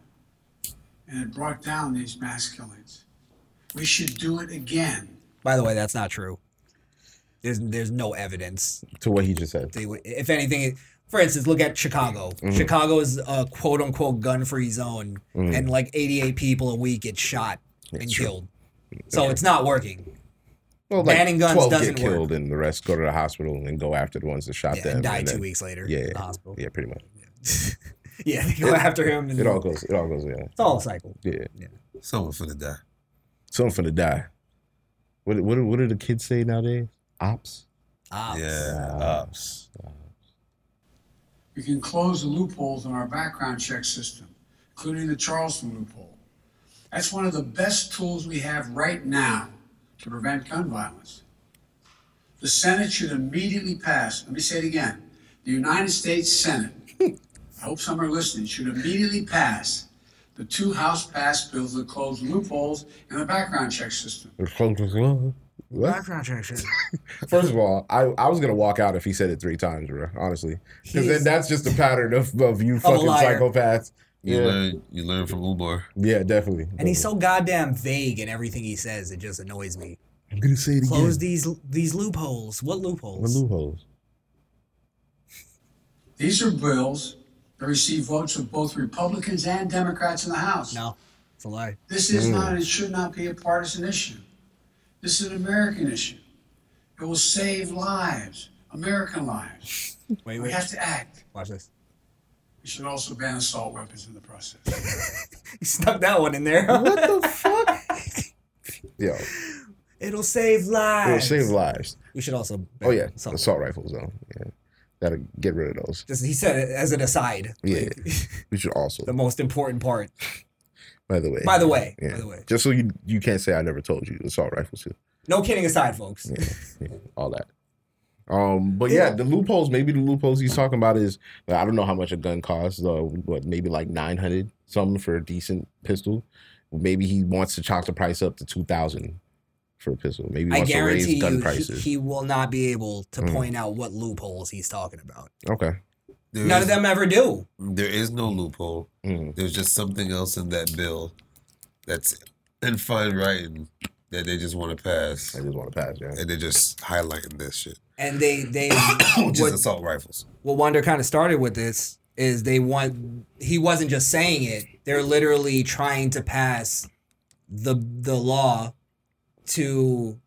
[SPEAKER 11] And it brought down these mass killings. We should do it again.
[SPEAKER 4] By the way, that's not true. There's there's no evidence.
[SPEAKER 3] To what he just said.
[SPEAKER 4] They would, if anything, for instance, look at Chicago.
[SPEAKER 3] Mm-hmm.
[SPEAKER 4] Chicago is a quote unquote gun free zone, and like 88 people a week get shot and killed. So it's not working.
[SPEAKER 3] Well,
[SPEAKER 4] Banning guns doesn't
[SPEAKER 3] get
[SPEAKER 4] work.
[SPEAKER 3] killed, and the rest go to the hospital and go after the ones that shot
[SPEAKER 4] Yeah,
[SPEAKER 3] them.
[SPEAKER 4] and die
[SPEAKER 3] and
[SPEAKER 4] two
[SPEAKER 3] then-
[SPEAKER 4] weeks later
[SPEAKER 3] Yeah,
[SPEAKER 4] in the hospital.
[SPEAKER 3] yeah, pretty much.
[SPEAKER 4] Yeah, they go after him. And
[SPEAKER 3] It all goes. It all goes. Yeah,
[SPEAKER 4] It's all a cycle.
[SPEAKER 3] yeah.
[SPEAKER 5] Someone's gonna die.
[SPEAKER 3] Someone finna die. What? What? do- What do the kids say nowadays? Ops.
[SPEAKER 4] Ops.
[SPEAKER 5] Yeah. Ops.
[SPEAKER 11] We can close the loopholes in our background check system, including the Charleston loophole. That's one of the best tools we have right now to prevent gun violence. The Senate should immediately pass, let me say it again, the United States Senate, I hope some are listening, should immediately pass the two House passed bills that close loopholes in the background check system.
[SPEAKER 3] What?
[SPEAKER 4] Background check. shit.
[SPEAKER 3] First of all, I, I was gonna walk out if he said it three times, bro. Honestly, because
[SPEAKER 4] He's-
[SPEAKER 3] then that's just a pattern of, of you fucking
[SPEAKER 4] liar.
[SPEAKER 3] psychopaths.
[SPEAKER 5] You
[SPEAKER 3] Yeah.
[SPEAKER 5] learn you learn from Umar.
[SPEAKER 3] Yeah, definitely.
[SPEAKER 4] And he's so goddamn vague in everything he says. It just annoys me.
[SPEAKER 3] I'm gonna say it
[SPEAKER 4] Close these these loopholes. What loopholes?
[SPEAKER 3] What loopholes?
[SPEAKER 11] These are bills that receive votes of both Republicans and Democrats in the House.
[SPEAKER 4] No, it's a lie.
[SPEAKER 11] This
[SPEAKER 3] Mm.
[SPEAKER 11] is not and should not be a partisan issue. This is an American issue. It will save lives, American lives.
[SPEAKER 4] Wait,
[SPEAKER 11] We
[SPEAKER 4] wait.
[SPEAKER 11] have to act.
[SPEAKER 4] Watch this.
[SPEAKER 11] We should also ban assault weapons in the process.
[SPEAKER 4] He stuck that one in there.
[SPEAKER 3] What the fuck? Yo,
[SPEAKER 4] It'll save lives.
[SPEAKER 3] it'll save lives.
[SPEAKER 4] We should also.
[SPEAKER 3] Oh yeah,
[SPEAKER 4] Something.
[SPEAKER 3] assault rifles though. Yeah, gotta get rid of those.
[SPEAKER 4] Just he said it as an aside.
[SPEAKER 3] Yeah,
[SPEAKER 4] Like,
[SPEAKER 3] we should also.
[SPEAKER 4] the most important part.
[SPEAKER 3] By the way.
[SPEAKER 4] By the way.
[SPEAKER 3] Yeah.
[SPEAKER 4] By the way.
[SPEAKER 3] Just so you you can't say I never told you. Assault rifles too.
[SPEAKER 4] No kidding aside, folks.
[SPEAKER 3] yeah, all that. Um, but yeah,
[SPEAKER 4] Yeah.
[SPEAKER 3] the loopholes. Maybe the loopholes he's talking about is I don't know how much a gun costs. Uh, what maybe like nine hundred something for a decent pistol. Maybe he wants to chalk the price up to two thousand for a pistol. Maybe he
[SPEAKER 4] I
[SPEAKER 3] wants to
[SPEAKER 4] guarantee
[SPEAKER 3] raise gun
[SPEAKER 4] you, he,
[SPEAKER 3] prices.
[SPEAKER 4] he will not be able to
[SPEAKER 3] Mm.
[SPEAKER 4] point out what loopholes he's talking about.
[SPEAKER 3] okay.
[SPEAKER 5] There
[SPEAKER 4] None of
[SPEAKER 5] is-
[SPEAKER 4] them ever do.
[SPEAKER 5] There is no loophole.
[SPEAKER 3] Mm.
[SPEAKER 5] There's just something else in that bill that's in fine writing that they just want to pass.
[SPEAKER 3] I just want to pass. Yeah.
[SPEAKER 5] And they're just highlighting this shit.
[SPEAKER 4] And they they
[SPEAKER 5] Which is
[SPEAKER 4] what,
[SPEAKER 5] assault rifles.
[SPEAKER 4] what Wonder kind of started with this is they want he wasn't just saying it. They're literally trying to pass the the law to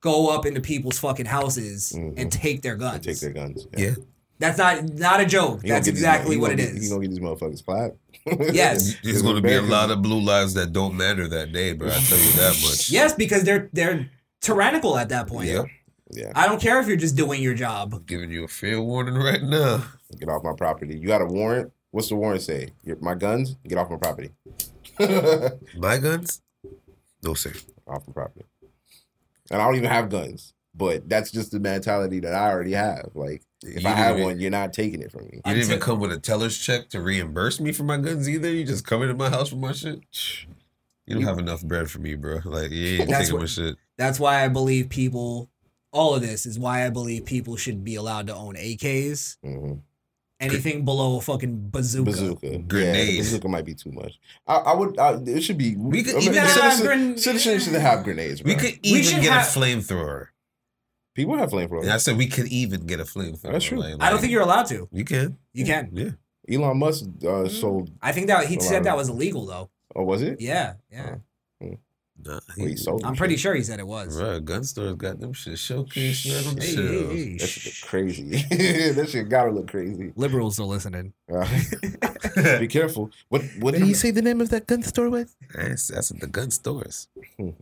[SPEAKER 4] go up into people's fucking houses and take their guns.
[SPEAKER 3] Mm-hmm. Take their guns.
[SPEAKER 5] Yeah.
[SPEAKER 4] That's not not a joke.
[SPEAKER 3] He gonna
[SPEAKER 4] That's
[SPEAKER 3] get these-
[SPEAKER 4] exactly
[SPEAKER 3] he
[SPEAKER 4] what it
[SPEAKER 3] gonna get- He
[SPEAKER 4] is.
[SPEAKER 3] gonna get these motherfuckers clapped.
[SPEAKER 4] Yes.
[SPEAKER 5] There's going to be a lot of blue lives that don't matter that day, bro. I tell you that much.
[SPEAKER 4] Yes, because they're they're tyrannical at that point.
[SPEAKER 5] Yep.
[SPEAKER 3] Yeah.
[SPEAKER 4] I don't care if you're just doing your job.
[SPEAKER 5] Giving you a fair warning right now.
[SPEAKER 3] Get off my property. You got a warrant. What's the warrant say? Your- My guns. Get off my property. off
[SPEAKER 5] My guns? No, sir.
[SPEAKER 3] my property. And I don't even have guns. But that's just the mentality that I already have. Like, if
[SPEAKER 5] You
[SPEAKER 3] I have
[SPEAKER 5] didn't-
[SPEAKER 3] one, you're not taking it from me.
[SPEAKER 5] You didn't even come with a teller's check to reimburse me for my guns either. You just come into my house for my shit. You don't have enough bread for me, bro. Like, yeah, you
[SPEAKER 4] That's
[SPEAKER 5] taking
[SPEAKER 4] what-
[SPEAKER 5] my shit.
[SPEAKER 4] That's why I believe people. All of this is why I believe people should be allowed to own AKs.
[SPEAKER 3] Mhm.
[SPEAKER 4] Anything below a fucking bazooka.
[SPEAKER 3] Bazooka,
[SPEAKER 5] Grenade.
[SPEAKER 3] yeah, bazooka might be too much. I, I would. I, it should be.
[SPEAKER 5] We could
[SPEAKER 3] I mean,
[SPEAKER 5] even have
[SPEAKER 3] citizens,
[SPEAKER 4] gren-
[SPEAKER 3] citizens should have grenades.
[SPEAKER 5] We
[SPEAKER 3] bro.
[SPEAKER 5] could
[SPEAKER 4] We
[SPEAKER 5] even
[SPEAKER 4] should
[SPEAKER 5] get
[SPEAKER 4] have-
[SPEAKER 5] a flamethrower.
[SPEAKER 3] People have flamethrowers.
[SPEAKER 5] And I said we could even get a flamethrower.
[SPEAKER 3] That's true.
[SPEAKER 5] Like,
[SPEAKER 4] I don't think you're allowed to.
[SPEAKER 5] You can.
[SPEAKER 4] You can. Mm-hmm.
[SPEAKER 5] Yeah.
[SPEAKER 3] Elon Musk uh, sold.
[SPEAKER 4] I think that he
[SPEAKER 3] Allowed.
[SPEAKER 4] said that was illegal though.
[SPEAKER 3] Oh, was it? Oh.
[SPEAKER 4] Yeah, yeah.
[SPEAKER 5] Nah,
[SPEAKER 3] Well, he sold.
[SPEAKER 4] I'm
[SPEAKER 3] them
[SPEAKER 4] pretty
[SPEAKER 3] shit.
[SPEAKER 4] sure he said it was.
[SPEAKER 5] Bro, gun stores got them shit showcase. man, them
[SPEAKER 4] Hey,
[SPEAKER 5] shit.
[SPEAKER 4] hey, hey,
[SPEAKER 3] That
[SPEAKER 4] shh.
[SPEAKER 3] shit look crazy. that shit gotta look crazy.
[SPEAKER 4] Liberals are listening.
[SPEAKER 3] Uh, be careful. What? What
[SPEAKER 5] Did
[SPEAKER 3] did
[SPEAKER 5] you
[SPEAKER 3] he
[SPEAKER 5] say
[SPEAKER 3] say?
[SPEAKER 5] the name of that gun store was? I said I said the gun stores.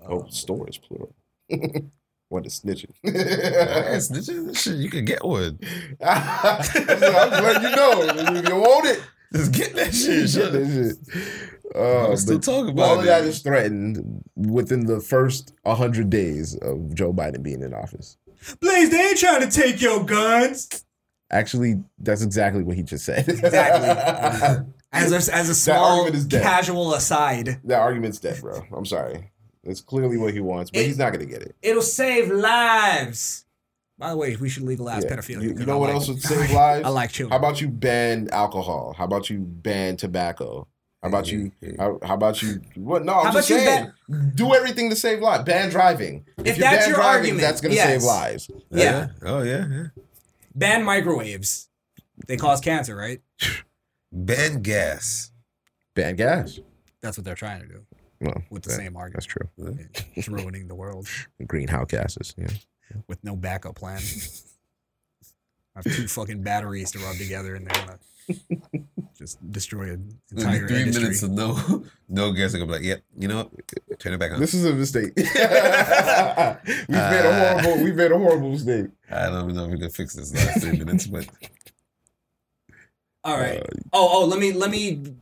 [SPEAKER 3] Oh, stores plural. what is snitching?
[SPEAKER 5] I said, this shit- this shit, you could get one.
[SPEAKER 3] I'm glad you know. You want it.
[SPEAKER 5] Just get that shit.
[SPEAKER 3] Shit,
[SPEAKER 5] shit.
[SPEAKER 3] this shit. Uh,
[SPEAKER 5] I'm still
[SPEAKER 3] but
[SPEAKER 5] talking about
[SPEAKER 3] all of
[SPEAKER 5] it.
[SPEAKER 3] that is threatened within the first 100 days of Joe Biden being in office.
[SPEAKER 4] Blaze, they ain't trying to take your guns.
[SPEAKER 3] Actually, that's exactly what he just said.
[SPEAKER 4] Exactly. As a, as a small
[SPEAKER 3] argument is dead.
[SPEAKER 4] casual aside,
[SPEAKER 3] that argument's dead, bro. I'm sorry. It's clearly what he wants, but
[SPEAKER 4] It-
[SPEAKER 3] he's not going to get it.
[SPEAKER 4] it'll save lives. By the way, we should legalize
[SPEAKER 3] Yeah.
[SPEAKER 4] pedophilia.
[SPEAKER 3] You- you
[SPEAKER 4] because
[SPEAKER 3] know
[SPEAKER 4] I
[SPEAKER 3] what
[SPEAKER 4] like-
[SPEAKER 3] else would save lives?
[SPEAKER 4] I like
[SPEAKER 3] How
[SPEAKER 4] children.
[SPEAKER 3] about you ban alcohol? How about you ban tobacco? How about you? How, how about you? What? No, I'm
[SPEAKER 4] How
[SPEAKER 3] just
[SPEAKER 4] about you
[SPEAKER 3] saying. do everything to save lives. Ban driving. If,
[SPEAKER 4] If
[SPEAKER 3] you
[SPEAKER 4] that's
[SPEAKER 3] ban
[SPEAKER 4] your
[SPEAKER 3] driving,
[SPEAKER 4] argument,
[SPEAKER 3] that's going to
[SPEAKER 4] yes.
[SPEAKER 3] save lives.
[SPEAKER 4] yeah.
[SPEAKER 5] Oh yeah. yeah.
[SPEAKER 4] Ban microwaves. They cause cancer, right?
[SPEAKER 5] Ben gas.
[SPEAKER 3] Ban gas.
[SPEAKER 4] That's what they're trying to do
[SPEAKER 3] Well,
[SPEAKER 4] with the
[SPEAKER 3] that-
[SPEAKER 4] same
[SPEAKER 3] That's
[SPEAKER 4] argument.
[SPEAKER 3] true.
[SPEAKER 4] It's ruining the world
[SPEAKER 3] Greenhouse gases. Yeah.
[SPEAKER 4] with no backup plan. I have two fucking batteries to rub together and they're gonna just destroy an
[SPEAKER 5] It'll
[SPEAKER 4] entire
[SPEAKER 5] be Three
[SPEAKER 4] industry.
[SPEAKER 5] minutes of no no gas. I'm gonna be like, yep. You know what? Turn it back on.
[SPEAKER 3] This is a mistake. we've made
[SPEAKER 5] Uh,
[SPEAKER 3] a horrible. We've made a horrible mistake.
[SPEAKER 5] I don't even know if we can fix this last three minutes, but
[SPEAKER 4] All right.
[SPEAKER 3] Uh,
[SPEAKER 4] oh, oh, let me let me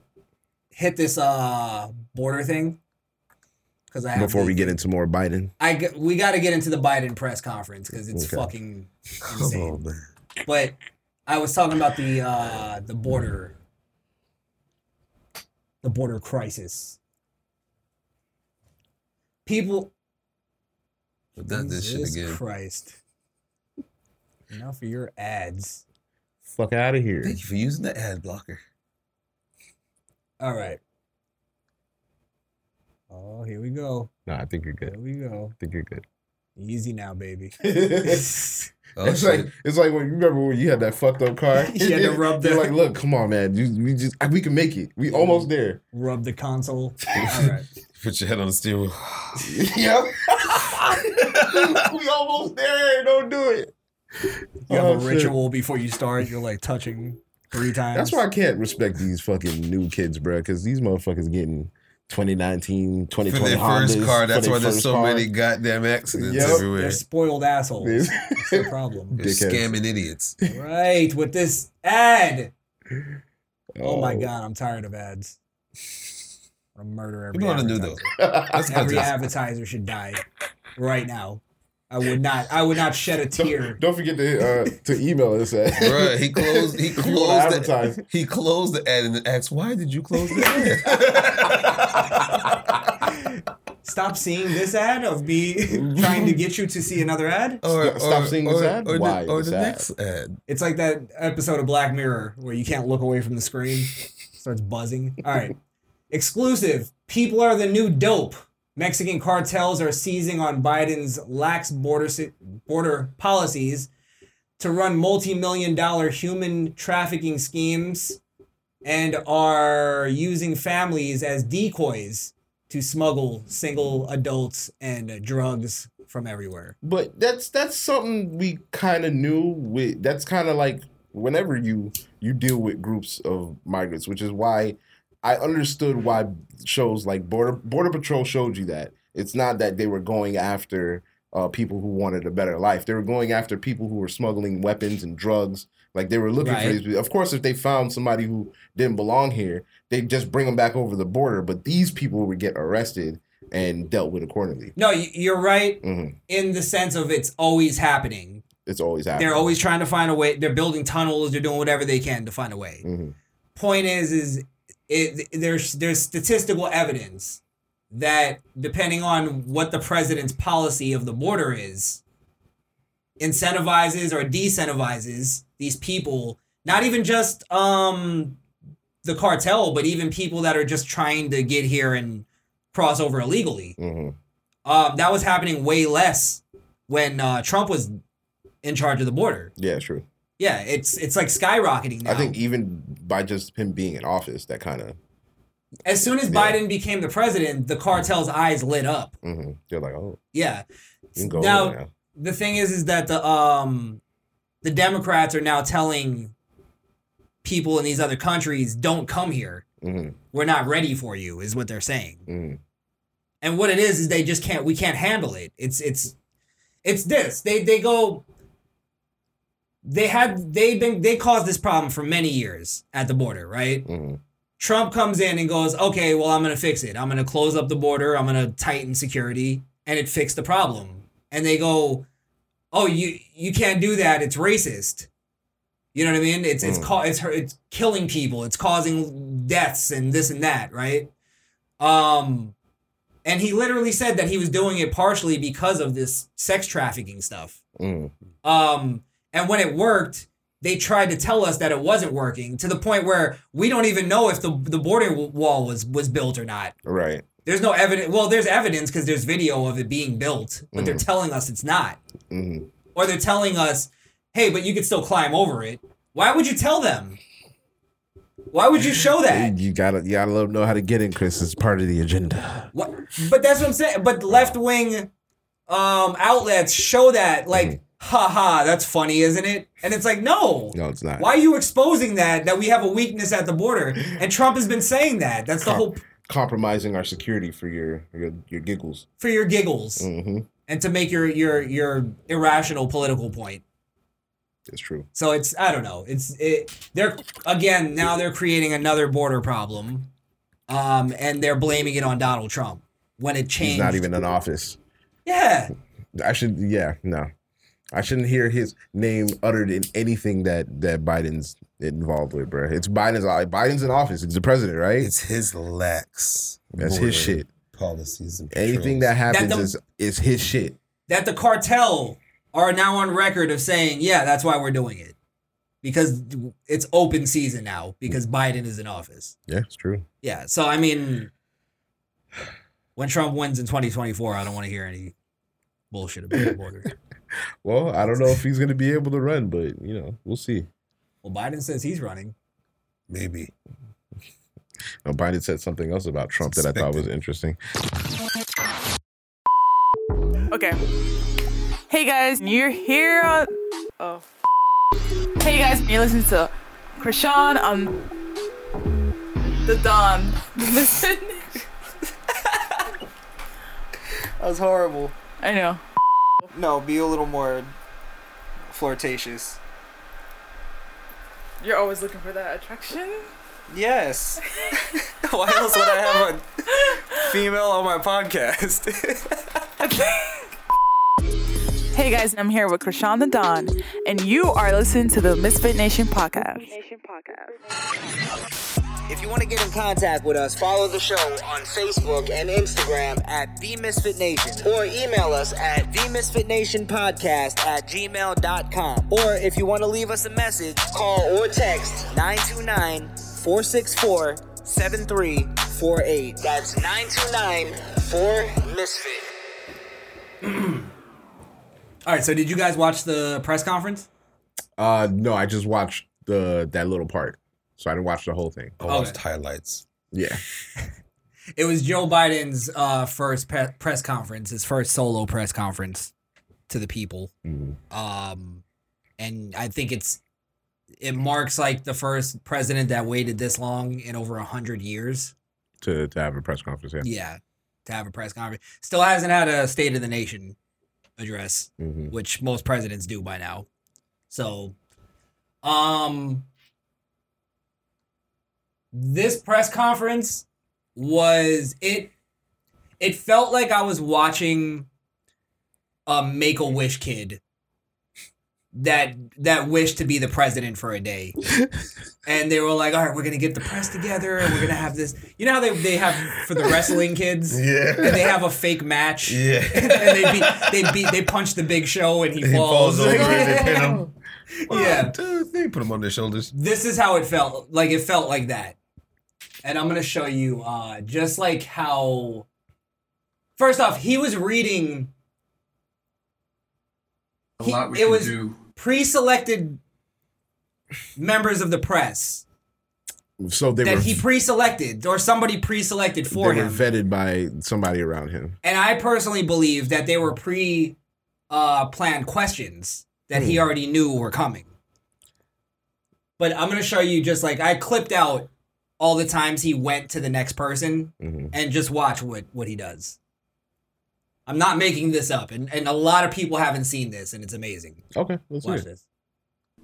[SPEAKER 4] hit this uh border thing because I have
[SPEAKER 3] Before
[SPEAKER 4] the-
[SPEAKER 3] we get into more Biden,
[SPEAKER 4] I g- we got to get into the Biden press conference because it's
[SPEAKER 3] Okay. Oh,
[SPEAKER 4] fucking
[SPEAKER 5] come on,
[SPEAKER 4] insane.
[SPEAKER 5] Oh, man.
[SPEAKER 4] but I was talking about the uh the border, the border crisis. People,
[SPEAKER 5] We've done this shit
[SPEAKER 4] Jesus
[SPEAKER 5] again.
[SPEAKER 4] Christ. Enough of your ads.
[SPEAKER 3] fuck out of here.
[SPEAKER 5] Thank you for using the ad blocker.
[SPEAKER 4] All right. Oh, here we go.
[SPEAKER 3] No, I think you're good.
[SPEAKER 4] Here we go.
[SPEAKER 3] I think you're good.
[SPEAKER 4] Easy now, baby.
[SPEAKER 5] Oh,
[SPEAKER 3] it's
[SPEAKER 5] shit.
[SPEAKER 3] like it's like when you remember when you had that fucked up car.
[SPEAKER 4] You had to rub
[SPEAKER 3] You're
[SPEAKER 4] the-
[SPEAKER 3] like, look, come on, man. You, we just we can make it. We almost there.
[SPEAKER 4] Rub the console. All right.
[SPEAKER 5] Put your head on the steering wheel.
[SPEAKER 3] yep. we almost there. Don't do it.
[SPEAKER 4] You have
[SPEAKER 3] Oh,
[SPEAKER 4] a
[SPEAKER 3] shit.
[SPEAKER 4] ritual before you start. You're like touching three times.
[SPEAKER 3] That's why I can't respect these fucking new kids, bro. Because these motherfuckers getting 2019,
[SPEAKER 5] For
[SPEAKER 3] 2020
[SPEAKER 5] their first
[SPEAKER 3] Hondas,
[SPEAKER 5] car,
[SPEAKER 3] for
[SPEAKER 5] that's
[SPEAKER 3] their
[SPEAKER 5] why there's
[SPEAKER 3] first
[SPEAKER 5] so
[SPEAKER 3] car.
[SPEAKER 5] many goddamn accidents
[SPEAKER 3] Yep.
[SPEAKER 5] everywhere.
[SPEAKER 4] They're spoiled assholes. That's the problem.
[SPEAKER 5] They're
[SPEAKER 3] dickheads.
[SPEAKER 5] scamming idiots.
[SPEAKER 4] Right, with this ad. Oh, my god, I'm tired of ads. I'm gonna murder every
[SPEAKER 5] People ought to do
[SPEAKER 4] advertiser.
[SPEAKER 5] That's not
[SPEAKER 4] Every
[SPEAKER 5] just-
[SPEAKER 4] advertiser should die right now. I would not I would not shed a tear.
[SPEAKER 3] Don't forget to uh, to email us at.
[SPEAKER 5] Bruh, he closed. He
[SPEAKER 3] If you
[SPEAKER 5] closed.
[SPEAKER 3] wanna
[SPEAKER 5] The,
[SPEAKER 3] advertise.
[SPEAKER 5] He closed the ad and then asked, "Why did you close the ad?"
[SPEAKER 4] Stop seeing this ad of me trying to get you to see another ad.
[SPEAKER 3] Stop- stop seeing this ad?
[SPEAKER 5] Or,
[SPEAKER 3] Why
[SPEAKER 5] the, or
[SPEAKER 3] this
[SPEAKER 5] the
[SPEAKER 3] ad?
[SPEAKER 5] next ad.
[SPEAKER 4] It's like that episode of Black Mirror where you can't look away from the screen. Starts buzzing. All right. Exclusive. People are the new dope. Mexican cartels are seizing on Biden's lax border si- border policies to run multi-million dollar human trafficking schemes and are using families as decoys to smuggle single adults and drugs from everywhere.
[SPEAKER 3] But that's that's something we kind of knew. With that's kind of like whenever you you deal with groups of migrants, which is why I
[SPEAKER 4] Mm-hmm.
[SPEAKER 3] understood why shows like Border Border Patrol showed you that it's not that they were going after uh, people who wanted a better life. They were going after people who were smuggling weapons and drugs. Like they were looking for
[SPEAKER 4] Right.
[SPEAKER 3] these. people. Of course, if they found somebody who didn't belong here, they just bring them back over the border. But these people would get arrested and dealt with accordingly.
[SPEAKER 4] No, y- you're right
[SPEAKER 3] Mhm.
[SPEAKER 4] in the sense of it's always happening.
[SPEAKER 3] It's always happening.
[SPEAKER 4] They're always trying to find a way. They're building tunnels. They're doing whatever they can to find a way.
[SPEAKER 3] Mhm.
[SPEAKER 4] Point is, is it, there's there's statistical evidence that depending on what the president's policy of the border is, incentivizes or decentivizes these people. Not even just um the cartel, but even people that are just trying to get here and cross over illegally.
[SPEAKER 3] Mhm.
[SPEAKER 4] Um, that was happening way less when uh, Trump was in charge of the border.
[SPEAKER 3] Yeah, it's true.
[SPEAKER 4] Yeah, it's it's like skyrocketing now.
[SPEAKER 3] I think even by just him being in office, that kind of
[SPEAKER 4] as soon as
[SPEAKER 3] Yeah.
[SPEAKER 4] Biden became the president, the cartel's eyes lit up.
[SPEAKER 3] mhm. they're like, oh,
[SPEAKER 4] Yeah.
[SPEAKER 3] you can go
[SPEAKER 4] Now-
[SPEAKER 3] over there now.
[SPEAKER 4] The thing is, is that the um, the Democrats are now telling people in these other countries, "Don't come here.
[SPEAKER 3] Mhm.
[SPEAKER 4] We're not ready for you," is what they're saying.
[SPEAKER 3] Mhm.
[SPEAKER 4] And what it is is they just can't we can't handle it. It's it's it's this. They they go they had they been they caused this problem for many years at the border, right?
[SPEAKER 3] Mhm.
[SPEAKER 4] Trump comes in and goes, "Okay, well I'm going to fix it. I'm going to close up the border. I'm going to tighten security." And it fixed the problem. And they go, "Oh, you you can't do that. It's racist." You know what I mean? It's it's
[SPEAKER 3] Mm.
[SPEAKER 4] ca- it's hurt- it's killing people. It's causing deaths and this and that, right? Um and he literally said that he was doing it partially because of this sex trafficking stuff.
[SPEAKER 3] Mhm.
[SPEAKER 4] Um, and when it worked, they tried to tell us that it wasn't working to the point where we don't even know if the the border w- wall was was built or not.
[SPEAKER 3] right?
[SPEAKER 4] There's no evidence. Well, there's evidence because there's video of it being built, but they're telling us it's not,
[SPEAKER 3] Mhm.
[SPEAKER 4] or they're telling us, "Hey, but you could still climb over it." Why would you tell them? Why would you show that?
[SPEAKER 3] You gotta, you gotta let 'em know how to get in, Chris. It's part of the agenda.
[SPEAKER 4] What? But that's what I'm saying. But left wing um, outlets show that, like, ha ha, that's funny, isn't it? And it's like, no.
[SPEAKER 3] Mm-hmm. No, it's not.
[SPEAKER 4] Why are you exposing that? That we have a weakness at the border, and Trump has been saying that. That's the whole
[SPEAKER 3] compromising our security for your your, your giggles.
[SPEAKER 4] for your giggles
[SPEAKER 3] Mm-hmm.
[SPEAKER 4] and to make your your your irrational political point.
[SPEAKER 3] It's true.
[SPEAKER 4] So it's I don't know. It's it. They're again now they're creating another border problem, um, and they're blaming it on Donald Trump when it changed.
[SPEAKER 3] He's not even in office.
[SPEAKER 4] Yeah.
[SPEAKER 3] I should, yeah, no, I shouldn't hear his name uttered in anything that that Biden's involved with, bro. It's Biden's. uh, Biden's in office. It's the president, right?
[SPEAKER 5] It's his lax.
[SPEAKER 3] That's his
[SPEAKER 5] border
[SPEAKER 3] shit.
[SPEAKER 5] Policies and
[SPEAKER 3] Anything that
[SPEAKER 5] patrols.
[SPEAKER 3] happens
[SPEAKER 4] don't-
[SPEAKER 3] is is his shit.
[SPEAKER 4] that the cartel are now on record of saying, yeah, that's why we're doing it. Because it's open season now because Biden is in office.
[SPEAKER 3] Yeah, it's true.
[SPEAKER 4] Yeah. So, I mean, when Trump wins in 2024, I don't want to hear any bullshit about the border.
[SPEAKER 3] Well, I don't know if he's gonna be able to run, but you know, we'll see.
[SPEAKER 4] Well, Biden says he's running.
[SPEAKER 5] maybe
[SPEAKER 3] Now, Biden said something else about Trump that I thought was interesting.
[SPEAKER 12] Okay. Hey guys, you're here on. Oh. Hey guys, you're listening to Krishan on the Don. Listen.
[SPEAKER 13] That was horrible.
[SPEAKER 12] I know.
[SPEAKER 13] No, be a little more flirtatious.
[SPEAKER 12] You're always looking for that attraction.
[SPEAKER 13] Yes. Why else would I have a female on my podcast?
[SPEAKER 12] Hey guys, I'm here with Krishan the Don, and you are listening to the Misfit Nation podcast.
[SPEAKER 13] If you want to get in contact with us, follow the show on Facebook and Instagram at The Misfit Nation or email us at TheMisfitNationPodcast at gmail.com. Or if you want to leave us a message, call or text 929 464 7348. That's 929 4 Misfit.
[SPEAKER 4] All right. So, did you guys watch the press conference?
[SPEAKER 3] Uh, no, I just watched the that little part, so I didn't watch the whole thing.
[SPEAKER 5] I watched
[SPEAKER 4] Okay.
[SPEAKER 5] highlights.
[SPEAKER 3] Yeah,
[SPEAKER 4] It was Joe Biden's uh, first pe- press conference, his first solo press conference to the people.
[SPEAKER 3] Mhm.
[SPEAKER 4] Um, and I think it's it marks like the first president that waited this long in over a hundred years.
[SPEAKER 3] to to have a press conference. Yeah.
[SPEAKER 4] Yeah, to have a press conference. Still hasn't had a State of the Nation address,
[SPEAKER 3] Mm-hmm.
[SPEAKER 4] which most presidents do by now. So, um, this press conference was it. It felt like I was watching a Make a Wish kid that that wished to be the president for a day, and they were like, "All right, we're gonna get the press together, and we're gonna have this." You know how they they have for the wrestling kids,
[SPEAKER 5] Yeah.
[SPEAKER 4] And they have a fake match,
[SPEAKER 5] Yeah.
[SPEAKER 4] and they beat they beat they punch the big show, and he,
[SPEAKER 5] He falls over and they pin him.
[SPEAKER 4] yeah,
[SPEAKER 5] dude, they put him on their shoulders.
[SPEAKER 4] this is how it felt like it felt like that and i'm gonna show you uh just like how first off he was reading
[SPEAKER 11] A
[SPEAKER 4] he-
[SPEAKER 11] lot we
[SPEAKER 4] it
[SPEAKER 11] can
[SPEAKER 4] was
[SPEAKER 11] do.
[SPEAKER 4] pre-selected members of the press
[SPEAKER 3] So they
[SPEAKER 4] that
[SPEAKER 3] were
[SPEAKER 4] he pre-selected or somebody pre-selected for
[SPEAKER 3] they were
[SPEAKER 4] him
[SPEAKER 3] vetted by somebody around him.
[SPEAKER 4] and i personally believe that they were pre uh planned questions that he
[SPEAKER 3] Hmm.
[SPEAKER 4] already knew were coming but i'm gonna show you just like i clipped out all the times he went to the next person
[SPEAKER 6] Hmm.
[SPEAKER 4] and just watch what what he does. I'm not making this up, and, and a lot of people haven't seen this, and it's amazing.
[SPEAKER 3] Okay,
[SPEAKER 4] Watch this.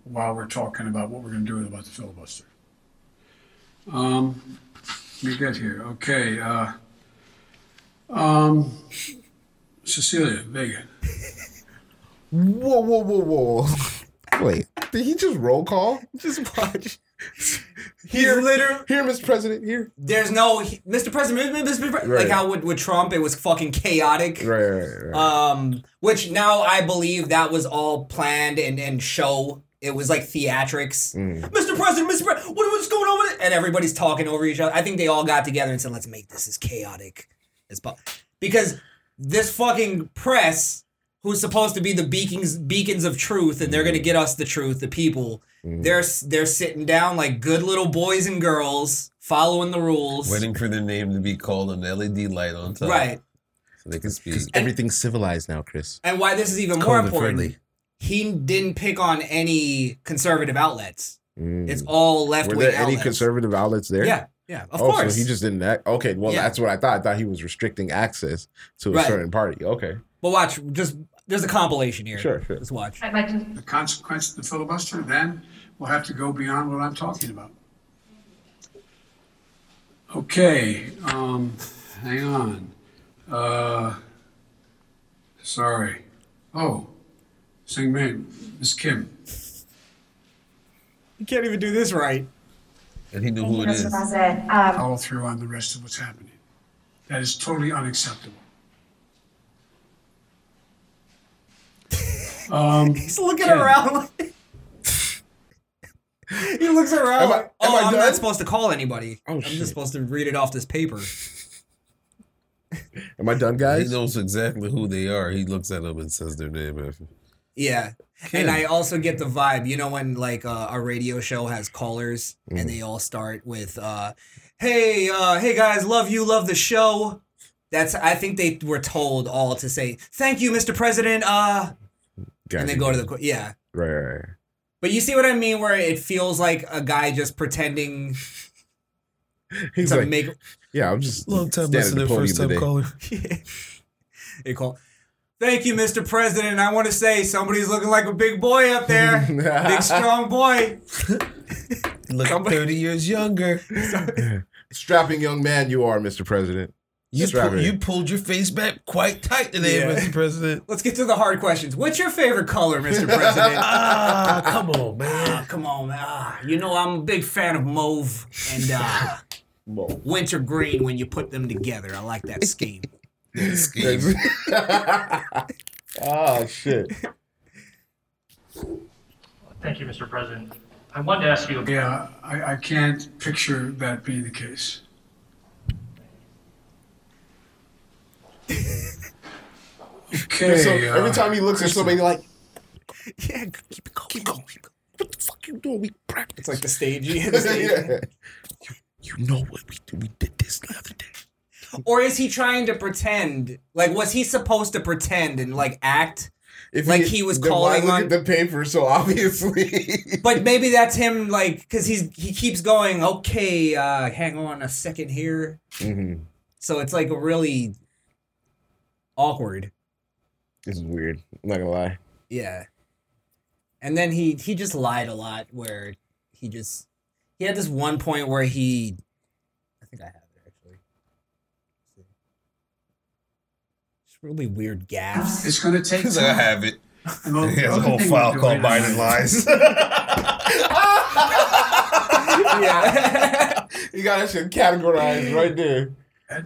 [SPEAKER 11] While we're talking about what we're going to do about the filibuster. Um, we get here. Okay. Uh, um, Cecilia Vega.
[SPEAKER 3] Whoa, whoa, whoa, whoa! Wait, did he just roll call? Just watch.
[SPEAKER 4] Here, literally,
[SPEAKER 3] here, Mr. President. Here,
[SPEAKER 4] there's no he- Mr. President, Mr. President
[SPEAKER 3] Right.
[SPEAKER 4] like how with, with Trump it was fucking chaotic.
[SPEAKER 3] Right, right, right.
[SPEAKER 4] Um, which now I believe that was all planned and and show. It was like theatrics.
[SPEAKER 3] Mm.
[SPEAKER 4] Mr. President, Mr. President, what, what's going on with it? And everybody's talking over each other. I think they all got together and said, let's make this as chaotic as possible. Because this fucking press, who's supposed to be the beacons beacons of truth, and they're
[SPEAKER 3] Mm-hmm.
[SPEAKER 4] gonna get us the truth, the people, they're s- they're sitting down like good little boys and girls, following the rules.
[SPEAKER 5] Waiting for their name to be called on the LED light on top.
[SPEAKER 4] Right.
[SPEAKER 5] So they can speak.
[SPEAKER 3] everything's civilized now, Chris.
[SPEAKER 4] And why this is even
[SPEAKER 5] It's
[SPEAKER 4] more
[SPEAKER 5] cold and
[SPEAKER 4] important,
[SPEAKER 5] friendly.
[SPEAKER 4] he didn't pick on any conservative outlets.
[SPEAKER 3] Mm.
[SPEAKER 4] It's all left
[SPEAKER 3] Were
[SPEAKER 4] wing
[SPEAKER 3] there any
[SPEAKER 4] outlets.
[SPEAKER 3] conservative outlets there?
[SPEAKER 4] Yeah, yeah, of
[SPEAKER 3] oh,
[SPEAKER 4] course.
[SPEAKER 3] so he just didn't. Act. Okay, well,
[SPEAKER 4] Yeah.
[SPEAKER 3] that's what I thought. I thought he was restricting access to a
[SPEAKER 4] Right.
[SPEAKER 3] certain party. Okay,
[SPEAKER 4] but watch, just there's a compilation here.
[SPEAKER 3] Sure, sure.
[SPEAKER 4] Let's watch.
[SPEAKER 11] The consequence of the filibuster then will have to go beyond what I'm talking about. Okay, um, hang on. Uh, sorry. Oh, Sing Min, Miss Kim.
[SPEAKER 4] You can't even do this right.
[SPEAKER 5] And he knew
[SPEAKER 11] who
[SPEAKER 5] it is.
[SPEAKER 11] Follow through on the rest of what's happening. That is totally unacceptable. Um,
[SPEAKER 4] He's looking around. he looks around.
[SPEAKER 11] Am I-
[SPEAKER 4] like, oh,
[SPEAKER 11] am I
[SPEAKER 4] I'm
[SPEAKER 11] done?
[SPEAKER 4] not supposed to call anybody.
[SPEAKER 3] Oh,
[SPEAKER 4] I'm just supposed to read it off this paper.
[SPEAKER 3] am I done, guys?
[SPEAKER 5] He knows exactly who they are. He looks at them and says their name after.
[SPEAKER 4] Yeah. And I also get the vibe, you know, when like uh, a radio show has callers
[SPEAKER 11] Mm.
[SPEAKER 4] and they all start with, uh, "Hey, uh, hey guys, love you, love the show." That's I think they were told all to say, "Thank you, Mr. President." Uh, and they go to the qu- yeah.
[SPEAKER 3] Right, right, right.
[SPEAKER 4] But you see what I mean, where it feels like a guy just pretending
[SPEAKER 3] He's
[SPEAKER 4] to
[SPEAKER 3] like,
[SPEAKER 4] make
[SPEAKER 3] yeah, I'm just
[SPEAKER 5] Long time
[SPEAKER 3] standing at the
[SPEAKER 5] listener,
[SPEAKER 3] podium
[SPEAKER 5] first time
[SPEAKER 3] today.
[SPEAKER 5] caller.
[SPEAKER 4] they call. Thank you, Mr. President. I want to say somebody's looking like a big boy up there, big strong boy.
[SPEAKER 5] Look, I'm 30 years younger.
[SPEAKER 3] Strapping young man, you are, Mr. President.
[SPEAKER 5] You,
[SPEAKER 3] Strapping.
[SPEAKER 5] pu- you pulled your face back quite tight today,
[SPEAKER 4] Yeah.
[SPEAKER 5] Mr. President.
[SPEAKER 4] Let's get to the hard questions. What's your favorite color, Mr. President?
[SPEAKER 5] ah, come on, man.
[SPEAKER 4] Ah, come on, man. Ah, you know I'm a big fan of mauve and uh, winter green when you put them together. I like that scheme.
[SPEAKER 5] Scheme.
[SPEAKER 3] oh shit!
[SPEAKER 14] Thank you, Mr. President. I wanted to ask you about
[SPEAKER 11] Yeah, I, I can't picture that being the case. Okay.
[SPEAKER 3] so every
[SPEAKER 11] uh,
[SPEAKER 3] time he looks at
[SPEAKER 11] Kristen.
[SPEAKER 3] somebody, like,
[SPEAKER 4] yeah, keep it going, keep going.
[SPEAKER 3] what the fuck you doing? We practice.
[SPEAKER 4] It's like the stage.
[SPEAKER 3] yeah. You, you know what we do? We did this the other day.
[SPEAKER 4] Or is he trying to pretend? Like, was he supposed to pretend and like act?
[SPEAKER 3] If
[SPEAKER 4] like he, was
[SPEAKER 3] then why
[SPEAKER 4] calling
[SPEAKER 3] look
[SPEAKER 4] on
[SPEAKER 3] at the paper so obviously.
[SPEAKER 4] but maybe that's him like because he's he keeps going okay uh hang on a second here
[SPEAKER 3] mm-hmm.
[SPEAKER 4] so it's like really awkward
[SPEAKER 3] This is weird. I'm not gonna lie.
[SPEAKER 4] yeah and then he he just lied a lot where he just he had this one point where he i think i have it actually really weird gaffes.
[SPEAKER 11] It's going to take
[SPEAKER 5] He's like, I have it.
[SPEAKER 11] Well,
[SPEAKER 5] he has a
[SPEAKER 11] the
[SPEAKER 5] whole
[SPEAKER 11] other thing
[SPEAKER 5] file
[SPEAKER 11] we're
[SPEAKER 5] called
[SPEAKER 11] doing is-
[SPEAKER 5] Biden Lies.
[SPEAKER 3] You got that shit categorized right there.
[SPEAKER 11] Am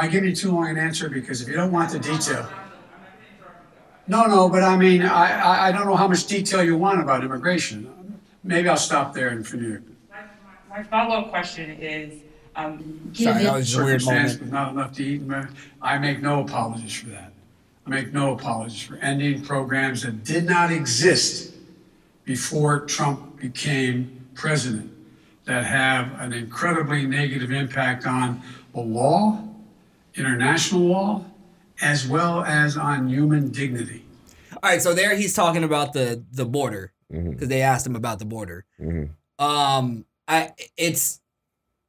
[SPEAKER 11] I giving you too long an answer? Because if you don't want the detail. No, no, but I mean, I, I, I don't know how much detail you want about immigration. Maybe I'll stop there and for you.
[SPEAKER 15] My follow-up question is, um,
[SPEAKER 11] Sorry,
[SPEAKER 15] given-
[SPEAKER 11] that was a weird moment. With not enough to eat, and I make no apologies for that. I make no apologies for ending programs that did not exist before Trump became president that have an incredibly negative impact on the law, international law, as well as on human dignity.
[SPEAKER 4] All right, so there he's talking about the the border because they asked him about the border. Um, I it's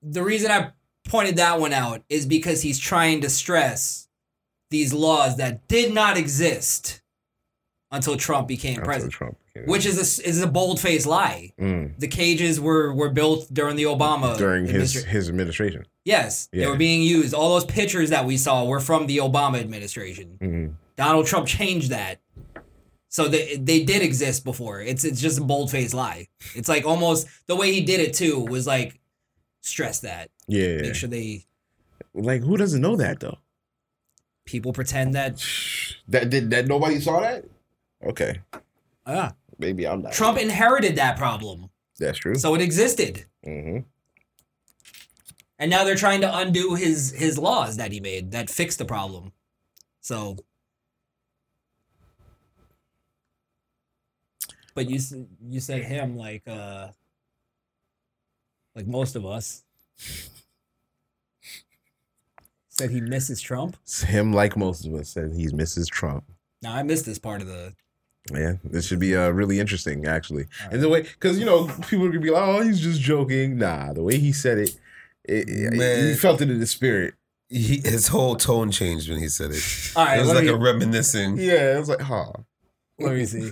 [SPEAKER 4] the reason I pointed that one out is because he's trying to stress these laws that did not exist until Trump became president,
[SPEAKER 3] Trump
[SPEAKER 4] which is a s- is a bold faced lie.
[SPEAKER 3] Mm.
[SPEAKER 4] The cages were were built during the Obama
[SPEAKER 3] during his
[SPEAKER 4] administra-
[SPEAKER 3] his administration.
[SPEAKER 4] yes
[SPEAKER 3] Yeah.
[SPEAKER 4] they were being used. All those pictures that we saw were from the Obama administration.
[SPEAKER 3] Mhm.
[SPEAKER 4] Donald Trump changed that. So they they did exist before. It's it's just a bold faced lie. It's like almost the way he did it too was like stress that.
[SPEAKER 3] Yeah.
[SPEAKER 4] Make sure they
[SPEAKER 3] Like who doesn't know that though?
[SPEAKER 4] people pretend that
[SPEAKER 3] That did that nobody saw that? Okay.
[SPEAKER 4] ah,
[SPEAKER 3] Maybe I'm not.
[SPEAKER 4] Trump inherited that problem.
[SPEAKER 3] That's true.
[SPEAKER 4] So it existed.
[SPEAKER 3] Mm-hmm.
[SPEAKER 4] And now they're trying to undo his his laws that he made that fixed the problem. So But you s- you said him like uh like most of us said he misses Trump.
[SPEAKER 3] It's him like most of us said he's Mrs. Trump.
[SPEAKER 4] Now I missed this part of the
[SPEAKER 3] Yeah, this should be uh, really interesting, actually. And the way, because you know, people could be like, "Oh, he's just joking." Nah, the way he said it, it, it- you
[SPEAKER 5] Man.
[SPEAKER 3] felt it in the spirit.
[SPEAKER 5] He, his whole tone changed when he said it.
[SPEAKER 4] All right,
[SPEAKER 5] it was
[SPEAKER 4] let
[SPEAKER 5] like
[SPEAKER 4] me-
[SPEAKER 5] a reminiscing.
[SPEAKER 3] Yeah, it was like, huh.
[SPEAKER 4] Let me see.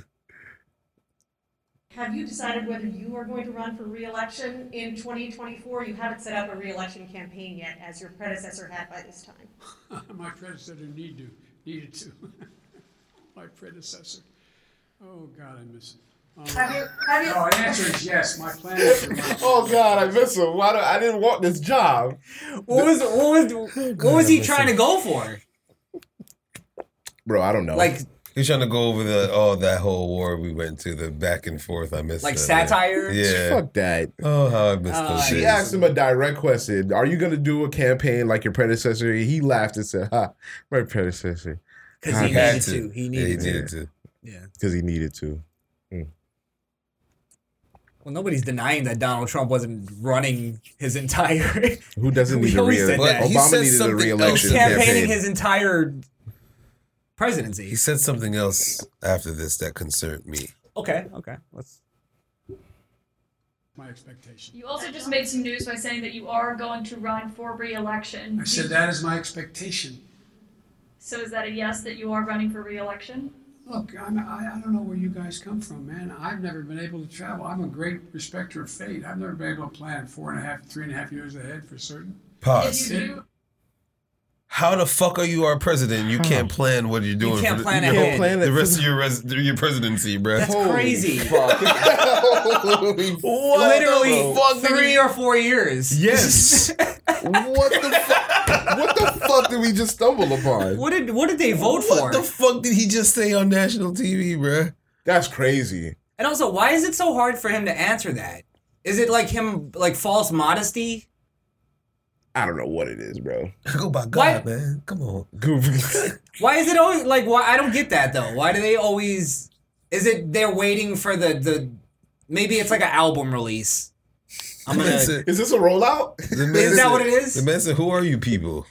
[SPEAKER 16] Have you decided whether you are going to run for reelection in 2024? You haven't set up a reelection campaign yet, as your predecessor had by this time.
[SPEAKER 11] My predecessor need to, needed to. My predecessor. Oh, God, I miss him. Um,
[SPEAKER 16] Have you- have you-
[SPEAKER 11] No, the answer is yes. My plan is to run.
[SPEAKER 3] oh God, I miss him. Why do I didn't want this job?
[SPEAKER 4] What was what was what was he trying to go for?
[SPEAKER 3] Bro, I don't know.
[SPEAKER 4] Like
[SPEAKER 5] He's trying to go over the oh that whole war we went to the back and forth. I missed
[SPEAKER 4] Like
[SPEAKER 5] that.
[SPEAKER 4] satire?
[SPEAKER 5] Yeah.
[SPEAKER 3] Fuck that.
[SPEAKER 5] Oh, how I missed
[SPEAKER 4] Uh,
[SPEAKER 5] those
[SPEAKER 3] she
[SPEAKER 5] days.
[SPEAKER 3] asked him a direct question: Are you going to do a campaign like your predecessor? He laughed and said, "Ha, my predecessor."
[SPEAKER 4] 'Cause
[SPEAKER 3] Ha,
[SPEAKER 4] he
[SPEAKER 3] ha."
[SPEAKER 4] needed to. He
[SPEAKER 5] Yeah, he
[SPEAKER 4] needed to.
[SPEAKER 5] needed to.
[SPEAKER 4] Yeah.
[SPEAKER 3] because he needed to. Mm.
[SPEAKER 4] Well, nobody's denying that Donald Trump wasn't running his entire
[SPEAKER 3] Who doesn't
[SPEAKER 4] We
[SPEAKER 3] need a
[SPEAKER 4] always
[SPEAKER 3] re
[SPEAKER 4] said that. He
[SPEAKER 3] Obama
[SPEAKER 4] said
[SPEAKER 3] needed a
[SPEAKER 4] something
[SPEAKER 3] re-election
[SPEAKER 4] campaigning
[SPEAKER 3] campaign.
[SPEAKER 4] his entire presidency.
[SPEAKER 5] He said something else after this that concerned me.
[SPEAKER 4] Okay, okay. Let's
[SPEAKER 11] My expectation.
[SPEAKER 17] You also just made some news by saying that you are going to run for re-election.
[SPEAKER 11] I said that is my expectation.
[SPEAKER 17] So is that a yes that you are running for re-election?
[SPEAKER 11] Look, I'm, I, I don't know where you guys come from, man. I've never been able to travel. I'm a great respecter of fate. I've never been able to plan four and a half, three and a half years ahead for certain.
[SPEAKER 5] Pause. How the fuck are you our president? You can't plan what you're doing.
[SPEAKER 11] can't
[SPEAKER 5] for the,
[SPEAKER 11] plan
[SPEAKER 5] your
[SPEAKER 11] ahead.
[SPEAKER 5] whole-
[SPEAKER 11] Plan it
[SPEAKER 5] the
[SPEAKER 11] for
[SPEAKER 5] rest of your res, your presidency, bro.
[SPEAKER 4] That's crazy.
[SPEAKER 5] What
[SPEAKER 4] Literally
[SPEAKER 5] the fuck,
[SPEAKER 4] three
[SPEAKER 5] nigga?
[SPEAKER 4] or four years.
[SPEAKER 5] Yes.
[SPEAKER 3] what the fuck? What the fuck did we just stumble upon?
[SPEAKER 4] What did what did they vote
[SPEAKER 5] What
[SPEAKER 4] for?
[SPEAKER 5] the fuck did he just say on national TV, bruh?
[SPEAKER 3] That's crazy.
[SPEAKER 4] and also, why is it so hard for him to answer that? Is it like him like false modesty?
[SPEAKER 3] I don't know what it is, bro.
[SPEAKER 5] Go by
[SPEAKER 4] What?
[SPEAKER 5] God, man. Come on.
[SPEAKER 4] Why is it always like why I don't get that though? Why do they always is it they're waiting for the the maybe it's like an album release. I'm gonna
[SPEAKER 5] That's it.
[SPEAKER 3] Is this a rollout?
[SPEAKER 5] The man
[SPEAKER 4] Is that
[SPEAKER 5] said-
[SPEAKER 4] what it is?
[SPEAKER 5] The man said, "Who are you people?"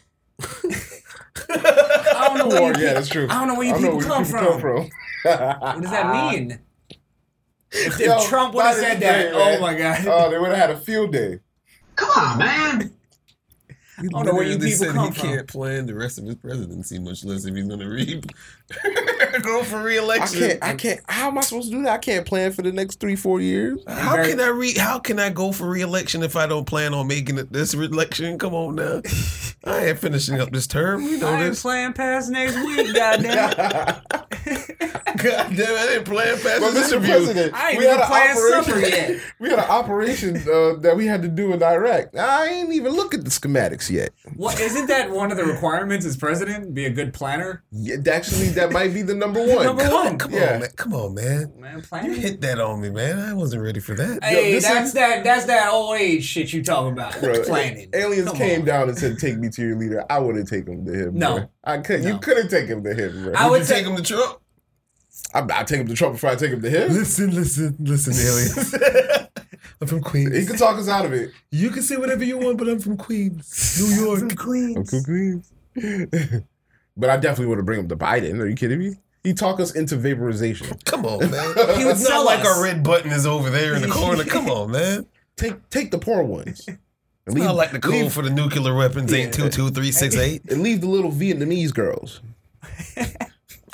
[SPEAKER 4] I don't know where you
[SPEAKER 3] yeah,
[SPEAKER 4] pe-
[SPEAKER 3] that's true.
[SPEAKER 4] I don't know where you
[SPEAKER 3] I
[SPEAKER 4] people, come, from.
[SPEAKER 3] what
[SPEAKER 4] does that mean? If, if Trump would have said that, oh my god.
[SPEAKER 3] Oh, they would have had a field day.
[SPEAKER 11] Come on, man.
[SPEAKER 5] I
[SPEAKER 4] don't know where you people come
[SPEAKER 5] he
[SPEAKER 4] from.
[SPEAKER 5] can't plan the rest of his presidency, much less if he's going to re trying to go for
[SPEAKER 3] I
[SPEAKER 5] reelection.
[SPEAKER 3] can't. I can't. How am I supposed to do that? I can't plan for the next three, four years.
[SPEAKER 5] How can I re? How can I go for reelection if I don't plan on making it this election? Come on now, I ain't finishing up this term. We know
[SPEAKER 4] I ain't
[SPEAKER 5] this.
[SPEAKER 4] playing past next week, goddamn.
[SPEAKER 5] God damn, I didn't plan past
[SPEAKER 3] Well,
[SPEAKER 5] this
[SPEAKER 3] Mr.
[SPEAKER 5] interview.
[SPEAKER 3] President,
[SPEAKER 4] I ain't
[SPEAKER 3] we had
[SPEAKER 4] even
[SPEAKER 3] an
[SPEAKER 4] planned supper
[SPEAKER 3] operation.
[SPEAKER 4] yet.
[SPEAKER 3] we had an operation uh, that we had to do in Iraq. I ain't even look at the schematics yet.
[SPEAKER 4] What isn't that one of the requirements as president? Be a good planner.
[SPEAKER 3] Yeah, actually, that might be the number one.
[SPEAKER 4] Number
[SPEAKER 5] Come
[SPEAKER 4] one.
[SPEAKER 5] on, come
[SPEAKER 3] Yeah.
[SPEAKER 5] on, man. Come on, man.
[SPEAKER 4] Man,
[SPEAKER 5] You
[SPEAKER 4] planning.
[SPEAKER 5] hit that on me, man. I wasn't ready for that.
[SPEAKER 4] Hey,
[SPEAKER 3] this
[SPEAKER 4] that's
[SPEAKER 3] is-
[SPEAKER 4] that. That's that old age shit you talking about.
[SPEAKER 3] Bro,
[SPEAKER 4] Planning.
[SPEAKER 3] Aliens
[SPEAKER 4] Come
[SPEAKER 3] came
[SPEAKER 4] on.
[SPEAKER 3] down and said, "Take me to your leader." I wouldn't take him to him.
[SPEAKER 4] No.
[SPEAKER 3] bro. I could. not You couldn't take him to him. Bro.
[SPEAKER 4] I would say,
[SPEAKER 5] him to Trump.
[SPEAKER 3] I, I take him to Trump before I take him to him.
[SPEAKER 5] Listen, listen, listen, aliens. I'm from Queens.
[SPEAKER 3] He can talk us out of it.
[SPEAKER 5] You can say whatever you want, but I'm from Queens, New York.
[SPEAKER 3] I'm cool, Queens. but I definitely would have bring him to Biden. Are you kidding me? He talk us into vaporization.
[SPEAKER 5] Come on, man.
[SPEAKER 4] He would
[SPEAKER 5] it's not
[SPEAKER 4] sell
[SPEAKER 5] like
[SPEAKER 4] us.
[SPEAKER 5] our red button is over there in the corner. Come on, man.
[SPEAKER 3] Take take the poor ones.
[SPEAKER 5] It's not like the code
[SPEAKER 3] leave-
[SPEAKER 5] for the nuclear weapons eight two two three six eight.
[SPEAKER 3] and leave the little Vietnamese girls.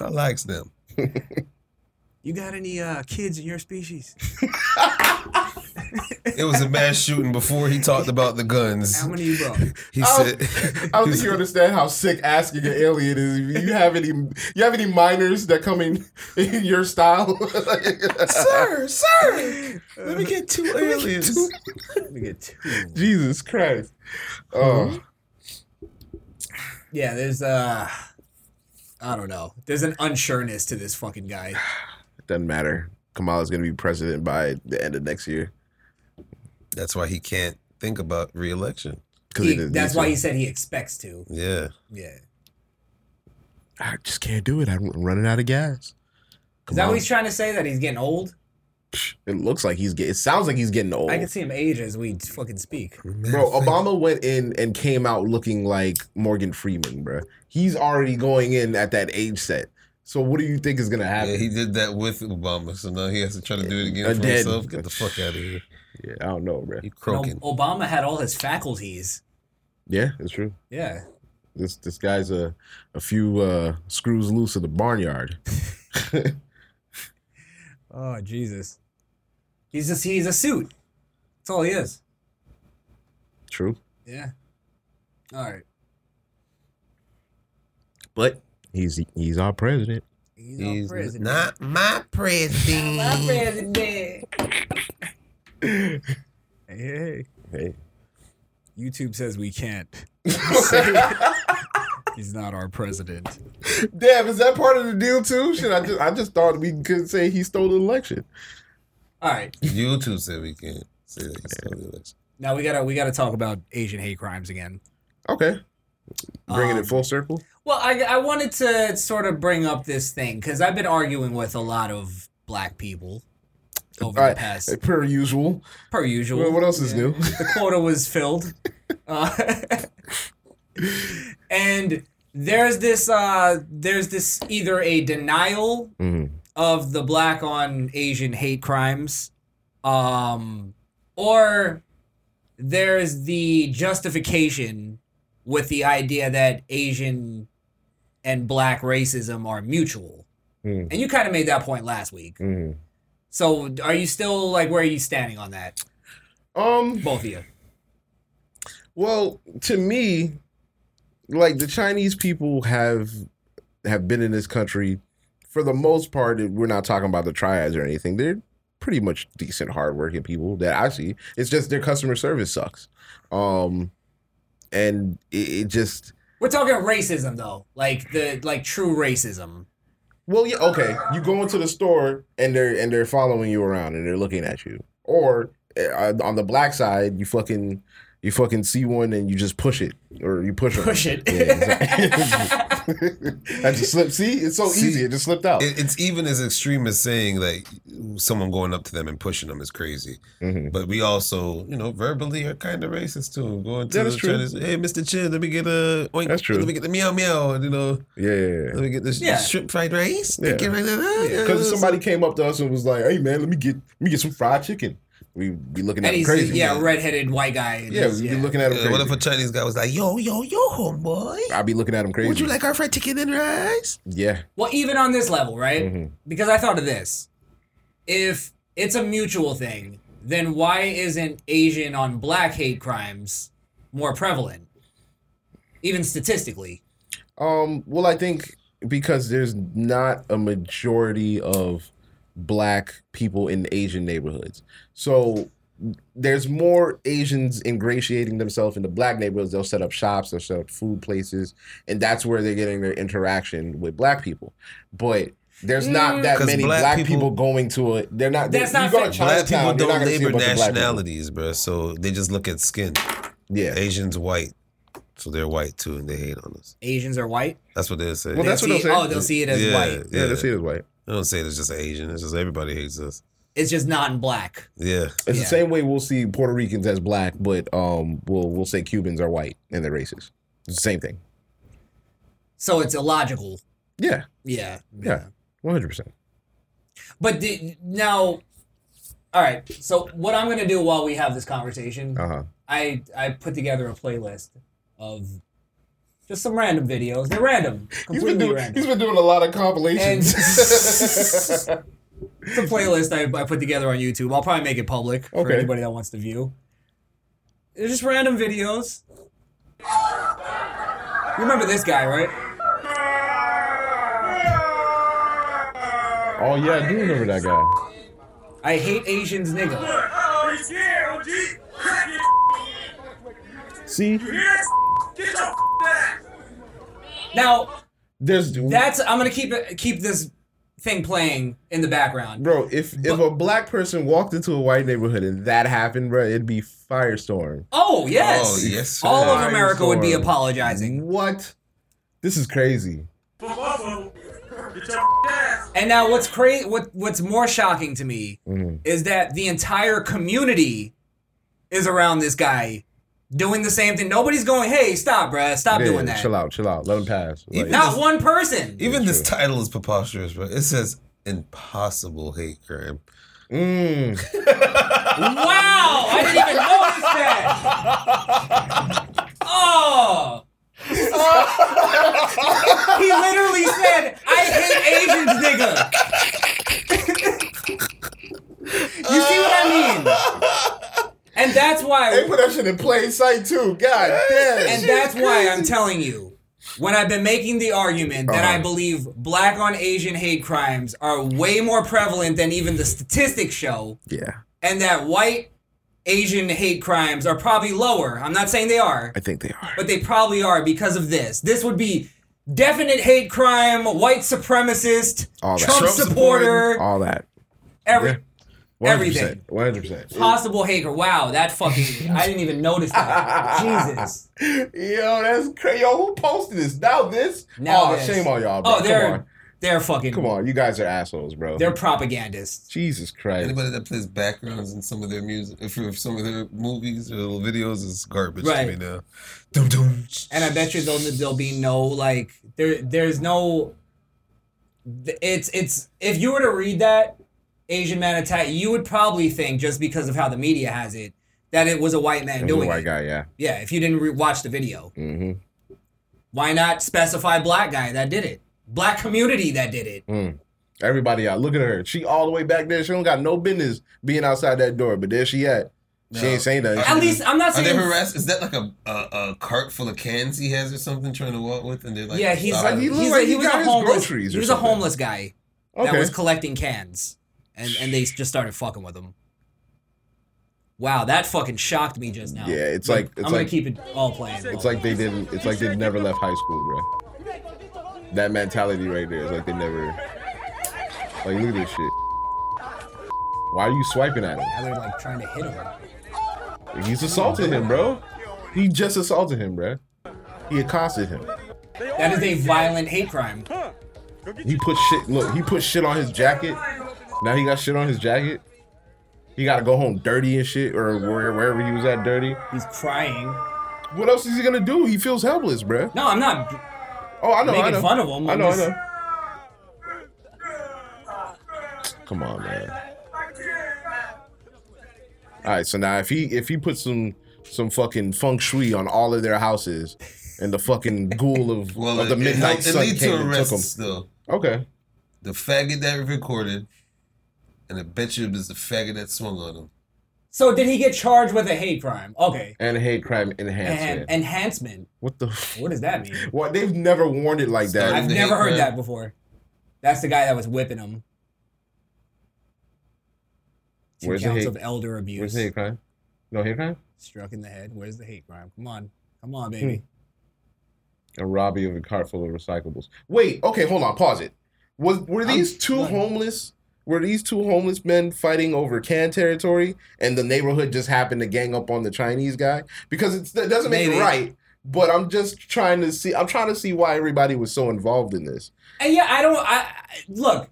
[SPEAKER 5] I likes them.
[SPEAKER 4] you got any uh, kids in your species?
[SPEAKER 5] It was a mass shooting before he talked about the guns.
[SPEAKER 4] How many you brought?
[SPEAKER 5] He
[SPEAKER 3] I don't-
[SPEAKER 5] said,
[SPEAKER 3] I don't think you understand how sick asking an alien is. If You have any you have any minors that come in, in your style?
[SPEAKER 5] "Sir, sir, let me get two aliens."
[SPEAKER 4] Let me get two.
[SPEAKER 3] Jesus Christ. Oh,
[SPEAKER 4] Hmm? Yeah, there's uh, I don't know. There's an unsureness to this fucking guy.
[SPEAKER 3] it doesn't matter. Kamala's gonna be president by the end of next year.
[SPEAKER 5] That's why he can't think about reelection.
[SPEAKER 3] Cause
[SPEAKER 4] He-
[SPEAKER 3] it is-
[SPEAKER 4] that's why he said he expects to.
[SPEAKER 5] Yeah,
[SPEAKER 4] Yeah.
[SPEAKER 3] I just can't do it. I'm running out of gas.
[SPEAKER 4] Is that what he's trying to say? That he's getting old?
[SPEAKER 3] It looks like he's getting. It sounds like he's getting old.
[SPEAKER 4] I can see him age as we fucking speak.
[SPEAKER 3] Bro, Obama went in and came out looking like Morgan Freeman, bro. He's already going in at that age set. So what do you think is gonna happen?
[SPEAKER 5] yeah, he did that with Obama, so now he has to try to do it again
[SPEAKER 3] A
[SPEAKER 5] for
[SPEAKER 3] dead-
[SPEAKER 5] himself. Get the fuck out of here!
[SPEAKER 3] Yeah, I don't know, bro.
[SPEAKER 5] You
[SPEAKER 4] You know,
[SPEAKER 5] croaking?
[SPEAKER 4] Obama had all his faculties.
[SPEAKER 3] Yeah, it's true.
[SPEAKER 4] Yeah.
[SPEAKER 3] This this guy's a a few uh, screws loose of the barnyard.
[SPEAKER 4] Oh Jesus. He's just he's a suit. That's all he is.
[SPEAKER 3] True,
[SPEAKER 4] Yeah. All right.
[SPEAKER 3] but he's he's our president.
[SPEAKER 4] He's, our
[SPEAKER 5] He's
[SPEAKER 4] president.
[SPEAKER 5] not my president.
[SPEAKER 4] Our president.
[SPEAKER 3] hey,
[SPEAKER 4] Hey.
[SPEAKER 3] hey.
[SPEAKER 4] YouTube says we can't. he's not our president.
[SPEAKER 3] Damn, is that part of the deal too? Should I just I just thought we could say he stole the election.
[SPEAKER 4] All right.
[SPEAKER 5] You too said we can't say that. He's still the election.
[SPEAKER 4] Now we gotta we gotta talk about Asian hate crimes again.
[SPEAKER 3] Okay, bringing
[SPEAKER 4] Um,
[SPEAKER 3] it full circle.
[SPEAKER 4] Well, I, I wanted to sort of bring up this thing because I've been arguing with a lot of black people over
[SPEAKER 3] All
[SPEAKER 4] the
[SPEAKER 3] right,
[SPEAKER 4] past,
[SPEAKER 3] per usual.
[SPEAKER 4] per usual.
[SPEAKER 3] Well, what else is new?
[SPEAKER 4] the quota was filled. Uh, and there's this uh, there's this either a denial
[SPEAKER 3] Mhm.
[SPEAKER 4] of the black on Asian hate crimes, um, or there's the justification with the idea that Asian and black racism are mutual.
[SPEAKER 3] Mhm.
[SPEAKER 4] And you kind of made that point last week.
[SPEAKER 3] Mhm.
[SPEAKER 4] So are you still like where are you standing on that?
[SPEAKER 3] Um.
[SPEAKER 4] Both of you.
[SPEAKER 3] Well, to me, like the Chinese people have have been in this country for the most part. We're not talking about the triads or anything. They're pretty much decent, hardworking people that I see. It's just their customer service sucks, um, and it, it just
[SPEAKER 4] We're talking racism though, like the like true racism.
[SPEAKER 3] Well, yeah, okay. You go into the store and they're and they're following you around and they're looking at you. Or uh, on the black side, you fucking you fucking see one and you just push it or you push 'em.
[SPEAKER 4] Push it.
[SPEAKER 3] Yeah, exactly. I just slipped. See, it's so
[SPEAKER 5] See,
[SPEAKER 3] easy. It just slipped out.
[SPEAKER 5] It, it's even as extreme as saying like someone going up to them and pushing them is crazy.
[SPEAKER 3] Mhm.
[SPEAKER 5] But we also, you know, verbally are kind of racist too. Going to
[SPEAKER 3] That
[SPEAKER 5] the
[SPEAKER 3] is true.
[SPEAKER 5] Chinese, hey, Mister Chin, let me get a oink,
[SPEAKER 3] That's true.
[SPEAKER 5] Let me get the meow meow, and you know,
[SPEAKER 3] Yeah, yeah,
[SPEAKER 5] let me get this
[SPEAKER 4] Yeah.
[SPEAKER 5] shrimp fried rice.
[SPEAKER 3] Yeah.
[SPEAKER 5] Get right there.
[SPEAKER 3] Because somebody came up to us and was like, "Hey, man, let me get let me get some fried chicken." We be looking at
[SPEAKER 4] And
[SPEAKER 3] him
[SPEAKER 4] he's
[SPEAKER 3] crazy.
[SPEAKER 4] yeah, redheaded white guy. and
[SPEAKER 3] Yeah,
[SPEAKER 4] he's-
[SPEAKER 3] we be looking at him
[SPEAKER 5] Yeah,
[SPEAKER 3] crazy.
[SPEAKER 5] what if a Chinese guy was like, yo, yo, yo, homeboy?
[SPEAKER 3] I'd be looking at him crazy.
[SPEAKER 5] Would you like our fried chicken and rice?
[SPEAKER 3] Yeah.
[SPEAKER 4] Well, even on this level, right?
[SPEAKER 3] Mhm.
[SPEAKER 4] Because I thought of this. If it's a mutual thing, then why isn't Asian on black hate crimes more prevalent? Even statistically.
[SPEAKER 3] Um, well, I think because there's not a majority of black people in Asian neighborhoods. So there's more Asians ingratiating themselves into black neighborhoods. They'll set up shops, they'll set up food places, and that's where they're getting their interaction with black people. But there's not that
[SPEAKER 5] 'Cause
[SPEAKER 3] many
[SPEAKER 5] Mm. black
[SPEAKER 3] black, people,
[SPEAKER 5] people-
[SPEAKER 3] going to it. They're not.
[SPEAKER 4] That's
[SPEAKER 3] they,
[SPEAKER 4] not
[SPEAKER 3] you go
[SPEAKER 4] fair.
[SPEAKER 3] to
[SPEAKER 5] Black people
[SPEAKER 3] Chinatown, they're not
[SPEAKER 5] don't
[SPEAKER 3] going to see a
[SPEAKER 5] labor
[SPEAKER 3] bunch of black people.
[SPEAKER 5] nationalities, bro. So they just look at skin.
[SPEAKER 3] Yeah.
[SPEAKER 5] Asians white. So they're white too, and they hate on us.
[SPEAKER 4] Asians are white.
[SPEAKER 5] That's what they'll say.
[SPEAKER 4] Well, that's what They'll they'll see- say. oh, they'll see it as white.
[SPEAKER 3] Yeah, they'll see it as white.
[SPEAKER 5] They don't say it's just Asian. It's just everybody hates us.
[SPEAKER 4] It's just not in black.
[SPEAKER 5] Yeah.
[SPEAKER 3] It's the same way we'll see Puerto Ricans as black, but um, we'll we'll say Cubans are white and they're racist. It's the same thing.
[SPEAKER 4] So it's illogical.
[SPEAKER 3] Yeah.
[SPEAKER 4] Yeah.
[SPEAKER 3] Yeah. One hundred percent.
[SPEAKER 4] But the, now, all right. So what I'm going to do while we have this conversation,
[SPEAKER 3] Uh huh.
[SPEAKER 4] I I put together a playlist of just some random videos. They're random, completely random.
[SPEAKER 3] been doing a lot of
[SPEAKER 4] And
[SPEAKER 3] compilations.
[SPEAKER 4] it's a playlist I, I put together on YouTube. I'll probably make it public for
[SPEAKER 3] Okay.
[SPEAKER 4] anybody that wants to view. They're just random videos. You remember this guy, right?
[SPEAKER 3] Oh yeah, I do remember that guy.
[SPEAKER 4] I hate Asians, nigga.
[SPEAKER 3] See,
[SPEAKER 4] Now
[SPEAKER 3] there's
[SPEAKER 4] that's I'm gonna keep it keep this thing playing in the background.
[SPEAKER 3] bro. If if a black person walked into a white neighborhood and that happened, bro, it'd be firestorm.
[SPEAKER 4] Oh yes,
[SPEAKER 5] Oh, yes, sir.
[SPEAKER 4] all of America would be
[SPEAKER 3] Firestorm.
[SPEAKER 4] apologizing.
[SPEAKER 3] What? This is crazy.
[SPEAKER 4] And now what's crazy? What what's more shocking to me
[SPEAKER 3] Mhm.
[SPEAKER 4] is that the entire community is around this guy doing the same thing. Nobody's going, "Hey, stop, bruh, stop
[SPEAKER 3] Yeah,
[SPEAKER 4] doing that."
[SPEAKER 3] Chill out, chill out. Let him pass. Like,
[SPEAKER 4] Not one person.
[SPEAKER 5] Even this title is preposterous, bro. It says impossible hate crime.
[SPEAKER 3] Mm.
[SPEAKER 4] Wow, I didn't even notice that. Oh. he literally said, "I hate Asians, nigga." you see what I mean? And that's why
[SPEAKER 3] They put that shit in plain sight too. God damn.
[SPEAKER 4] and that's why I'm telling you, when I've been making the argument that I
[SPEAKER 3] Uh-huh.
[SPEAKER 4] believe black on Asian hate crimes are way more prevalent than even the statistics show,
[SPEAKER 3] Yeah,
[SPEAKER 4] and that white Asian hate crimes are probably lower. I'm not saying they are,
[SPEAKER 3] I think they are.
[SPEAKER 4] but they probably are because of this. This would be definite hate crime, white supremacist,
[SPEAKER 3] All that.
[SPEAKER 4] Trump,
[SPEAKER 3] Trump
[SPEAKER 4] supporter,
[SPEAKER 3] All that.
[SPEAKER 4] every
[SPEAKER 3] Everything.
[SPEAKER 4] Everything.
[SPEAKER 3] One hundred percent.
[SPEAKER 4] possible hate crime. Wow, that fucking I didn't even notice that. Jesus.
[SPEAKER 3] Yo, that's crazy. Yo, who posted this? Now this?
[SPEAKER 4] Now
[SPEAKER 3] oh,
[SPEAKER 4] this.
[SPEAKER 3] shame on y'all, bro.
[SPEAKER 4] Oh, they're
[SPEAKER 3] Come on.
[SPEAKER 4] they're fucking
[SPEAKER 3] Come on, you guys are assholes, bro.
[SPEAKER 4] they're propagandists.
[SPEAKER 3] Jesus Christ.
[SPEAKER 5] Anybody that plays backgrounds in some of their music, if you're some of their movies or little videos, is garbage
[SPEAKER 4] Right.
[SPEAKER 5] to me now. Dum dum.
[SPEAKER 4] And I bet you there'll there'll be no like there there's no th- it's it's if you were to read that Asian man attack, you would probably think just because of how the media has it that it was a white man
[SPEAKER 3] It was a
[SPEAKER 4] doing
[SPEAKER 3] white
[SPEAKER 4] it.
[SPEAKER 3] guy, yeah.
[SPEAKER 4] Yeah, if you didn't re- watch the video,
[SPEAKER 3] Mm-hmm.
[SPEAKER 4] why not specify black guy that did it? Black community that did it.
[SPEAKER 3] Mm. Everybody out. Look at her. She all the way back there. She don't got no business being outside that door, but there she at. She ain't saying nothing.
[SPEAKER 4] At least I'm not
[SPEAKER 5] Are they
[SPEAKER 4] saying-
[SPEAKER 5] harassed? Is that like a, a a cart full of cans he has or something trying to walk with? And they're like,
[SPEAKER 4] yeah, he's
[SPEAKER 5] stop
[SPEAKER 4] like,
[SPEAKER 5] him?
[SPEAKER 4] he's a- he, was a homeless. He was a homeless guy that
[SPEAKER 5] Okay.
[SPEAKER 4] was collecting cans, and and they just started fucking with him. Wow, that fucking shocked me just now.
[SPEAKER 3] Yeah, it's like it's
[SPEAKER 4] I'm gonna
[SPEAKER 3] like
[SPEAKER 4] keep it all playing.
[SPEAKER 3] It's like they didn't. It's like they never left high school, bro. That mentality right there is like they never. Like look at this shit. Why are you swiping at him?
[SPEAKER 4] Now they're like trying to hit him.
[SPEAKER 3] He's assaulting him, bro. He just assaulted him, bro. He accosted him.
[SPEAKER 4] That is a violent hate crime.
[SPEAKER 3] He put shit. Look, he put shit on his jacket. Now he got shit on his jacket. He gotta go home dirty and shit, or where- wherever he was at dirty.
[SPEAKER 4] He's crying.
[SPEAKER 3] What else is he gonna do? He feels helpless, bro.
[SPEAKER 4] No, I'm not.
[SPEAKER 3] Oh, I know. I
[SPEAKER 4] Making
[SPEAKER 3] know.
[SPEAKER 4] fun of him.
[SPEAKER 3] I
[SPEAKER 4] I'm
[SPEAKER 3] know.
[SPEAKER 4] just-
[SPEAKER 3] I know. Come on, man. All right, so now if he if he puts some some fucking feng shui on all of their houses, and the fucking ghoul of,
[SPEAKER 5] Well,
[SPEAKER 3] of the
[SPEAKER 5] it- it
[SPEAKER 3] midnight
[SPEAKER 5] helped- it
[SPEAKER 3] sun
[SPEAKER 5] lead to
[SPEAKER 3] came and took
[SPEAKER 5] arrests,
[SPEAKER 3] him.
[SPEAKER 5] though.
[SPEAKER 3] Okay.
[SPEAKER 5] The faggot that recorded, and I bet you it was the faggot that swung on him.
[SPEAKER 4] So did he get charged with a hate crime? Okay.
[SPEAKER 3] And hate crime
[SPEAKER 4] Enhan-
[SPEAKER 3] enhancement.
[SPEAKER 4] enhancement.
[SPEAKER 3] What the?
[SPEAKER 4] What does that mean?
[SPEAKER 3] What they've never warned it like that.
[SPEAKER 4] I've never heard that before. That's the guy that was whipping him. Two
[SPEAKER 3] Where's the
[SPEAKER 4] counts
[SPEAKER 3] hate-
[SPEAKER 4] of elder abuse.
[SPEAKER 3] Where's the hate crime? No hate crime.
[SPEAKER 4] Struck in the head. Where's the hate crime? Come on. Come on, baby.
[SPEAKER 3] And rob you of a cart full of recyclables. Wait. Okay. Hold on. Pause it. Was were these two homeless? Were these two homeless men fighting over can territory, and the neighborhood just happened to gang up on the Chinese guy? Because it's, it doesn't make it
[SPEAKER 4] Maybe.
[SPEAKER 3] right. But I'm just trying to see. I'm trying to see why everybody was so involved in this.
[SPEAKER 4] And Uh, yeah, I don't. I I- look.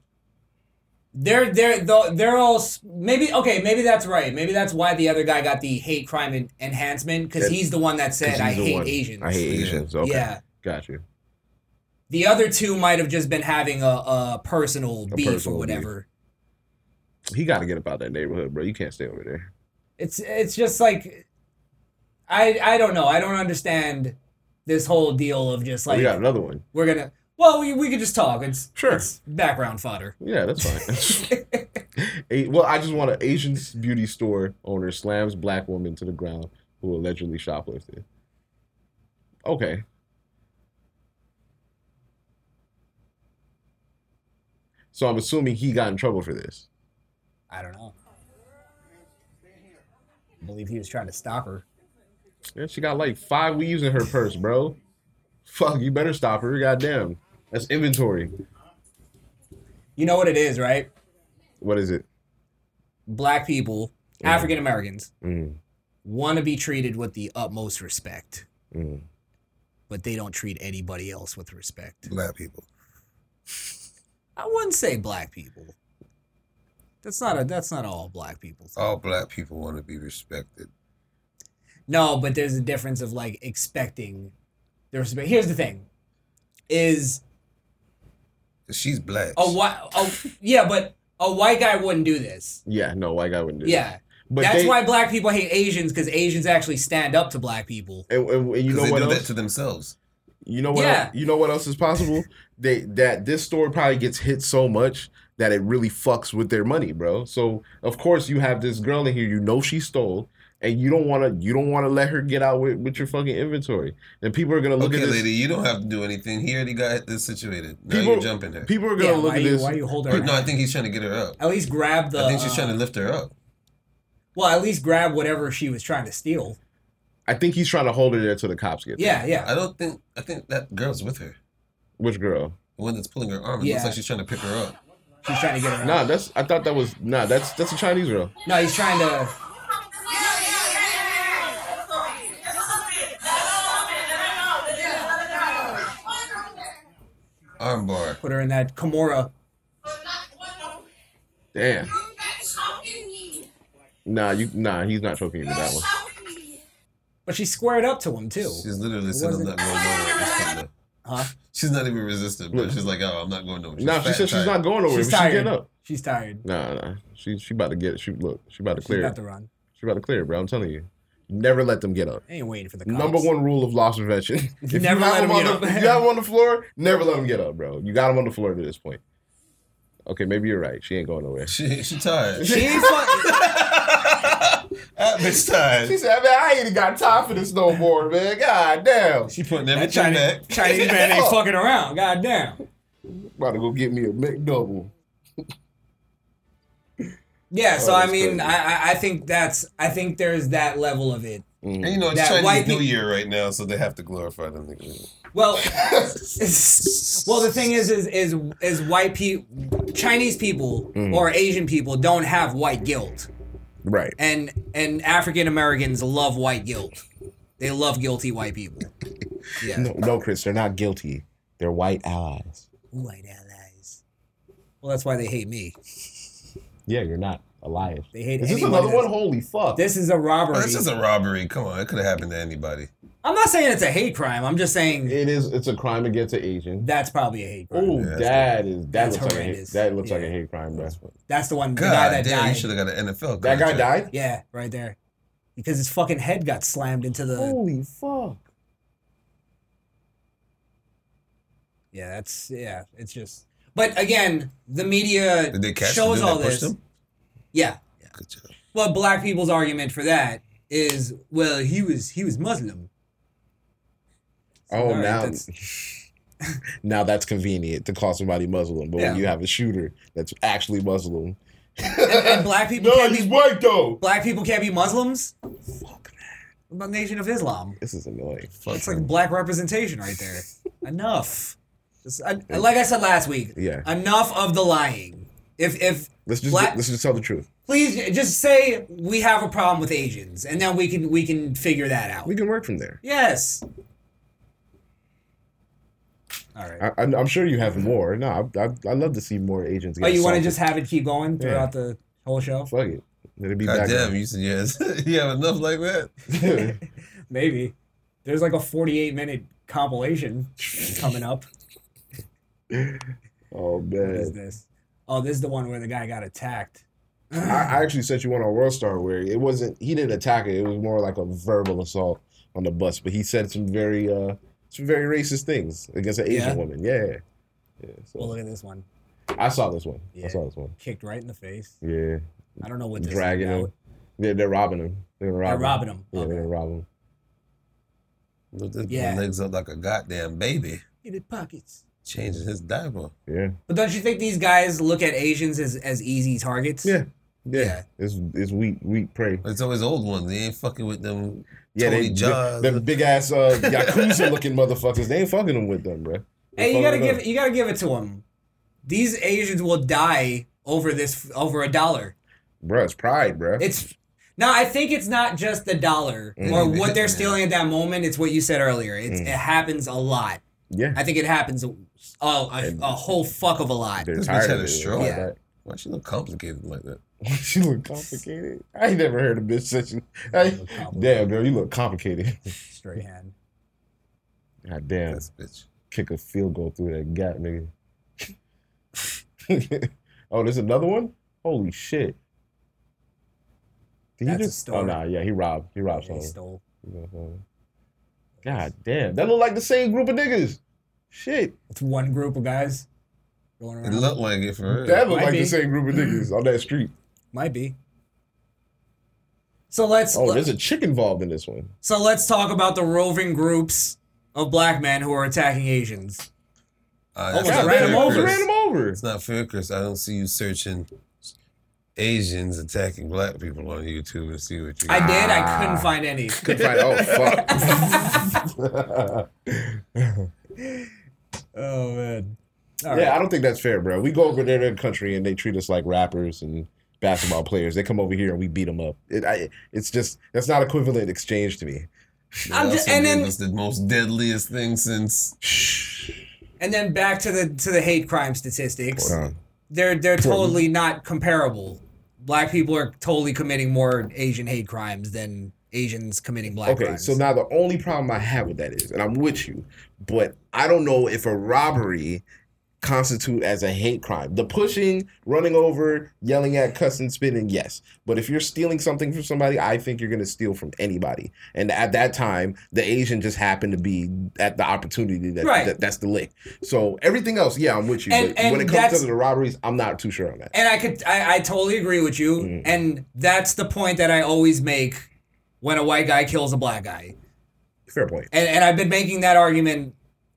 [SPEAKER 4] They're they're though they're all s- maybe okay. Maybe that's right. Maybe that's why the other guy got the hate crime en- enhancement because
[SPEAKER 3] Yeah.
[SPEAKER 4] he's the one that
[SPEAKER 3] 'Cause
[SPEAKER 4] said
[SPEAKER 3] he's
[SPEAKER 4] I
[SPEAKER 3] the
[SPEAKER 4] hate
[SPEAKER 3] one.
[SPEAKER 4] Asians.
[SPEAKER 3] I hate Asians. Okay.
[SPEAKER 4] Yeah.
[SPEAKER 3] Got you.
[SPEAKER 4] The other two might have just been having a, a personal
[SPEAKER 3] A
[SPEAKER 4] beef
[SPEAKER 3] personal
[SPEAKER 4] or
[SPEAKER 3] beef.
[SPEAKER 4] whatever.
[SPEAKER 3] He got to get about that neighborhood, bro. You can't stay over there.
[SPEAKER 4] It's it's just like I I don't know. I don't understand this whole deal of just
[SPEAKER 3] Oh,
[SPEAKER 4] like
[SPEAKER 3] we got another one.
[SPEAKER 4] we're gonna. Well, we, we could just talk. It's
[SPEAKER 3] sure.
[SPEAKER 4] It's background fodder.
[SPEAKER 3] Yeah, that's fine. A- well, I just want an Asian beauty store owner slams black woman to the ground who allegedly shoplifted. Okay. So I'm assuming he got in trouble for this.
[SPEAKER 4] I don't know. I believe he was trying to stop her.
[SPEAKER 3] Yeah, she got like five weaves in her purse, bro. Fuck, you better stop her. Goddamn. That's inventory.
[SPEAKER 4] You know what it is, right?
[SPEAKER 3] What is it?
[SPEAKER 4] Black people, African Americans,
[SPEAKER 3] Mm,
[SPEAKER 4] want to be treated with the utmost respect,
[SPEAKER 3] mm.
[SPEAKER 4] but they don't treat anybody else with respect.
[SPEAKER 5] Black people.
[SPEAKER 4] I wouldn't say black people. That's not a. That's not all black people.
[SPEAKER 5] All black people want to be respected.
[SPEAKER 4] No, but there's a difference of like expecting the respect. Here's the thing: is
[SPEAKER 5] She's black.
[SPEAKER 4] a white, yeah, but a white guy wouldn't do this.
[SPEAKER 3] Yeah, no, white guy wouldn't do that.
[SPEAKER 4] Yeah,
[SPEAKER 3] But
[SPEAKER 4] that's
[SPEAKER 3] they-
[SPEAKER 4] why black people hate Asians because Asians actually stand up to black people.
[SPEAKER 3] And, and- and you
[SPEAKER 4] 'Cause
[SPEAKER 3] know
[SPEAKER 4] they
[SPEAKER 3] what
[SPEAKER 4] do that
[SPEAKER 3] else?
[SPEAKER 5] to themselves.
[SPEAKER 3] You know what?
[SPEAKER 4] Yeah.
[SPEAKER 3] el- You know what else is possible? they that this store probably gets hit so much that it really fucks with their money, bro. So of course you have this girl in here. You know she stole, and you don't want to. You don't want to let her get out with, with your fucking inventory. And people are gonna look
[SPEAKER 5] okay,
[SPEAKER 3] at this.
[SPEAKER 5] lady, you don't have to do anything. He already got this situated. Now
[SPEAKER 3] People-
[SPEAKER 5] you're jumping her.
[SPEAKER 3] people are gonna Yeah, look why at you- this-
[SPEAKER 4] why you hold her
[SPEAKER 5] But no,
[SPEAKER 4] out?
[SPEAKER 5] I think he's trying to get her up.
[SPEAKER 4] At least grab the.
[SPEAKER 5] I think she's
[SPEAKER 4] uh,
[SPEAKER 5] trying to lift her up.
[SPEAKER 4] Well, at least grab whatever she was trying to steal.
[SPEAKER 3] I think he's trying to hold her there till the cops get. there.
[SPEAKER 4] Yeah, yeah.
[SPEAKER 5] I don't think I think that girl's with her.
[SPEAKER 3] Which girl?
[SPEAKER 5] The one that's pulling her arm. It
[SPEAKER 4] Yeah.
[SPEAKER 5] looks like she's trying to pick her up.
[SPEAKER 4] She's trying to get her.
[SPEAKER 3] Nah, that's. I thought that was. Nah, that's that's a Chinese girl.
[SPEAKER 4] No, he's trying to.
[SPEAKER 3] Oh,
[SPEAKER 5] Armbar.
[SPEAKER 4] Put her in that Kimura.
[SPEAKER 3] Damn. Nah, you. Nah, he's not choking you with that one.
[SPEAKER 4] But she squared up to him too.
[SPEAKER 5] She's literally
[SPEAKER 4] It
[SPEAKER 5] said, "I'm
[SPEAKER 4] wasn't-
[SPEAKER 5] not going nowhere." Just come there.
[SPEAKER 4] Huh?
[SPEAKER 5] She's not even resisting. Bro. She's like, "Oh, I'm not going nowhere."
[SPEAKER 3] Nah, she
[SPEAKER 5] fat
[SPEAKER 3] said
[SPEAKER 5] and
[SPEAKER 3] she's
[SPEAKER 5] tired.
[SPEAKER 3] not going nowhere.
[SPEAKER 4] She's
[SPEAKER 3] but She's
[SPEAKER 4] tired.
[SPEAKER 3] getting up.
[SPEAKER 4] She's tired.
[SPEAKER 3] Nah, nah. She she about to get it. She look. She about to clear.
[SPEAKER 4] about
[SPEAKER 3] it.
[SPEAKER 4] to run.
[SPEAKER 3] She about to clear, it, bro. I'm telling you. Never let them get up.
[SPEAKER 4] Ain't waiting for the cops.
[SPEAKER 3] Number one rule of loss prevention. If
[SPEAKER 4] Never
[SPEAKER 3] have
[SPEAKER 4] let 'em
[SPEAKER 3] on
[SPEAKER 4] get
[SPEAKER 3] the,
[SPEAKER 4] up.
[SPEAKER 3] if you have them on the floor, never let them get up, bro. You got them on the floor to this point. Okay, maybe you're right. She ain't going nowhere.
[SPEAKER 5] She she tired.
[SPEAKER 4] She ain't fucking.
[SPEAKER 5] that bitch tired.
[SPEAKER 3] She said, "Man, I ain't even got time for this no more, man. God damn."
[SPEAKER 5] She putting
[SPEAKER 4] That
[SPEAKER 5] everything
[SPEAKER 4] Chinese,
[SPEAKER 5] back.
[SPEAKER 4] Chinese man ain't fucking around. Goddamn.
[SPEAKER 3] About to go get me a McDouble.
[SPEAKER 4] Yeah,
[SPEAKER 3] Oh,
[SPEAKER 4] so I
[SPEAKER 3] that's
[SPEAKER 4] mean,
[SPEAKER 3] crazy.
[SPEAKER 4] I, I I think that's I think there's that level of it.
[SPEAKER 3] Mm.
[SPEAKER 5] And you know it's
[SPEAKER 4] That white
[SPEAKER 5] Chinese New
[SPEAKER 4] peop-
[SPEAKER 5] Year right now, so they have to glorify them.
[SPEAKER 4] Well, well, the thing is, is is is white people, Chinese people
[SPEAKER 5] Mm.
[SPEAKER 4] or Asian people don't have white guilt,
[SPEAKER 3] Right.
[SPEAKER 4] and and African Americans love white guilt. They love guilty white people. Yeah.
[SPEAKER 3] No, no, Chris, they're not guilty. They're white allies.
[SPEAKER 4] White allies. Well, that's why they hate me.
[SPEAKER 3] Yeah, you're not. Elias.
[SPEAKER 4] They hate
[SPEAKER 3] Is this
[SPEAKER 4] anyone
[SPEAKER 3] another
[SPEAKER 4] that's-
[SPEAKER 3] one? Holy fuck!
[SPEAKER 4] This is a robbery.
[SPEAKER 5] This is a robbery. Come on, it could have happened to anybody.
[SPEAKER 4] I'm not saying it's a hate crime. I'm just saying
[SPEAKER 3] it is. It's a crime against an Asian.
[SPEAKER 4] That's probably a hate crime.
[SPEAKER 3] Oh,
[SPEAKER 5] Yeah,
[SPEAKER 3] that is that
[SPEAKER 4] that's
[SPEAKER 3] looks like a hate,
[SPEAKER 4] horrendous.
[SPEAKER 3] that looks like a hate crime, bro.
[SPEAKER 4] That's the one. The
[SPEAKER 5] God
[SPEAKER 4] guy that
[SPEAKER 5] damn, you
[SPEAKER 4] died.
[SPEAKER 5] should have got an NFL.
[SPEAKER 3] That guy
[SPEAKER 5] contract.
[SPEAKER 3] died.
[SPEAKER 4] Yeah, right there. Because his fucking head got slammed into the.
[SPEAKER 3] Holy fuck!
[SPEAKER 4] Yeah, that's yeah. It's just. But again, the media
[SPEAKER 5] Did they catch the
[SPEAKER 4] shows
[SPEAKER 5] dude
[SPEAKER 4] all
[SPEAKER 5] that pushed
[SPEAKER 4] this.
[SPEAKER 5] him?
[SPEAKER 4] Yeah. Well, black people's argument for that is, well, he was he was Muslim.
[SPEAKER 3] Oh,
[SPEAKER 4] All right,
[SPEAKER 3] now
[SPEAKER 4] that's-
[SPEAKER 3] now that's convenient to call somebody Muslim, but
[SPEAKER 4] Yeah.
[SPEAKER 3] when you have a shooter that's actually Muslim,
[SPEAKER 4] and, and black people
[SPEAKER 3] No,
[SPEAKER 4] can't
[SPEAKER 3] he's
[SPEAKER 4] be
[SPEAKER 3] white though.
[SPEAKER 4] Black people can't be Muslims. Fuck man. What about Nation of Islam?
[SPEAKER 3] this is annoying.
[SPEAKER 4] It's like black representation right there. Enough. Just- en- like I said last week.
[SPEAKER 3] Yeah.
[SPEAKER 4] Enough of the lying. If if
[SPEAKER 3] Let's just
[SPEAKER 4] black,
[SPEAKER 3] let's just tell the truth.
[SPEAKER 4] please just say we have a problem with Asians, and then we can we can figure that out.
[SPEAKER 3] We can work from there.
[SPEAKER 4] Yes. All right.
[SPEAKER 3] I, I'm, I'm sure you have more. No, I, I, I love to see more Asians.
[SPEAKER 4] Oh,
[SPEAKER 3] get
[SPEAKER 4] you want to
[SPEAKER 3] assaulted.
[SPEAKER 4] just have it keep going
[SPEAKER 3] Yeah.
[SPEAKER 4] throughout the whole show?
[SPEAKER 3] fuck it? It'll be
[SPEAKER 5] God
[SPEAKER 3] back.
[SPEAKER 5] damn, you said yes. you have enough like that.
[SPEAKER 4] Maybe. There's like a 48 minute compilation coming up.
[SPEAKER 3] Oh
[SPEAKER 4] What is
[SPEAKER 3] man.
[SPEAKER 4] this? Oh, this is the one where the guy got attacked.
[SPEAKER 3] I, I actually sent you one on World Star where it wasn't he didn't attack it. It was more like a verbal assault on the bus, but he said some very uh some very racist things against an Asian
[SPEAKER 4] Yeah?
[SPEAKER 3] woman. Yeah. Yeah. So
[SPEAKER 4] Well, Oh, look at this one.
[SPEAKER 3] I saw this one.
[SPEAKER 4] Yeah.
[SPEAKER 3] I saw this one.
[SPEAKER 4] Kicked right in the face.
[SPEAKER 3] Yeah.
[SPEAKER 4] I don't know what this
[SPEAKER 3] Dragging
[SPEAKER 4] is about.
[SPEAKER 3] him. They're, they're robbing him. They're gonna rob
[SPEAKER 4] They're robbing him.
[SPEAKER 3] Yeah, they're gonna rob him.
[SPEAKER 5] Look, this
[SPEAKER 4] Yeah.
[SPEAKER 5] yeah. legs up like a goddamn baby.
[SPEAKER 4] In his pockets.
[SPEAKER 5] Changing his diaper.
[SPEAKER 3] Yeah.
[SPEAKER 4] But don't you think these guys look at Asians as, as easy targets?
[SPEAKER 3] Yeah. Yeah. It's it's weak weak prey.
[SPEAKER 5] It's always old ones. They ain't fucking with them.
[SPEAKER 3] Yeah,
[SPEAKER 5] Tony
[SPEAKER 3] they,
[SPEAKER 5] Jaws.
[SPEAKER 3] them big ass uh, yakuza looking motherfuckers. They ain't fucking them with them, bro.
[SPEAKER 4] Hey, you gotta give you gotta give it to them. These Asians will die over this over a dollar.
[SPEAKER 3] Bro, it's pride, bro.
[SPEAKER 4] It's now I think it's not just the dollar or
[SPEAKER 3] Mhm.
[SPEAKER 4] what they're stealing at that moment. It's what you said earlier. It's,
[SPEAKER 3] Mm.
[SPEAKER 4] It happens a lot.
[SPEAKER 3] yeah.
[SPEAKER 4] I think it happens a, oh, a, a whole fuck of a lot.
[SPEAKER 3] They're
[SPEAKER 5] This
[SPEAKER 3] tired
[SPEAKER 5] bitch had
[SPEAKER 3] of
[SPEAKER 5] a
[SPEAKER 3] it.
[SPEAKER 5] stroke.
[SPEAKER 4] Yeah.
[SPEAKER 5] Why she look complicated like that?
[SPEAKER 3] she look complicated. I ain't never heard a bitch such. I, damn, girl, you look complicated.
[SPEAKER 4] Straight hand.
[SPEAKER 3] God damn,
[SPEAKER 5] This bitch.
[SPEAKER 3] kick a field goal through that gap, nigga. oh, there's another one. Holy shit! Did
[SPEAKER 4] That's a
[SPEAKER 3] he just? Oh
[SPEAKER 4] story.
[SPEAKER 3] nah, yeah, he robbed. He robbed
[SPEAKER 4] They
[SPEAKER 3] someone.
[SPEAKER 4] stole.
[SPEAKER 3] He robbed someone. God damn, that look like the same group of niggas. Shit,
[SPEAKER 4] It's one group of guys going
[SPEAKER 5] It
[SPEAKER 4] around.
[SPEAKER 5] looked like it for her.
[SPEAKER 3] that look
[SPEAKER 4] Might
[SPEAKER 3] like
[SPEAKER 4] be.
[SPEAKER 3] the same group of niggas on that street.
[SPEAKER 4] Might be. So let's
[SPEAKER 3] Oh, there's a chick involved in this one.
[SPEAKER 4] so let's talk about the roving groups of black men who are attacking Asians.
[SPEAKER 5] Uh,
[SPEAKER 4] Almost
[SPEAKER 5] that's not
[SPEAKER 4] Oh, ran
[SPEAKER 5] fair,
[SPEAKER 4] him over.
[SPEAKER 5] Chris.
[SPEAKER 3] Ran him over.
[SPEAKER 5] It's not fair, Chris. I don't see you searching Asians attacking black people on YouTube and see what you.
[SPEAKER 4] I did. I
[SPEAKER 3] Ah.
[SPEAKER 4] couldn't find any.
[SPEAKER 3] Couldn't find. Oh fuck.
[SPEAKER 4] Oh man. All
[SPEAKER 3] yeah,
[SPEAKER 4] right.
[SPEAKER 3] I don't think that's fair, bro. We go over there to the country and they treat us like rappers and basketball players. They come over here and we beat them up. It, I, it's just that's not equivalent exchange to me.
[SPEAKER 4] I'm just- and then-
[SPEAKER 5] it's the most deadliest thing since.
[SPEAKER 4] And then back to the to the hate crime statistics.
[SPEAKER 3] Hold on.
[SPEAKER 4] They're they're
[SPEAKER 3] Portland.
[SPEAKER 4] totally not comparable. Black people are totally committing more Asian hate crimes than Asians committing black
[SPEAKER 3] okay,
[SPEAKER 4] crimes.
[SPEAKER 3] so now the only problem I have with that is, and I'm with you, but I don't know if a robbery constitute as a hate crime. The pushing, running over, yelling at, cussing, spitting, yes. But if you're stealing something from somebody, I think you're gonna steal from anybody. And at that time, the Asian just happened to be at the opportunity that,
[SPEAKER 4] Right.
[SPEAKER 3] that that's the lick. So everything else, yeah, I'm with you.
[SPEAKER 4] And-
[SPEAKER 3] but
[SPEAKER 4] and
[SPEAKER 3] when it comes
[SPEAKER 4] that's-
[SPEAKER 3] to the robberies, I'm not too sure on that.
[SPEAKER 4] and I could I, I totally agree with you.
[SPEAKER 3] Mm.
[SPEAKER 4] And that's the point that I always make when a white guy kills a black guy.
[SPEAKER 3] Fair point.
[SPEAKER 4] And and I've been making that argument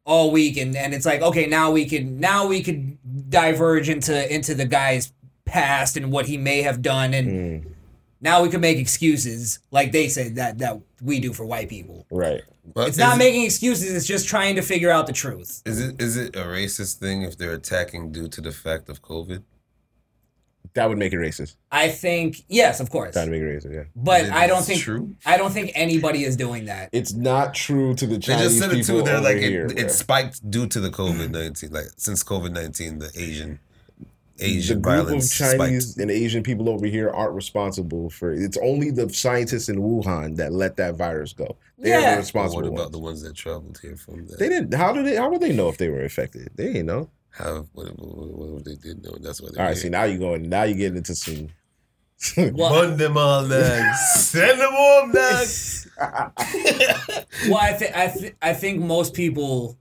[SPEAKER 4] all week and, and it's like, okay, now we can now we could diverge into into the guy's past and what he may have done and now we can make excuses like they say that that we do for white people.
[SPEAKER 3] Right.
[SPEAKER 5] But
[SPEAKER 4] It's not
[SPEAKER 5] is,
[SPEAKER 4] making excuses, it's just trying to figure out the truth.
[SPEAKER 5] is it is it a racist thing if they're attacking due to the fact of COVID?
[SPEAKER 3] That would make it racist.
[SPEAKER 4] I think yes, of course.
[SPEAKER 3] That would make it racist, yeah.
[SPEAKER 4] But
[SPEAKER 5] It
[SPEAKER 4] I don't
[SPEAKER 5] is
[SPEAKER 4] think
[SPEAKER 5] true.
[SPEAKER 4] I don't think anybody is doing that.
[SPEAKER 3] It's not true to the
[SPEAKER 5] They just
[SPEAKER 3] Chinese
[SPEAKER 5] said it
[SPEAKER 3] people
[SPEAKER 5] too. They're
[SPEAKER 3] over
[SPEAKER 5] like
[SPEAKER 3] here.
[SPEAKER 5] it,
[SPEAKER 3] bro.
[SPEAKER 5] it spiked due to the COVID nineteen. Like since COVID nineteen, the Asian
[SPEAKER 3] the
[SPEAKER 5] Asian
[SPEAKER 3] group
[SPEAKER 5] violence
[SPEAKER 3] of Chinese and Asian people over here aren't responsible for it. It's only the scientists in Wuhan that let that virus go. They're
[SPEAKER 5] Yeah.
[SPEAKER 3] the responsible.
[SPEAKER 5] What about
[SPEAKER 3] ones.
[SPEAKER 5] the ones that traveled here from that?
[SPEAKER 3] They didn't. How did they? How would they know if they were infected? They didn't know.
[SPEAKER 5] Have what, what, what, what they did know? That's what they
[SPEAKER 3] All right.
[SPEAKER 5] did.
[SPEAKER 3] See, now you're going. Now you're getting into some.
[SPEAKER 5] Burn them all down. Send them all down.
[SPEAKER 4] well, I think I, th- I think most people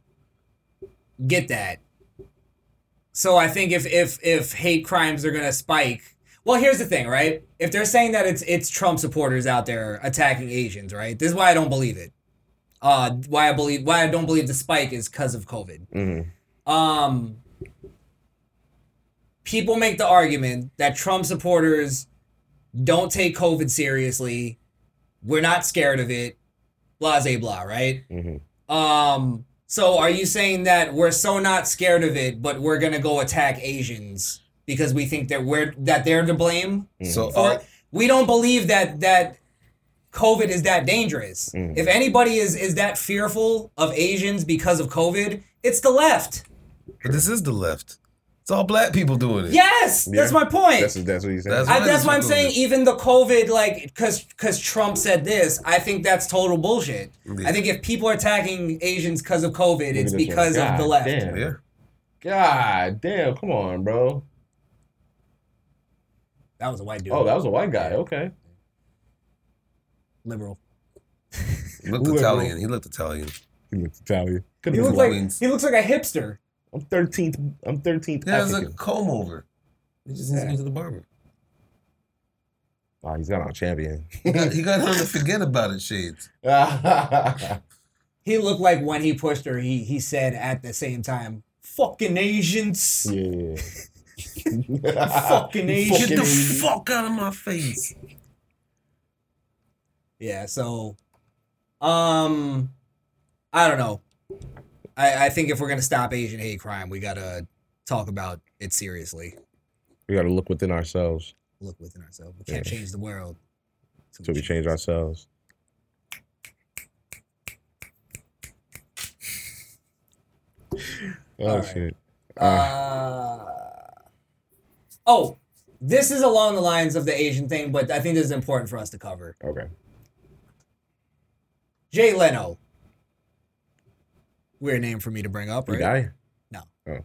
[SPEAKER 4] get that. So I think if if if hate crimes are gonna spike, well, here's the thing, right? If they're saying that it's it's Trump supporters out there attacking Asians, right? This is why I don't believe it. Uh, why I believe why I don't believe the spike is because of COVID.
[SPEAKER 3] Mhm.
[SPEAKER 4] Um, people make the argument that Trump supporters don't take COVID seriously. We're not scared of it. Blah, blah, blah, right?
[SPEAKER 6] Mm-hmm.
[SPEAKER 3] Mhm.
[SPEAKER 4] Um, so are you saying that we're so not scared of it, but we're gonna go attack Asians because we think that we're that they're to blame?
[SPEAKER 5] So,
[SPEAKER 4] For-
[SPEAKER 5] uh,
[SPEAKER 4] we don't believe that that COVID is that dangerous.
[SPEAKER 5] Mhm.
[SPEAKER 4] If anybody is is that fearful of Asians because of COVID, it's the left.
[SPEAKER 5] But this is the left. It's all black people doing it.
[SPEAKER 4] Yes, that's my point.
[SPEAKER 3] That's that's what he's saying.
[SPEAKER 5] That's
[SPEAKER 4] I,
[SPEAKER 5] why
[SPEAKER 4] that's
[SPEAKER 5] this
[SPEAKER 4] why I'm
[SPEAKER 5] is
[SPEAKER 4] saying even the COVID, like, because because Trump said this, I think that's total bullshit.
[SPEAKER 5] Yeah.
[SPEAKER 4] I think if people are attacking Asians because of COVID,
[SPEAKER 3] Look
[SPEAKER 4] it's
[SPEAKER 3] at this one.
[SPEAKER 4] because of the
[SPEAKER 3] God
[SPEAKER 4] left.
[SPEAKER 3] damn. God damn! Come on, bro.
[SPEAKER 4] That was a white dude.
[SPEAKER 3] Oh, that was a white guy. Okay.
[SPEAKER 4] liberal.
[SPEAKER 5] He looked
[SPEAKER 3] Whoever-
[SPEAKER 5] Italian. He looked Italian.
[SPEAKER 3] He looked Italian.
[SPEAKER 4] He looks like he looks like a hipster.
[SPEAKER 3] I'm thirteenth. I'm thirteenth.
[SPEAKER 5] Yeah, it was a comb over. He just needs to go to the barber.
[SPEAKER 3] Wow, he's got on champion.
[SPEAKER 5] He got, he got her to forget about it, shades.
[SPEAKER 4] He looked like when he pushed her, he he said at the same time, "Fucking Asians."
[SPEAKER 3] Yeah.
[SPEAKER 4] fucking Asians.
[SPEAKER 5] Get the fuck out of my face.
[SPEAKER 4] Yeah, so um I don't know. I, I think if we're gonna stop Asian hate crime, we gotta talk about it seriously.
[SPEAKER 3] We got to look within ourselves
[SPEAKER 4] Look within ourselves. We can't
[SPEAKER 3] Yeah.
[SPEAKER 4] change the world.
[SPEAKER 3] until we change ourselves. Oh
[SPEAKER 4] All right.
[SPEAKER 3] shit! Ah.
[SPEAKER 4] Uh, oh, this is along the lines of the Asian thing, but I think this is important for us to cover.
[SPEAKER 3] Okay.
[SPEAKER 4] Jay Leno. Weird name for me to bring up,
[SPEAKER 3] You
[SPEAKER 4] right?
[SPEAKER 3] die.
[SPEAKER 4] No.
[SPEAKER 3] Oh.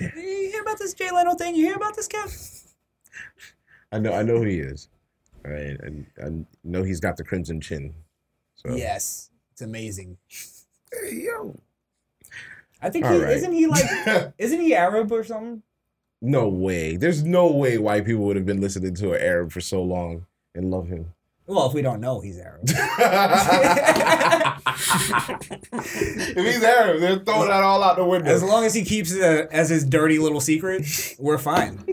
[SPEAKER 4] You hear about this Jay Leno thing? You hear about this, Kev?
[SPEAKER 3] I know. I know who he is. All right. And I know he's got the crimson chin. So.
[SPEAKER 4] Yes, it's amazing.
[SPEAKER 5] yo.
[SPEAKER 4] I think
[SPEAKER 3] All
[SPEAKER 4] he
[SPEAKER 3] right.
[SPEAKER 4] isn't he like isn't he Arab or something?
[SPEAKER 3] No way. There's no way white people would have been listening to an Arab for so long and love him.
[SPEAKER 4] Well, if we don't know he's Arab.
[SPEAKER 3] if he's Arab, they're throwing that all out the window.
[SPEAKER 4] As long as he keeps it uh, as his dirty little secret, we're fine.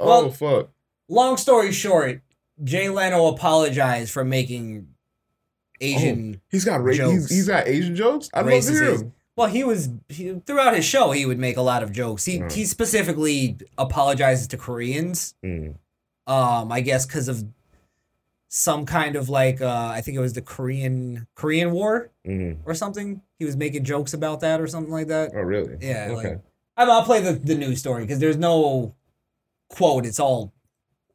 [SPEAKER 3] oh fuck.
[SPEAKER 4] Long story short, Jay Leno apologized for making Asian.
[SPEAKER 3] Oh, he's got ra- he's,
[SPEAKER 4] jokes.
[SPEAKER 3] he's got Asian jokes. I'd love to hear
[SPEAKER 4] racist-
[SPEAKER 3] him.
[SPEAKER 4] Well, he was he, throughout his show. He would make a lot of jokes. He
[SPEAKER 3] Mm.
[SPEAKER 4] he specifically apologizes to Koreans.
[SPEAKER 3] Mm.
[SPEAKER 4] Um, I guess because of some kind of like uh, I think it was the Korean Korean War
[SPEAKER 3] Mm.
[SPEAKER 4] or something. He was making jokes about that or something like that.
[SPEAKER 3] Oh really?
[SPEAKER 4] Yeah,
[SPEAKER 3] Okay.
[SPEAKER 4] like I- I'll play the the news story because there's no quote. It's all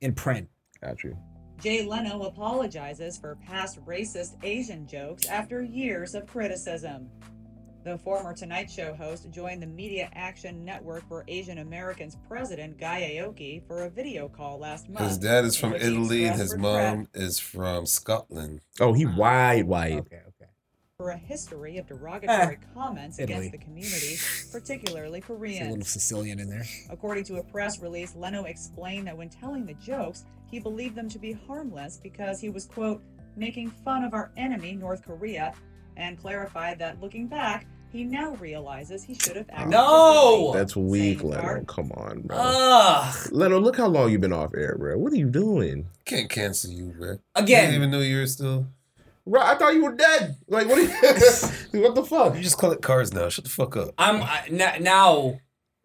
[SPEAKER 4] in print.
[SPEAKER 3] Got you.
[SPEAKER 18] Jay Leno apologizes for past racist Asian jokes after years of criticism. The former Tonight Show host joined the Media Action Network for Asian Americans president Guy Aoki for a video call last month.
[SPEAKER 5] His dad is
[SPEAKER 18] in
[SPEAKER 5] from
[SPEAKER 18] which he
[SPEAKER 5] Italy
[SPEAKER 18] expressed
[SPEAKER 5] and his
[SPEAKER 18] regret
[SPEAKER 5] mom is from Scotland.
[SPEAKER 3] Oh, he wide wide. Okay.
[SPEAKER 18] For a history of derogatory comments
[SPEAKER 4] Ah, Italy.
[SPEAKER 18] against the community, particularly
[SPEAKER 4] There's a
[SPEAKER 18] Koreans.
[SPEAKER 4] little Sicilian in there.
[SPEAKER 18] According to a press release, Leno explained that when telling the jokes, he believed them to be harmless because he was, quote, making fun of our enemy, North Korea, and clarified that looking back, he now realizes he should have acted. differently.
[SPEAKER 3] That's weak, Leno.
[SPEAKER 18] Mark.
[SPEAKER 3] Come on, bro.
[SPEAKER 4] Ugh.
[SPEAKER 3] Leno, look how long you've been off air, bro. What are you doing?
[SPEAKER 5] Can't cancel you, bro.
[SPEAKER 4] Again.
[SPEAKER 5] You didn't even know you were still.
[SPEAKER 3] Right, I thought you were dead. Like, what? Are you, what the fuck?
[SPEAKER 5] You just call it cars now. Shut the fuck up.
[SPEAKER 4] I'm I, na- now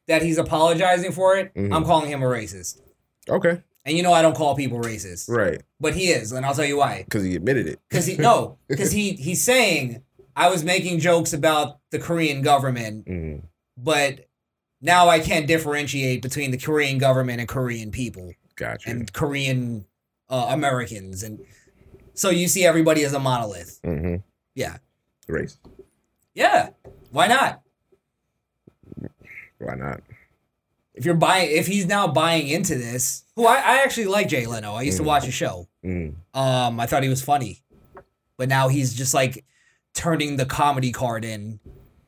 [SPEAKER 4] that he's apologizing for it.
[SPEAKER 5] Mhm.
[SPEAKER 4] I'm calling him a racist.
[SPEAKER 3] Mm-hmm. Okay.
[SPEAKER 4] And you know I don't call people racist,
[SPEAKER 3] Right.
[SPEAKER 4] but he is, and I'll tell you why.
[SPEAKER 3] Because he admitted it.
[SPEAKER 4] Because he no, because he he's saying I was making jokes about the Korean government,
[SPEAKER 3] Mm-hmm,
[SPEAKER 4] but now I can't differentiate between the Korean government and Korean people.
[SPEAKER 3] Gotcha.
[SPEAKER 4] And Korean uh, Americans, and so you see everybody as a monolith.
[SPEAKER 3] Mm-hmm.
[SPEAKER 4] Yeah,
[SPEAKER 3] Race.
[SPEAKER 4] yeah. Why not?
[SPEAKER 3] Why not?
[SPEAKER 4] If you're buying, if he's now buying into this, who I, I actually like Jay Leno. I used to watch his show.
[SPEAKER 3] Mm.
[SPEAKER 4] Um, I thought he was funny, but now he's just like turning the comedy card in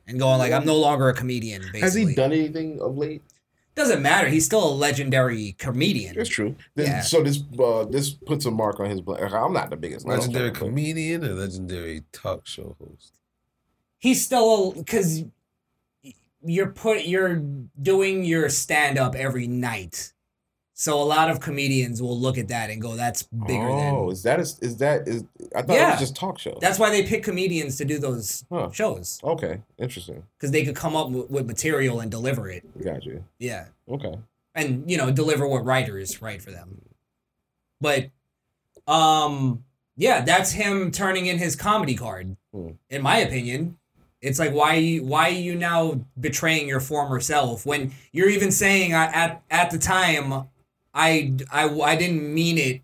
[SPEAKER 4] and going like, "I'm no longer a comedian." Basically.
[SPEAKER 3] Has he done anything of late?
[SPEAKER 4] Doesn't matter. He's still a legendary comedian.
[SPEAKER 3] That's true. This,
[SPEAKER 4] Yeah.
[SPEAKER 3] So this uh, this puts a mark on his. bla- I'm not the biggest Leno
[SPEAKER 5] Legendary
[SPEAKER 3] fan, but-
[SPEAKER 5] comedian or legendary talk show host?
[SPEAKER 4] He's still because you're put you're doing your stand up every night, so a lot of comedians will look at that and go, "That's bigger than."
[SPEAKER 3] Oh, is that is, is that is? I thought it
[SPEAKER 4] Yeah.
[SPEAKER 3] was just talk show.
[SPEAKER 4] That's why they pick comedians to do those
[SPEAKER 3] Huh.
[SPEAKER 4] shows
[SPEAKER 3] okay. Interesting.
[SPEAKER 4] because they could come up with, with material and deliver it.
[SPEAKER 3] Gotcha.
[SPEAKER 4] Yeah.
[SPEAKER 3] Okay.
[SPEAKER 4] and you know deliver what writers write for them but um yeah that's him turning in his comedy card
[SPEAKER 3] Hmm.
[SPEAKER 4] in my opinion it's like why you why are you now betraying your former self when you're even saying I, at at the time I, I i didn't mean it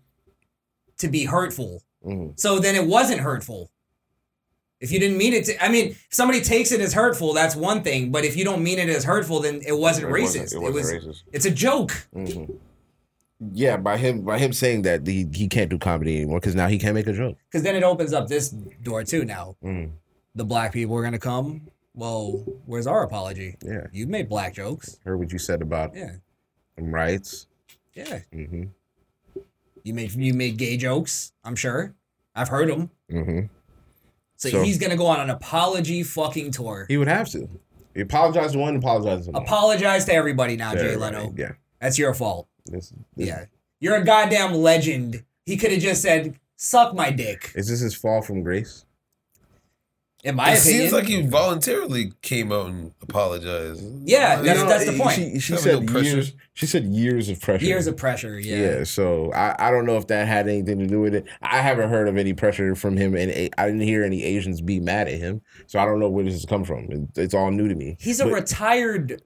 [SPEAKER 4] to be hurtful
[SPEAKER 3] Mm.
[SPEAKER 4] so then it wasn't hurtful if you didn't mean it to i mean if somebody takes it as hurtful that's one thing but if you don't mean it as hurtful then it wasn't
[SPEAKER 3] It
[SPEAKER 4] racist
[SPEAKER 3] wasn't- it wasn't
[SPEAKER 4] was
[SPEAKER 3] racist.
[SPEAKER 4] it's a joke
[SPEAKER 3] Mhm. Yeah, by him by him saying that he, he can't do comedy anymore because now he can't make a joke.
[SPEAKER 4] Because then it opens up this door too. Now
[SPEAKER 3] Mm.
[SPEAKER 4] the black people are gonna come. Well, where's our apology?
[SPEAKER 3] Yeah.
[SPEAKER 4] you made black jokes.
[SPEAKER 3] Heard what you said about
[SPEAKER 4] Yeah,
[SPEAKER 3] them rights.
[SPEAKER 4] yeah.
[SPEAKER 3] Mm-hmm.
[SPEAKER 4] You made you made gay jokes. I'm sure. I've heard them.
[SPEAKER 3] Mm-hmm.
[SPEAKER 4] So,
[SPEAKER 3] So-
[SPEAKER 4] he's gonna go on an apology fucking tour.
[SPEAKER 3] He would have to. He apologized to one, apologized to another.
[SPEAKER 4] Apologize to everybody now,
[SPEAKER 3] Yeah,
[SPEAKER 4] Jay
[SPEAKER 3] right,
[SPEAKER 4] Leno.
[SPEAKER 3] Yeah.
[SPEAKER 4] That's your fault.
[SPEAKER 3] This, this,
[SPEAKER 4] Yeah, you're a goddamn legend. He could have just said, "Suck my dick."
[SPEAKER 3] Is this his fall from grace?
[SPEAKER 4] In my
[SPEAKER 5] it
[SPEAKER 4] opinion,
[SPEAKER 5] seems like he voluntarily came out and apologized.
[SPEAKER 4] Yeah, that's-
[SPEAKER 5] You
[SPEAKER 4] that's the point.
[SPEAKER 3] She, she
[SPEAKER 5] That was
[SPEAKER 3] said
[SPEAKER 5] no pressure.
[SPEAKER 3] years. She said years of pressure.
[SPEAKER 4] years of pressure.
[SPEAKER 3] Yeah.
[SPEAKER 4] Yeah.
[SPEAKER 3] so I, I don't know if that had anything to do with it. I haven't heard of any pressure from him, and A- I didn't hear any Asians be mad at him. So I don't know where this has come from. It- it's all new to me.
[SPEAKER 4] He's a
[SPEAKER 3] But-
[SPEAKER 4] retired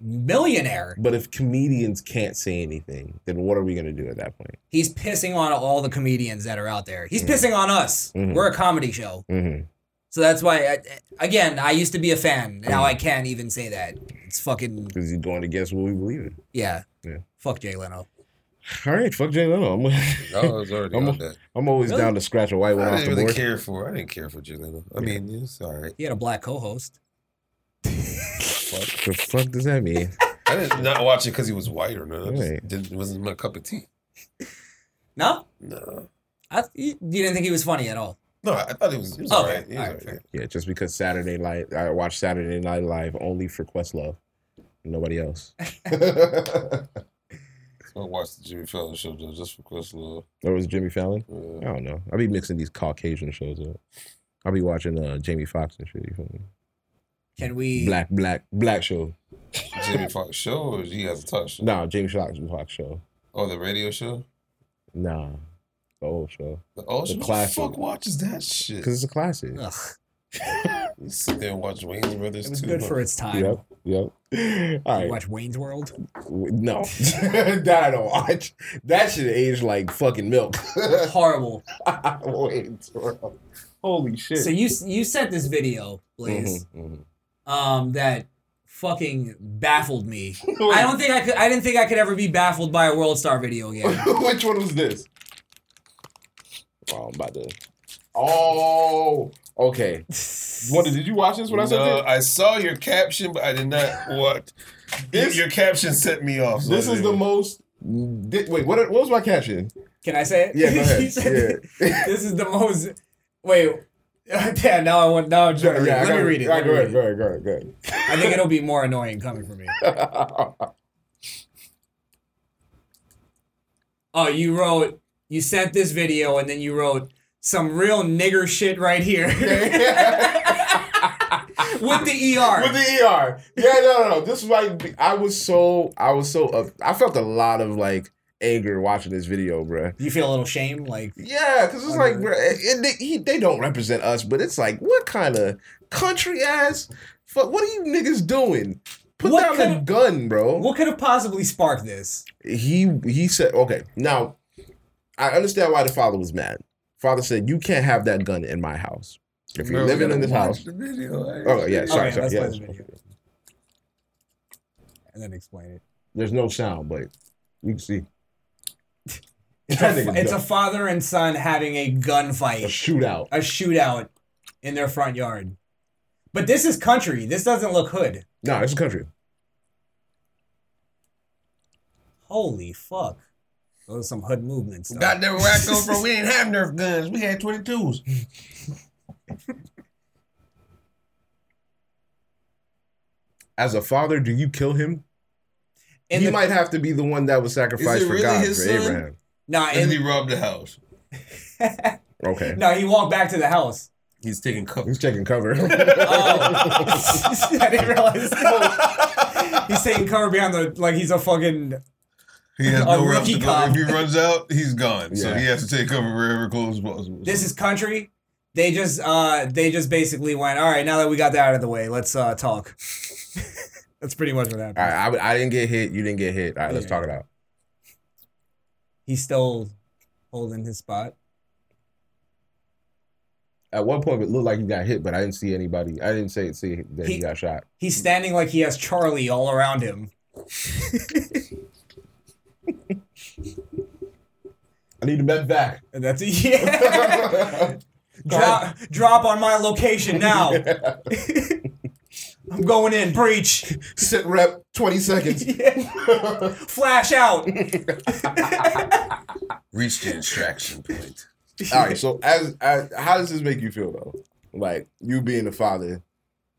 [SPEAKER 4] millionaire.
[SPEAKER 3] But if comedians can't say anything, then what are we going to do at that point?
[SPEAKER 4] He's pissing on all the comedians that are out there. He's
[SPEAKER 3] Mhm.
[SPEAKER 4] pissing on us.
[SPEAKER 3] Mhm.
[SPEAKER 4] We're a comedy show.
[SPEAKER 3] Mm-hmm.
[SPEAKER 4] So that's why, I, again, I used to be a fan.
[SPEAKER 3] Mm.
[SPEAKER 4] Now I can't even say that. It's fucking,
[SPEAKER 3] Because he's going against what we believe in.
[SPEAKER 4] yeah.
[SPEAKER 3] Yeah.
[SPEAKER 4] Fuck Jay Leno.
[SPEAKER 3] All right, fuck Jay Leno. I'm,
[SPEAKER 5] I was already
[SPEAKER 3] I'm,
[SPEAKER 5] on that.
[SPEAKER 3] I'm always
[SPEAKER 4] Really?
[SPEAKER 3] down to scratch a white one
[SPEAKER 5] I
[SPEAKER 3] off
[SPEAKER 5] didn't
[SPEAKER 3] the
[SPEAKER 5] really
[SPEAKER 3] board.
[SPEAKER 5] care for. I didn't care for Jelena. I mean, it's all right.
[SPEAKER 4] He had a black co host.
[SPEAKER 5] Fuck.
[SPEAKER 3] The fuck does that mean?
[SPEAKER 5] I didn't not watch it because he was white or not. I just
[SPEAKER 3] Right.
[SPEAKER 5] didn't- It wasn't my cup of tea.
[SPEAKER 4] No?
[SPEAKER 5] No,
[SPEAKER 4] I, you you didn't think he was funny at all?
[SPEAKER 5] no, I thought it was. It was
[SPEAKER 4] Okay,
[SPEAKER 5] all right. It was
[SPEAKER 4] all right,
[SPEAKER 5] all right.
[SPEAKER 4] fair.
[SPEAKER 3] yeah, just because Saturday night I watch Saturday Night Live only for Questlove, nobody else.
[SPEAKER 5] I watched the Jimmy Fallon show though, just for Questlove.
[SPEAKER 3] Or was Oh, it Jimmy Fallon? I
[SPEAKER 5] Yeah.
[SPEAKER 3] don't know. I'll be mixing these Caucasian shows up. I'll be watching uh, Jamie Foxx and shit. You feel me?
[SPEAKER 4] Can we?
[SPEAKER 3] Black, black, black show.
[SPEAKER 5] Jimmy Fox show or he has a talk show?
[SPEAKER 3] Nah, Jamie Foxx Foxx show.
[SPEAKER 5] Oh, the radio show?
[SPEAKER 3] Nah, the old show.
[SPEAKER 5] The old
[SPEAKER 3] The
[SPEAKER 5] show?
[SPEAKER 3] classic.
[SPEAKER 5] Who the fuck watches that shit?
[SPEAKER 3] Because it's a classic.
[SPEAKER 4] Ugh,
[SPEAKER 5] You sit there and watch Wayne's Brothers
[SPEAKER 4] it was
[SPEAKER 5] too.
[SPEAKER 4] good
[SPEAKER 5] much.
[SPEAKER 4] for its time.
[SPEAKER 3] Yep, yep. All
[SPEAKER 4] You
[SPEAKER 3] right.
[SPEAKER 4] watch Wayne's World?
[SPEAKER 3] W- No, that I don't watch. That should age like fucking milk.
[SPEAKER 4] Horrible.
[SPEAKER 3] Wait, bro. Holy shit.
[SPEAKER 4] So you you sent this video, Blaze.
[SPEAKER 3] Mhm,
[SPEAKER 4] um, that fucking baffled me. I don't think I could. I didn't think I could ever be baffled by a World Star video again.
[SPEAKER 3] mhm. Which one was this? Oh, I'm about to. Oh, okay. What did you watch this when I said
[SPEAKER 5] no,
[SPEAKER 3] this?
[SPEAKER 5] I saw your caption, but I did not watch.
[SPEAKER 3] This-
[SPEAKER 5] your caption set me off. so
[SPEAKER 3] This
[SPEAKER 5] I
[SPEAKER 3] is the
[SPEAKER 5] didn't-
[SPEAKER 3] most. Di- wait, what, what was my caption?
[SPEAKER 4] Can I say it?
[SPEAKER 3] Yeah, go ahead.
[SPEAKER 4] You said this is the most. Wait. Damn. Now I want. Now I'm trying to read.
[SPEAKER 3] Yeah, I
[SPEAKER 4] it. Let
[SPEAKER 3] gotta-
[SPEAKER 4] me read it.
[SPEAKER 3] yeah,
[SPEAKER 4] Let me
[SPEAKER 3] go
[SPEAKER 4] read
[SPEAKER 3] ahead,
[SPEAKER 4] it.
[SPEAKER 3] go ahead, go ahead, go ahead.
[SPEAKER 4] I think it'll be more annoying coming from me. Oh, you wrote. You sent this video, and then you wrote some real nigger shit right here with the ER.
[SPEAKER 3] With the E ER. Yeah, no, no, no. This is why I was so I was so up. I felt a lot of like anger watching this video, bruh.
[SPEAKER 4] You feel a little shame, like uh,
[SPEAKER 3] Yeah, because it's like, bruh, and they, he, they don't represent us, but it's like, what kind of country ass? Fuck, what are you niggas doing? Put
[SPEAKER 4] What
[SPEAKER 3] down the
[SPEAKER 4] could've-
[SPEAKER 3] gun, bro.
[SPEAKER 4] What could have possibly sparked this?
[SPEAKER 3] He he said, okay. Now, I understand why the father was mad. Father said, you can't have that gun in my house. If you're
[SPEAKER 8] No, we
[SPEAKER 3] living
[SPEAKER 8] gotta
[SPEAKER 3] in this
[SPEAKER 8] watch
[SPEAKER 3] house,
[SPEAKER 8] the video.
[SPEAKER 3] Oh yeah, sorry,
[SPEAKER 4] Okay,
[SPEAKER 3] sorry,
[SPEAKER 4] let's
[SPEAKER 3] yeah.
[SPEAKER 4] play the video. and then explain it.
[SPEAKER 3] There's no sound, but you can see.
[SPEAKER 4] It's,
[SPEAKER 3] That
[SPEAKER 4] a,
[SPEAKER 3] nigga's
[SPEAKER 4] it's a
[SPEAKER 3] dumb.
[SPEAKER 4] father and son having a gunfight, a
[SPEAKER 3] shootout,
[SPEAKER 4] a shootout in their front yard. But this is country. This doesn't look hood.
[SPEAKER 3] No, it's country.
[SPEAKER 4] Holy fuck! Those are some hood movements. though.
[SPEAKER 5] Goddamn wacko, bro. We didn't have Nerf guns. We had 22s.
[SPEAKER 3] As a father, do you kill him?
[SPEAKER 4] In
[SPEAKER 3] he
[SPEAKER 4] the-
[SPEAKER 3] might have to be the one that was sacrificed for God for Abraham.
[SPEAKER 4] No, and
[SPEAKER 5] he robbed the house.
[SPEAKER 3] Okay,
[SPEAKER 4] No, he walked back to the house. Um,
[SPEAKER 5] He's taking cover.
[SPEAKER 3] He's taking cover.
[SPEAKER 4] I didn't realize. he's taking cover behind the like he's a fucking.
[SPEAKER 5] He has
[SPEAKER 4] a
[SPEAKER 5] no room
[SPEAKER 4] rookie
[SPEAKER 5] to go.
[SPEAKER 4] cop.
[SPEAKER 5] If he runs out, he's gone. So
[SPEAKER 4] Yeah.
[SPEAKER 5] he has to take cover wherever close as possible.
[SPEAKER 4] This is country. They just uh they just basically went all right. Now that we got that out of the way, let's uh talk. That's pretty much what happened.
[SPEAKER 3] All right, I, would- I didn't get hit. You didn't get hit. All right, let's
[SPEAKER 4] Yeah.
[SPEAKER 3] talk it out.
[SPEAKER 4] He's still holding his spot.
[SPEAKER 3] At one point, it looked like he got hit, but I didn't see anybody. I didn't say see that he,
[SPEAKER 4] He-
[SPEAKER 3] got shot.
[SPEAKER 4] He's standing like he has Charlie all around him.
[SPEAKER 3] I need to med back.
[SPEAKER 4] And that's it. Yeah. drop, drop on my location now. I'm going in. Preach.
[SPEAKER 3] Sit rep. Twenty seconds.
[SPEAKER 4] Flash out.
[SPEAKER 5] Reach the extraction point.
[SPEAKER 3] All right. So as, as how does this make you feel though? Like you being a father.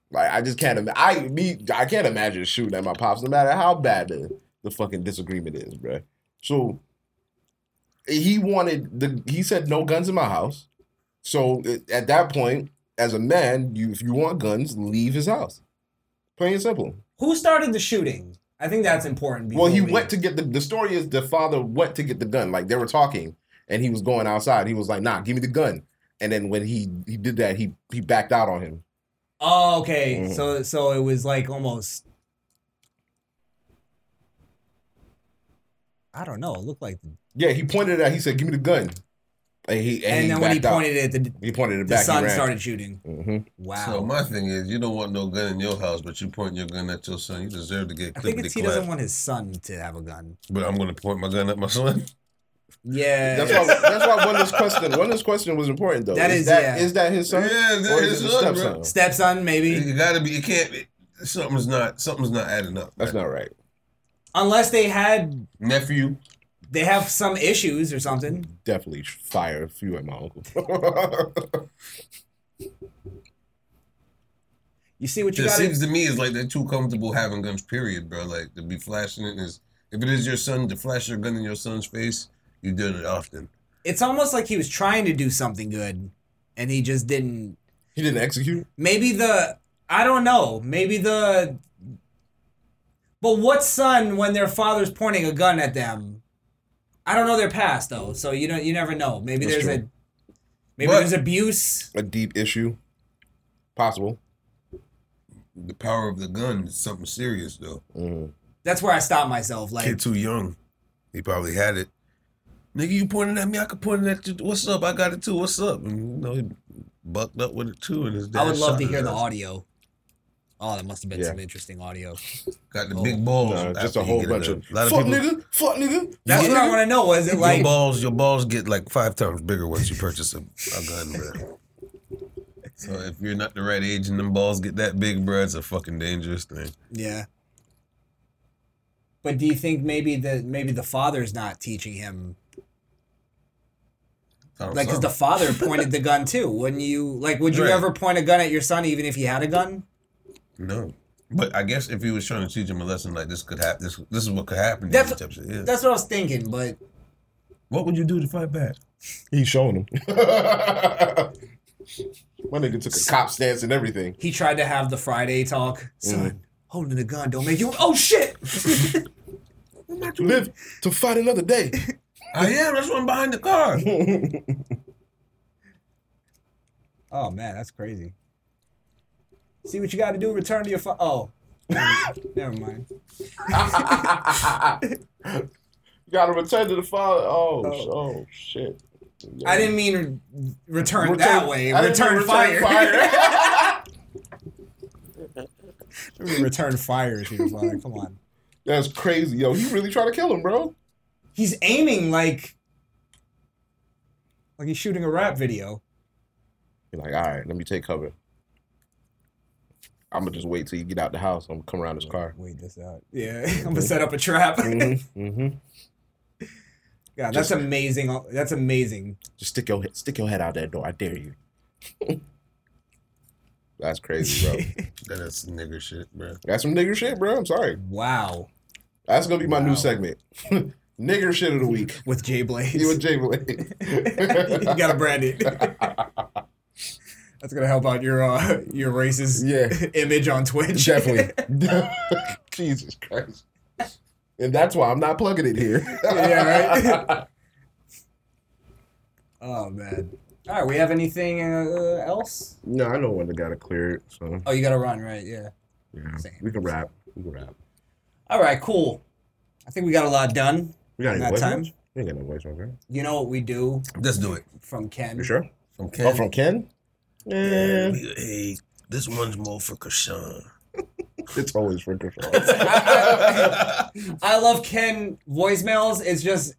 [SPEAKER 3] Like I just can't. Im- I me. I can't imagine shooting at my pops, no matter how bad the, the fucking disagreement is, bruh. So he wanted the. He said no guns in my house. So it- at that point, as a man, you if you want guns, leave his house. Plain and simple.
[SPEAKER 4] Who started the shooting? I think that's important.
[SPEAKER 3] Well, he
[SPEAKER 4] before we-
[SPEAKER 3] went to get the. The story is the father went to get the gun. Like they were talking, and he was going outside. He was like, "Nah, give me the gun." And then when he he did that, he he backed out on him.
[SPEAKER 4] Oh, okay.
[SPEAKER 5] Mm.
[SPEAKER 3] Mhm.
[SPEAKER 4] So so it was like almost. I don't know. It looked like
[SPEAKER 3] Yeah, he pointed it out. He said, "Give me the gun." And he and,
[SPEAKER 4] And then when he
[SPEAKER 3] backed out.
[SPEAKER 4] pointed it, the-
[SPEAKER 3] he pointed it
[SPEAKER 4] the
[SPEAKER 3] back.
[SPEAKER 4] son started shooting.
[SPEAKER 3] Mm-hmm.
[SPEAKER 4] Wow.
[SPEAKER 5] So my thing is, you don't want no gun in your house, but you point your gun at your son. You deserve to get
[SPEAKER 4] I think
[SPEAKER 5] clipped
[SPEAKER 4] it's he doesn't want his son to have a gun.
[SPEAKER 5] But I'm gonna point my gun at my son.
[SPEAKER 4] Yeah.
[SPEAKER 3] That's why. That's why Wonder's question. Wonder's question was important though.
[SPEAKER 4] That
[SPEAKER 3] is
[SPEAKER 4] is,
[SPEAKER 3] that
[SPEAKER 4] yeah.
[SPEAKER 3] is that his son?
[SPEAKER 5] Yeah, that
[SPEAKER 3] or
[SPEAKER 5] his
[SPEAKER 3] is it his
[SPEAKER 5] son, bro.
[SPEAKER 3] stepson?
[SPEAKER 4] Stepson, maybe.
[SPEAKER 5] It gotta be. It can't. Be, something's not. Something's not adding up.
[SPEAKER 3] That's not right.
[SPEAKER 4] Unless they had
[SPEAKER 5] nephew.
[SPEAKER 4] They have some issues or something.
[SPEAKER 3] Definitely fire a few at my uncle.
[SPEAKER 4] You see what
[SPEAKER 5] It
[SPEAKER 4] you got.
[SPEAKER 5] seems to me is like they're too comfortable having guns. Period, bro. Like to be flashing it is. If it is your son to flash your gun in your son's face, you did it often.
[SPEAKER 4] It's almost like he was trying to do something good, and he just didn't.
[SPEAKER 3] He didn't execute.
[SPEAKER 4] Maybe the I don't know. Maybe the. But what son when their father's pointing a gun at them? I don't know their past though, so you don't. You never know. Maybe
[SPEAKER 3] That's
[SPEAKER 4] there's
[SPEAKER 3] true.
[SPEAKER 4] a. Maybe
[SPEAKER 3] But-
[SPEAKER 4] there's abuse.
[SPEAKER 3] A deep issue, possible.
[SPEAKER 5] The power of the gun is something serious though.
[SPEAKER 3] Mm-hmm.
[SPEAKER 4] That's where I stopped myself. Like
[SPEAKER 5] Kid too young. He probably had it. Nigga, you pointing at me? I could point it at you. What's up? I got it too. What's up? And you know, he bucked up with it too. And his dad
[SPEAKER 4] I would love
[SPEAKER 5] shot
[SPEAKER 4] to
[SPEAKER 5] his
[SPEAKER 4] hear the
[SPEAKER 5] ass.
[SPEAKER 4] audio. Oh, that must have been
[SPEAKER 5] Yeah.
[SPEAKER 4] some interesting audio.
[SPEAKER 5] Got
[SPEAKER 4] Oh,
[SPEAKER 5] the big balls.
[SPEAKER 3] Nah, just
[SPEAKER 5] after
[SPEAKER 3] a
[SPEAKER 5] you
[SPEAKER 3] whole
[SPEAKER 5] get it
[SPEAKER 3] bunch
[SPEAKER 5] done.
[SPEAKER 3] of,
[SPEAKER 5] A lot of
[SPEAKER 3] fuck
[SPEAKER 5] people-
[SPEAKER 3] nigga, fuck nigga.
[SPEAKER 4] That's
[SPEAKER 3] fuck
[SPEAKER 4] what I
[SPEAKER 3] nigga."
[SPEAKER 4] want to know. Was it like
[SPEAKER 5] your balls? Your balls get like five times bigger once you purchase a, a gun, bro. So if you're not the right age and them balls get that big, bro, it's a fucking dangerous thing.
[SPEAKER 4] Yeah. But do you think maybe that maybe the father's not teaching him?
[SPEAKER 5] Thought
[SPEAKER 4] Like, because
[SPEAKER 5] so.
[SPEAKER 4] the father pointed the gun too. Wouldn't you like? Would you
[SPEAKER 5] Right.
[SPEAKER 4] ever point a gun at your son, even if he had a gun?
[SPEAKER 5] No, but I guess if he was trying to teach him a lesson, like this could happen. This this is what could happen. to
[SPEAKER 4] That's
[SPEAKER 5] you type shit, yeah.
[SPEAKER 4] that's what I was thinking. But
[SPEAKER 5] what would you do to fight back?
[SPEAKER 3] He's showing him. My nigga took a cop stance and everything.
[SPEAKER 4] he tried to have the
[SPEAKER 5] Mm.
[SPEAKER 4] Friday talk. Son, holding a gun don't make you. Oh shit!
[SPEAKER 5] Oh my statue.
[SPEAKER 3] Live to fight another day.
[SPEAKER 5] I am. That's one behind the car.
[SPEAKER 4] Oh man, that's crazy. See what you got to do. Return to your phone. oh, never mind.
[SPEAKER 3] You gotta return to the father. Oh, sh- oh. shit.
[SPEAKER 4] I didn't mean re- return, that way.
[SPEAKER 3] I didn't
[SPEAKER 4] Return,
[SPEAKER 3] mean
[SPEAKER 4] fire.
[SPEAKER 3] fire.
[SPEAKER 4] return fire to your father. Come on.
[SPEAKER 3] That's crazy, yo. He really trying to kill him, bro.
[SPEAKER 4] He's aiming like like he's shooting a rap video.
[SPEAKER 3] You're like, all right, let me take cover. I'm gonna just wait till you get out the house. I'm gonna come around this car. Mm-hmm.
[SPEAKER 4] Wait this out. Yeah, I'm gonna set up a trap. God, that's
[SPEAKER 3] Just-
[SPEAKER 4] amazing. Oh, That's amazing.
[SPEAKER 3] Just stick your head, stick your head out that door. I dare you. That's crazy, bro.
[SPEAKER 5] that is nigga shit, bro.
[SPEAKER 3] That's some nigger shit, bro. I'm sorry.
[SPEAKER 4] Wow.
[SPEAKER 3] That's gonna be my new segment. nigger shit of the week.
[SPEAKER 4] With Jay Blaze.
[SPEAKER 3] You with Jay Blaze.
[SPEAKER 4] you gotta brand it. That's gonna help out your uh, your racist image on Twitch.
[SPEAKER 3] Definitely. Jesus Christ. And that's why I'm not plugging it here.
[SPEAKER 4] yeah, right. oh man. All right, we have anything uh, else?
[SPEAKER 3] no, I know when I gotta clear it. So
[SPEAKER 4] Oh, you gotta run, right? Yeah.
[SPEAKER 3] yeah. we can wrap. We can wrap.
[SPEAKER 4] All right, cool. I think we got a lot done.
[SPEAKER 3] We got
[SPEAKER 4] in
[SPEAKER 3] any
[SPEAKER 4] that
[SPEAKER 3] voice
[SPEAKER 4] time.
[SPEAKER 3] memos? We ain't got no voice memos, right?
[SPEAKER 4] You know what we do?
[SPEAKER 5] Let's do it.
[SPEAKER 4] From Ken.
[SPEAKER 3] You sure?
[SPEAKER 5] From
[SPEAKER 3] Oh, from Ken? Eh.
[SPEAKER 5] Yeah, we- hey, this one's more for Krishan.
[SPEAKER 3] It's always for Krishan.
[SPEAKER 4] I love Ken voicemails. It's just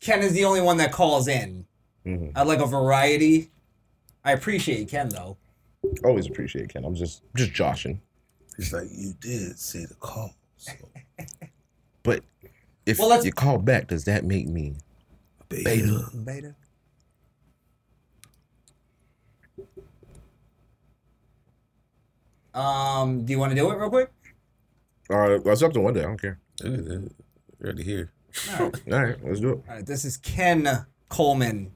[SPEAKER 4] Ken is the only one that calls in.
[SPEAKER 3] Mhm.
[SPEAKER 4] I like a variety. I appreciate Ken though.
[SPEAKER 3] Always appreciate Ken. I'm just just joshing.
[SPEAKER 5] He's like, you did see the call. So.
[SPEAKER 3] But if
[SPEAKER 4] Well, let's-
[SPEAKER 3] you call back, does that make me
[SPEAKER 5] beta?
[SPEAKER 4] Beta. Um, do you want to do it real quick?
[SPEAKER 3] Uh, that's up to one day. I don't care.
[SPEAKER 5] Already here.
[SPEAKER 4] All right.
[SPEAKER 3] All right, let's do it.
[SPEAKER 4] All right, this is Ken Coleman.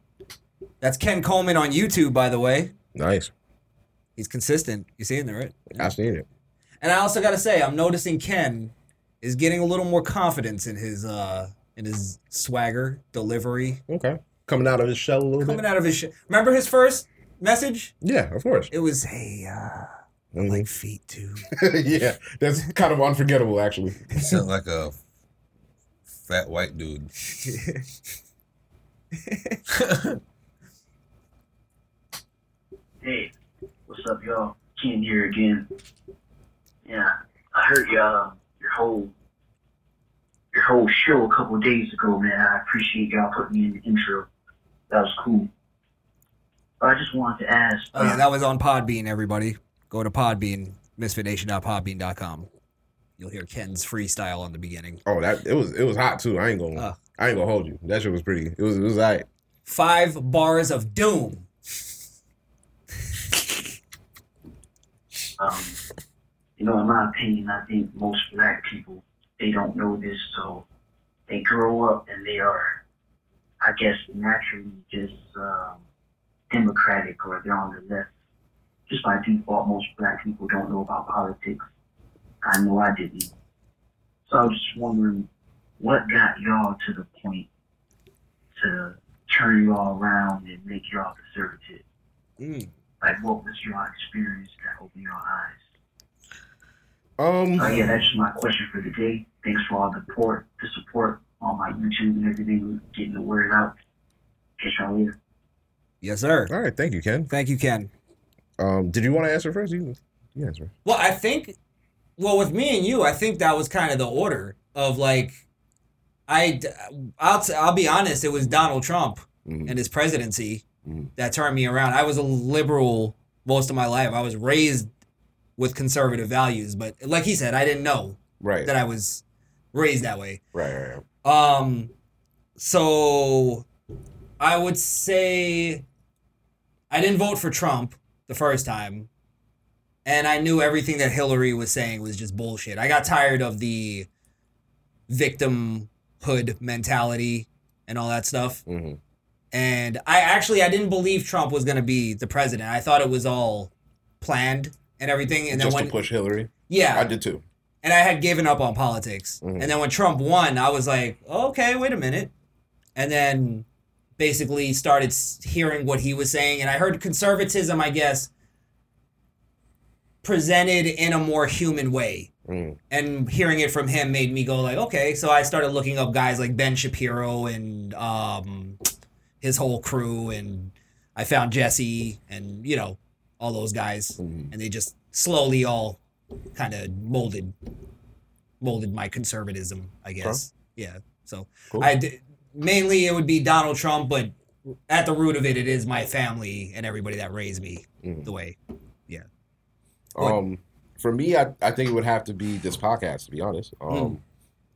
[SPEAKER 4] That's Ken Coleman on YouTube, by the way.
[SPEAKER 3] Nice.
[SPEAKER 4] He's consistent. You see it there, right?
[SPEAKER 3] I've seen it.
[SPEAKER 4] And I also gotta say, I'm noticing Ken is getting a little more confidence in his uh in his swagger, delivery,
[SPEAKER 3] Okay. Coming out of his shell a little
[SPEAKER 4] coming
[SPEAKER 3] bit.
[SPEAKER 4] out of his. Sh- Remember his first message?
[SPEAKER 3] Yeah, of course.
[SPEAKER 4] It was, "Hey, uh,
[SPEAKER 3] Like
[SPEAKER 4] feet too.
[SPEAKER 3] yeah, that's kind of unforgettable, actually.
[SPEAKER 5] You sound like a fat white dude.
[SPEAKER 2] Hey, what's up, y'all? Ken here again. Yeah, I heard y'all um, your whole your whole show a couple days ago, man. I appreciate y'all putting me in the intro. That was cool. I just wanted to ask. uh,
[SPEAKER 4] Oh yeah, that was on Podbean. Everybody, go to Podbean, misfitnation.podbean.com. You'll hear Ken's freestyle on the beginning.
[SPEAKER 3] Oh, that it was it was hot too. I ain't gonna
[SPEAKER 4] Ah.
[SPEAKER 3] I ain't gonna hold you. That shit was pretty. It was it was alright.
[SPEAKER 4] Five bars of doom.
[SPEAKER 2] um, you know, in my opinion, I think most black people they don't know this, so they grow up and they are, I guess, naturally just um, democratic or they're on the left. Just by default, most black people don't know about politics. I know I didn't. So I was just wondering, what got y'all to the point to turn you all around and make y'all conservative?
[SPEAKER 3] Mm.
[SPEAKER 2] Like, what was your experience that opened your eyes?
[SPEAKER 3] Um.
[SPEAKER 2] Uh, yeah, that's just my question for today. Thanks for all the support, the support on my YouTube and everything, getting the word out. Catch y'all later.
[SPEAKER 4] Yes, sir.
[SPEAKER 3] All right, thank you, Ken.
[SPEAKER 4] Thank you, Ken.
[SPEAKER 3] Um, did you want to answer first? You, you answer.
[SPEAKER 4] Well, I think, well, with me and you, I think that was kind of the order of like, I, I'll, t- I'll be honest, it was Donald Trump and his presidency that turned me around. I was a liberal most of my life. I was raised with conservative values, but like he said, I didn't know
[SPEAKER 3] Right.
[SPEAKER 4] that I was raised that way.
[SPEAKER 3] Right. Right. right.
[SPEAKER 4] Um, so I would say I didn't vote for Trump the first time, and I knew everything that Hillary was saying was just bullshit. I got tired of the victimhood mentality and all that stuff.
[SPEAKER 3] Mm-hmm.
[SPEAKER 4] And I actually I didn't believe Trump was gonna be the president. I thought it was all planned and everything. And
[SPEAKER 3] Just
[SPEAKER 4] then when
[SPEAKER 3] to push Hillary.
[SPEAKER 4] Yeah.
[SPEAKER 3] I did too. Mm-hmm.
[SPEAKER 4] and I had given up on politics. And then when Trump won, I was like, okay, wait a minute. And then basically started s- hearing what he was saying. And I heard conservatism, I guess, presented in a more human way.
[SPEAKER 3] Mm.
[SPEAKER 4] And hearing it from him made me go like, okay. So I started looking up guys like Ben Shapiro and um, his whole crew, and I found Jesse and you know all those guys,
[SPEAKER 3] Mm-hmm.
[SPEAKER 4] and they just slowly all kind of molded molded my conservatism, I guess. Yeah. So
[SPEAKER 2] Cool.
[SPEAKER 4] I d- mainly it would be Donald Trump, but at the root of it, it is my family and everybody that raised me the way. Yeah.
[SPEAKER 3] Mm-hmm. Um, for me, I, I think it would have to be this podcast. To be honest,
[SPEAKER 4] Hmm.
[SPEAKER 3] um,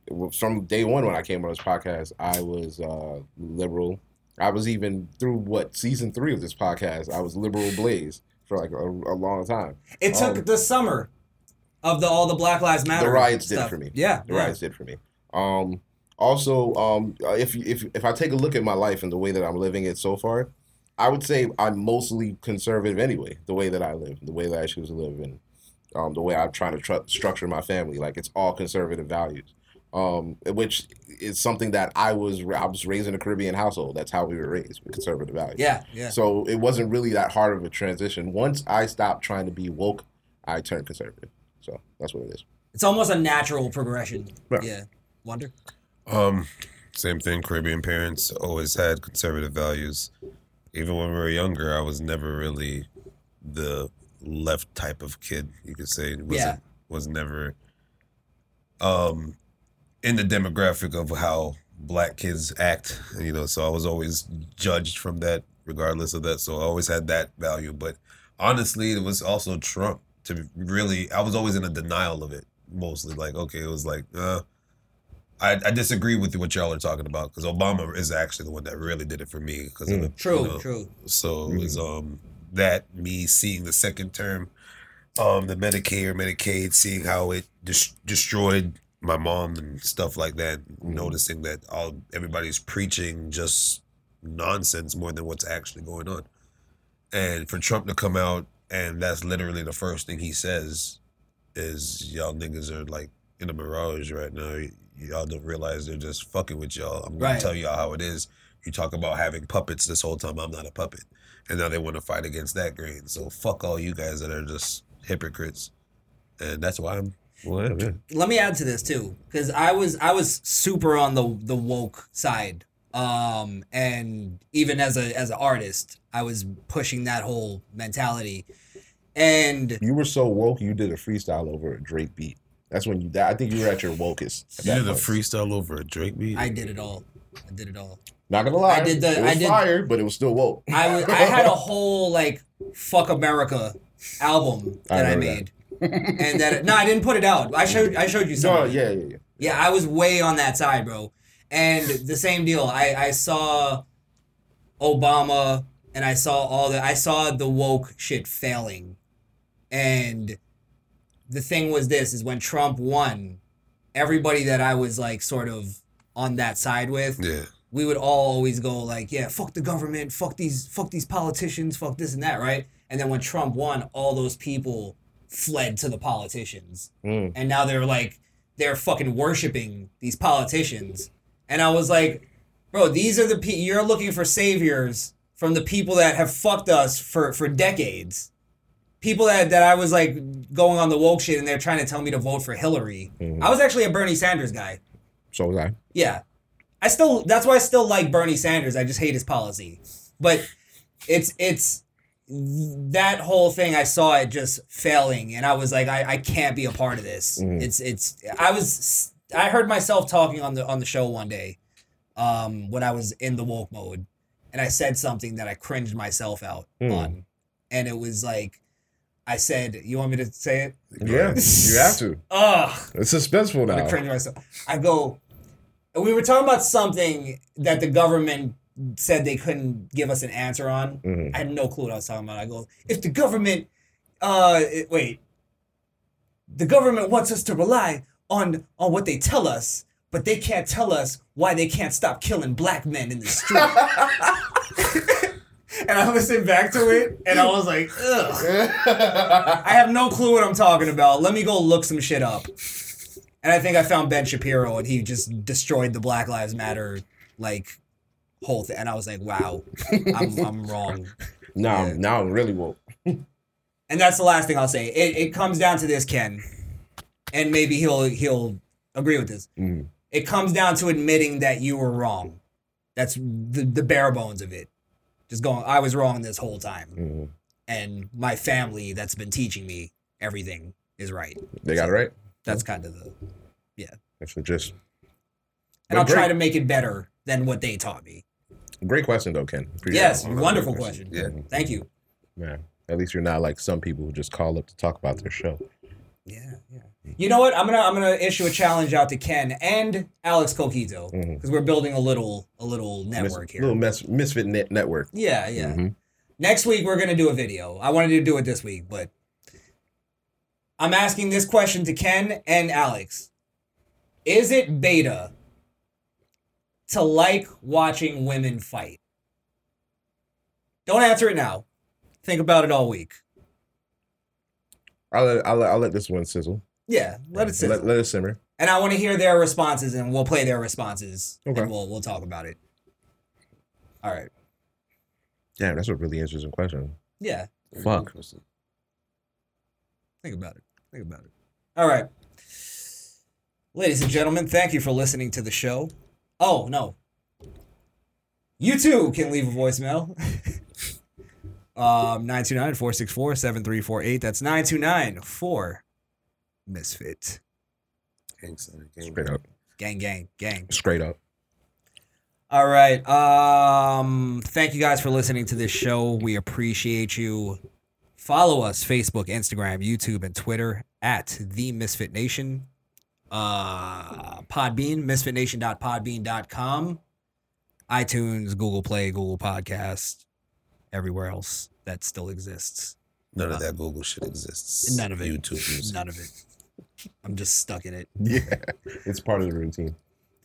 [SPEAKER 3] it was- from day one when I came on this podcast, I was uh, liberal. I was even through what season three of this podcast, I was liberal blaze for like a, a long time.
[SPEAKER 4] It took
[SPEAKER 3] Um,
[SPEAKER 4] the summer of the all the Black Lives Matter.
[SPEAKER 3] the riots
[SPEAKER 4] stuff.
[SPEAKER 3] did for me.
[SPEAKER 4] Yeah,
[SPEAKER 3] the
[SPEAKER 4] yeah.
[SPEAKER 3] riots did for me. Um, also, um, uh, if you- if if I take a look at my life and the way that I'm living it so far, I would say I'm mostly conservative anyway. The way that I live, the way that I choose to live, and um, the way I'm trying to tru- structure my family, like it's all conservative values, um, which is something that I was I was raised in a Caribbean household. That's how we were raised with conservative values.
[SPEAKER 4] Yeah, yeah.
[SPEAKER 3] So it wasn't really that hard of a transition. Once I stopped trying to be woke, I turned conservative. So that's what it is.
[SPEAKER 4] It's almost a natural progression. Yeah. Wonder.
[SPEAKER 5] Um, same thing. Caribbean parents always had conservative values. Even when we were younger, I was never really the left type of kid. You could say was
[SPEAKER 4] Yeah.
[SPEAKER 5] was never um in the demographic of how black kids act. You know, so I was always judged from that, regardless of that. So I always had that value. But honestly, it was also Trump. To really, I was always in a denial of it. Mostly, like okay, it was like uh. I, I disagree with what y'all are talking about because Obama is actually the one that really did it for me. Because
[SPEAKER 3] Hmm.
[SPEAKER 4] Mm. True, true.
[SPEAKER 5] So it was um that me seeing the second term, um the Medicare, Medicaid, seeing how it des- destroyed my mom and stuff like that, noticing that all everybody's preaching just nonsense more than what's actually going on, and for Trump to come out and that's literally the first thing he says is y'all niggas are like in a mirage right now. Y- Y'all don't realize they're just fucking with y'all. I'm gonna
[SPEAKER 4] Right.
[SPEAKER 5] tell y'all how it is. You talk about having puppets this whole time. I'm not a puppet, and now they want to fight against that grain. So fuck all you guys that are just hypocrites, and that's why I'm. Whatever.
[SPEAKER 4] Let me add to this too, because I was I was super on the the woke side. Um, and even as a as an artist, I was pushing that whole mentality. And
[SPEAKER 3] you were so woke, you did a freestyle over a Drake beat. That's when you. That, I think you were at your wokest. at
[SPEAKER 5] You
[SPEAKER 3] that
[SPEAKER 5] did a
[SPEAKER 3] point.
[SPEAKER 5] freestyle over a Drake beat.
[SPEAKER 4] I did it all. I did it all.
[SPEAKER 3] Not gonna lie,
[SPEAKER 4] I did the-
[SPEAKER 3] It was
[SPEAKER 4] I did-
[SPEAKER 3] fire, but it was still woke.
[SPEAKER 4] I was I had a whole like fuck America album
[SPEAKER 3] I
[SPEAKER 4] that I,
[SPEAKER 3] remember that.
[SPEAKER 4] made. and that no, I didn't put it out. I showed I showed you some.
[SPEAKER 3] No,
[SPEAKER 4] of it.
[SPEAKER 3] yeah, yeah, yeah.
[SPEAKER 4] Yeah, I was way on that side, bro. And the same deal. I, I saw Obama and I saw all the I saw the woke shit failing. And the thing was this is when Trump won, everybody that I was like sort of on that side with,
[SPEAKER 5] Yeah.
[SPEAKER 4] we would all always go like, yeah, fuck the government, fuck these fuck these politicians, fuck this and that, right? And then when Trump won, all those people fled to the politicians.
[SPEAKER 2] Mm.
[SPEAKER 4] And now they're like they're fucking worshiping these politicians. And I was like, bro, these are the pe- you're looking for saviors from the people that have fucked us for for decades. People that, that I was like going on the woke shit and they're trying to tell me to vote for Hillary.
[SPEAKER 5] Mm-hmm.
[SPEAKER 4] I was actually a Bernie Sanders guy.
[SPEAKER 3] So was I.
[SPEAKER 4] Yeah. I still that's why I still like Bernie Sanders. I just hate his policy. But it's it's that whole thing I saw it just failing and I was like I, I can't be a part of this.
[SPEAKER 2] Mhm.
[SPEAKER 3] Mm-hmm.
[SPEAKER 4] It's it's I was I heard myself talking on the on the show one day um when I was in the woke mode and I said something that I cringed myself out
[SPEAKER 3] Mm.
[SPEAKER 4] on and it was like I said, you want me to say it?
[SPEAKER 3] Yeah, you have to.
[SPEAKER 4] Ugh.
[SPEAKER 3] It's suspenseful
[SPEAKER 4] I'm
[SPEAKER 3] now.
[SPEAKER 4] gonna cringe myself. I go. We were talking about something that the government said they couldn't give us an answer on.
[SPEAKER 2] Mhm.
[SPEAKER 3] Mm-hmm.
[SPEAKER 4] I had no clue what I was talking about. I go, if the government, uh, it- wait, the government wants us to rely on on what they tell us, but they can't tell us why they can't stop killing black men in the street. and I listened back to it, and I was like, ugh. I have no clue what I'm talking about. Let me go look some shit up. And I think I found Ben Shapiro, and he just destroyed the Black Lives Matter like whole thing. And I was like, wow, I'm, I'm wrong.
[SPEAKER 3] Now, I'm now I'm really woke.
[SPEAKER 4] And that's the last thing I'll say. It, it comes down to this, Ken, and maybe he'll he'll agree with this.
[SPEAKER 3] Mm.
[SPEAKER 4] It comes down to admitting that you were wrong. That's the, the bare bones of it. Just going, I was wrong this whole time,
[SPEAKER 3] Mhm.
[SPEAKER 4] and my family that's been teaching me everything is right.
[SPEAKER 3] They got it right.
[SPEAKER 4] That's kind of the yeah.
[SPEAKER 3] That's just
[SPEAKER 4] And
[SPEAKER 3] But
[SPEAKER 4] I'll try
[SPEAKER 3] great.
[SPEAKER 4] to make it better than what they taught me.
[SPEAKER 3] great question though, Ken.
[SPEAKER 4] yes,
[SPEAKER 3] that.
[SPEAKER 4] wonderful question. Thank you.
[SPEAKER 3] Yeah. At least you're not like some people who just call up to talk about their show.
[SPEAKER 4] You know what? I'm gonna I'm gonna issue a challenge out to Ken and Alex Coquito
[SPEAKER 3] Mhm.
[SPEAKER 4] because we're building a little a little
[SPEAKER 3] Mis-
[SPEAKER 4] network here.
[SPEAKER 3] Little mes- misfit net- network.
[SPEAKER 4] Yeah, yeah.
[SPEAKER 5] Mm-hmm.
[SPEAKER 3] Mhm.
[SPEAKER 4] Next week we're gonna do a video. I wanted to do it this week, but I'm asking this question to Ken and Alex: Is it beta to like watching women fight? Don't answer it now. Think about it all week.
[SPEAKER 3] I'll let, I'll, let, I'll let this one sizzle.
[SPEAKER 4] Yeah, let it sit.
[SPEAKER 3] Let, let it simmer.
[SPEAKER 4] and I want to hear their responses, and we'll play their responses,
[SPEAKER 3] Okay.
[SPEAKER 4] and we'll we'll talk about it. All right.
[SPEAKER 3] Damn, that's a really interesting question.
[SPEAKER 4] Yeah.
[SPEAKER 3] Fuck.
[SPEAKER 4] Think about it. Think about it. All right. Ladies and gentlemen, thank you for listening to the show. Oh, no. You too can leave a voicemail. um 929-464-7348. That's 929-4 Misfit.
[SPEAKER 3] Straight up.
[SPEAKER 4] Gang gang gang.
[SPEAKER 3] Straight up.
[SPEAKER 4] All right. Um thank you guys for listening to this show. We appreciate you. Follow us Facebook, Instagram, YouTube, and Twitter at the Misfit Nation. Uh Podbean, misfitnation.podbean.com. iTunes, Google Play, Google Podcast, everywhere else that still exists.
[SPEAKER 5] None of that Google shit exists.
[SPEAKER 4] None of it.
[SPEAKER 5] YouTube music.
[SPEAKER 4] None of it. I'm just stuck in it.
[SPEAKER 3] Yeah. It's part of the routine.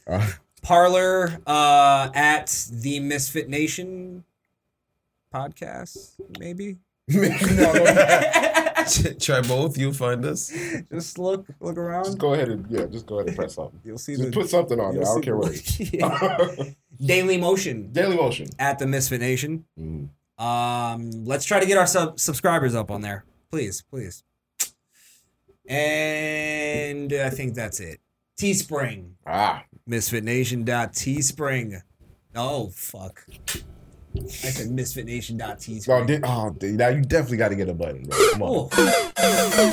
[SPEAKER 3] Uh,
[SPEAKER 4] Parlor uh, at the Misfit Nation podcast, maybe.
[SPEAKER 5] Try both. You'll find us.
[SPEAKER 4] Just look look around. Just
[SPEAKER 3] go ahead and yeah, just go ahead and press something.
[SPEAKER 4] You'll see
[SPEAKER 3] Just
[SPEAKER 4] the-
[SPEAKER 3] put something on
[SPEAKER 4] you'll
[SPEAKER 3] there. I
[SPEAKER 4] see
[SPEAKER 3] don't care
[SPEAKER 4] the-
[SPEAKER 3] what. it is.
[SPEAKER 4] Yeah. Daily Motion.
[SPEAKER 3] Daily Motion. Mm-hmm.
[SPEAKER 4] At the Misfit Nation. Um, let's try to get our sub- subscribers up on there. Please, please. And I think that's it. Teespring.
[SPEAKER 3] Ah.
[SPEAKER 4] Misfitnation.teespring. Oh, fuck. I said misfitnation.teespring.
[SPEAKER 3] No, did, oh, dude, now you definitely got to get a button, bro. Come on.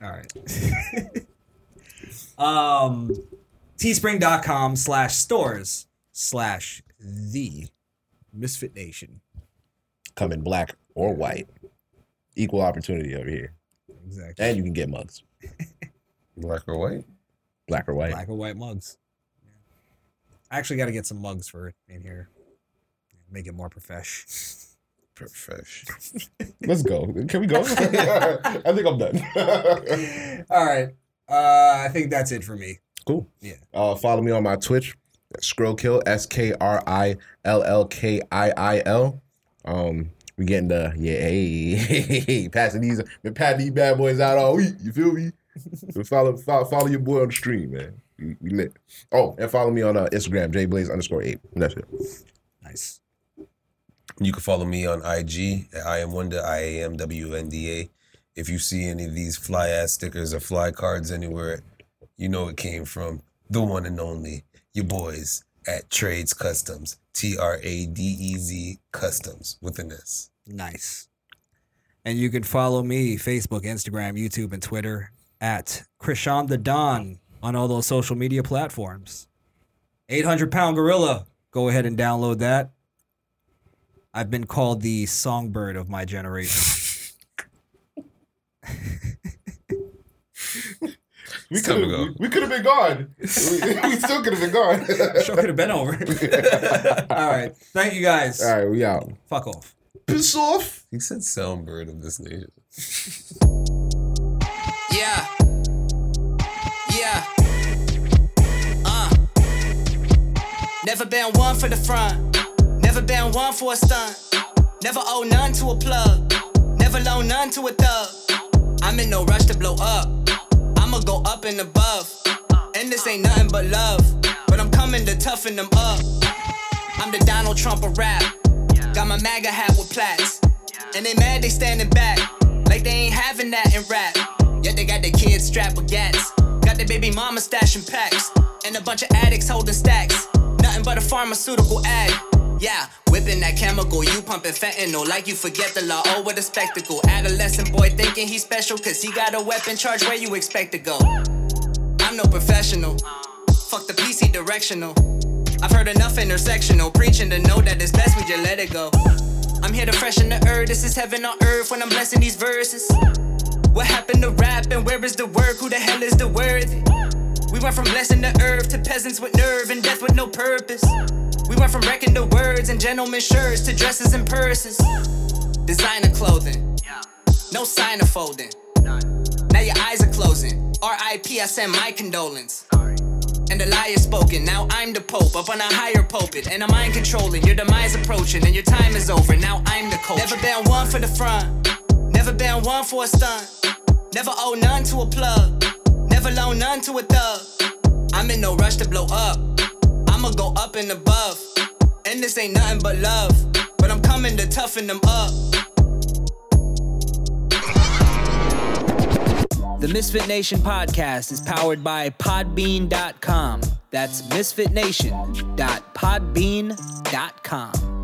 [SPEAKER 4] All right. um, teespring.com slash stores slash the Misfit Nation.
[SPEAKER 3] Come in black or white. Equal opportunity over here.
[SPEAKER 4] Exactly.
[SPEAKER 3] And you can get mugs.
[SPEAKER 5] black or white?
[SPEAKER 3] Black or white.
[SPEAKER 4] Black or white mugs. I actually got to get some mugs for it in here. Make it more profesh.
[SPEAKER 5] Profesh.
[SPEAKER 3] Let's go. Can we go? I think I'm done.
[SPEAKER 4] All right. Uh, I think that's it for me.
[SPEAKER 3] Cool.
[SPEAKER 4] Yeah.
[SPEAKER 3] Uh, follow me on my Twitch, Skrillkill, S K R I L L K I I L. Um, we getting the yeah, hey, passing these, been patting these bad boys out all week. You feel me? so follow, follow, follow your boy on the stream, man. We, we lit. Oh, and follow me on uh, Instagram, jblaze underscore eight. That's it.
[SPEAKER 4] Nice.
[SPEAKER 5] You can follow me on IG at I am Wonder, I A M W N D A. If you see any of these fly ass stickers or fly cards anywhere, you know it came from the one and only, your boys at Trades Customs, T R A D E Z Customs with an S.
[SPEAKER 4] Nice. And you can follow me Facebook, Instagram, YouTube, and Twitter at Krishan the Don on all those social media platforms. 800 Pound Gorilla. Go ahead and download that. I've been called the songbird of my generation.
[SPEAKER 3] We
[SPEAKER 5] time
[SPEAKER 3] could have
[SPEAKER 5] to go.
[SPEAKER 3] we could have been gone. we, we still could have been gone.
[SPEAKER 4] Show could have been over. all right. Thank you guys.
[SPEAKER 3] All right, we out.
[SPEAKER 4] Fuck off.
[SPEAKER 5] Piss off. He said soundbird of this nation.
[SPEAKER 6] Yeah. Yeah. Uh. Never been one for the front. Never been one for a stunt. Never owe none to a plug. Never loan none to a thug. I'm in no rush to blow up. I'ma go up and above. And this ain't nothing but love. But I'm coming to toughen them up. I'm the Donald Trump of rap. Got my MAGA hat with plaits. And they mad they standing back. Like they ain't having that in rap. Yet they got the kids strapped with gats. Got the baby mama stashing packs. And a bunch of addicts holding stacks. Nothing but a pharmaceutical ad. Yeah, whipping that chemical, you pumping fentanyl like you forget the law. Oh, what a spectacle. Adolescent boy thinking he's special cause he got a weapon charge where you expect to go. I'm no professional. Fuck the PC directional. I've heard enough intersectional preaching to know that it's best we just let it go. I'm here to freshen the earth. This is heaven on earth when I'm blessing these verses. What happened to rap and where is the work? Who the hell is the worthy? We went from blessing the earth to peasants with nerve and death with no purpose. We went from wrecking the words and gentlemen shirts to dresses and purses. Designer clothing, no sign of folding. Now your eyes are closing. R.I.P. I send my condolence. And the liar spoken. Now I'm the pope up on a higher pulpit, and I'm mind controlling. Your demise approaching, and your time is over. Now I'm the coach. Never been one for the front. Never been one for a stunt. Never owe none to a plug. Never loan none to a thug. I'm in no rush to blow up. I'ma go up and above. And this ain't nothing but love. But I'm coming to toughen them up.
[SPEAKER 13] The Misfit Nation podcast is powered by Podbean.com. That's misfitnation.podbean.com.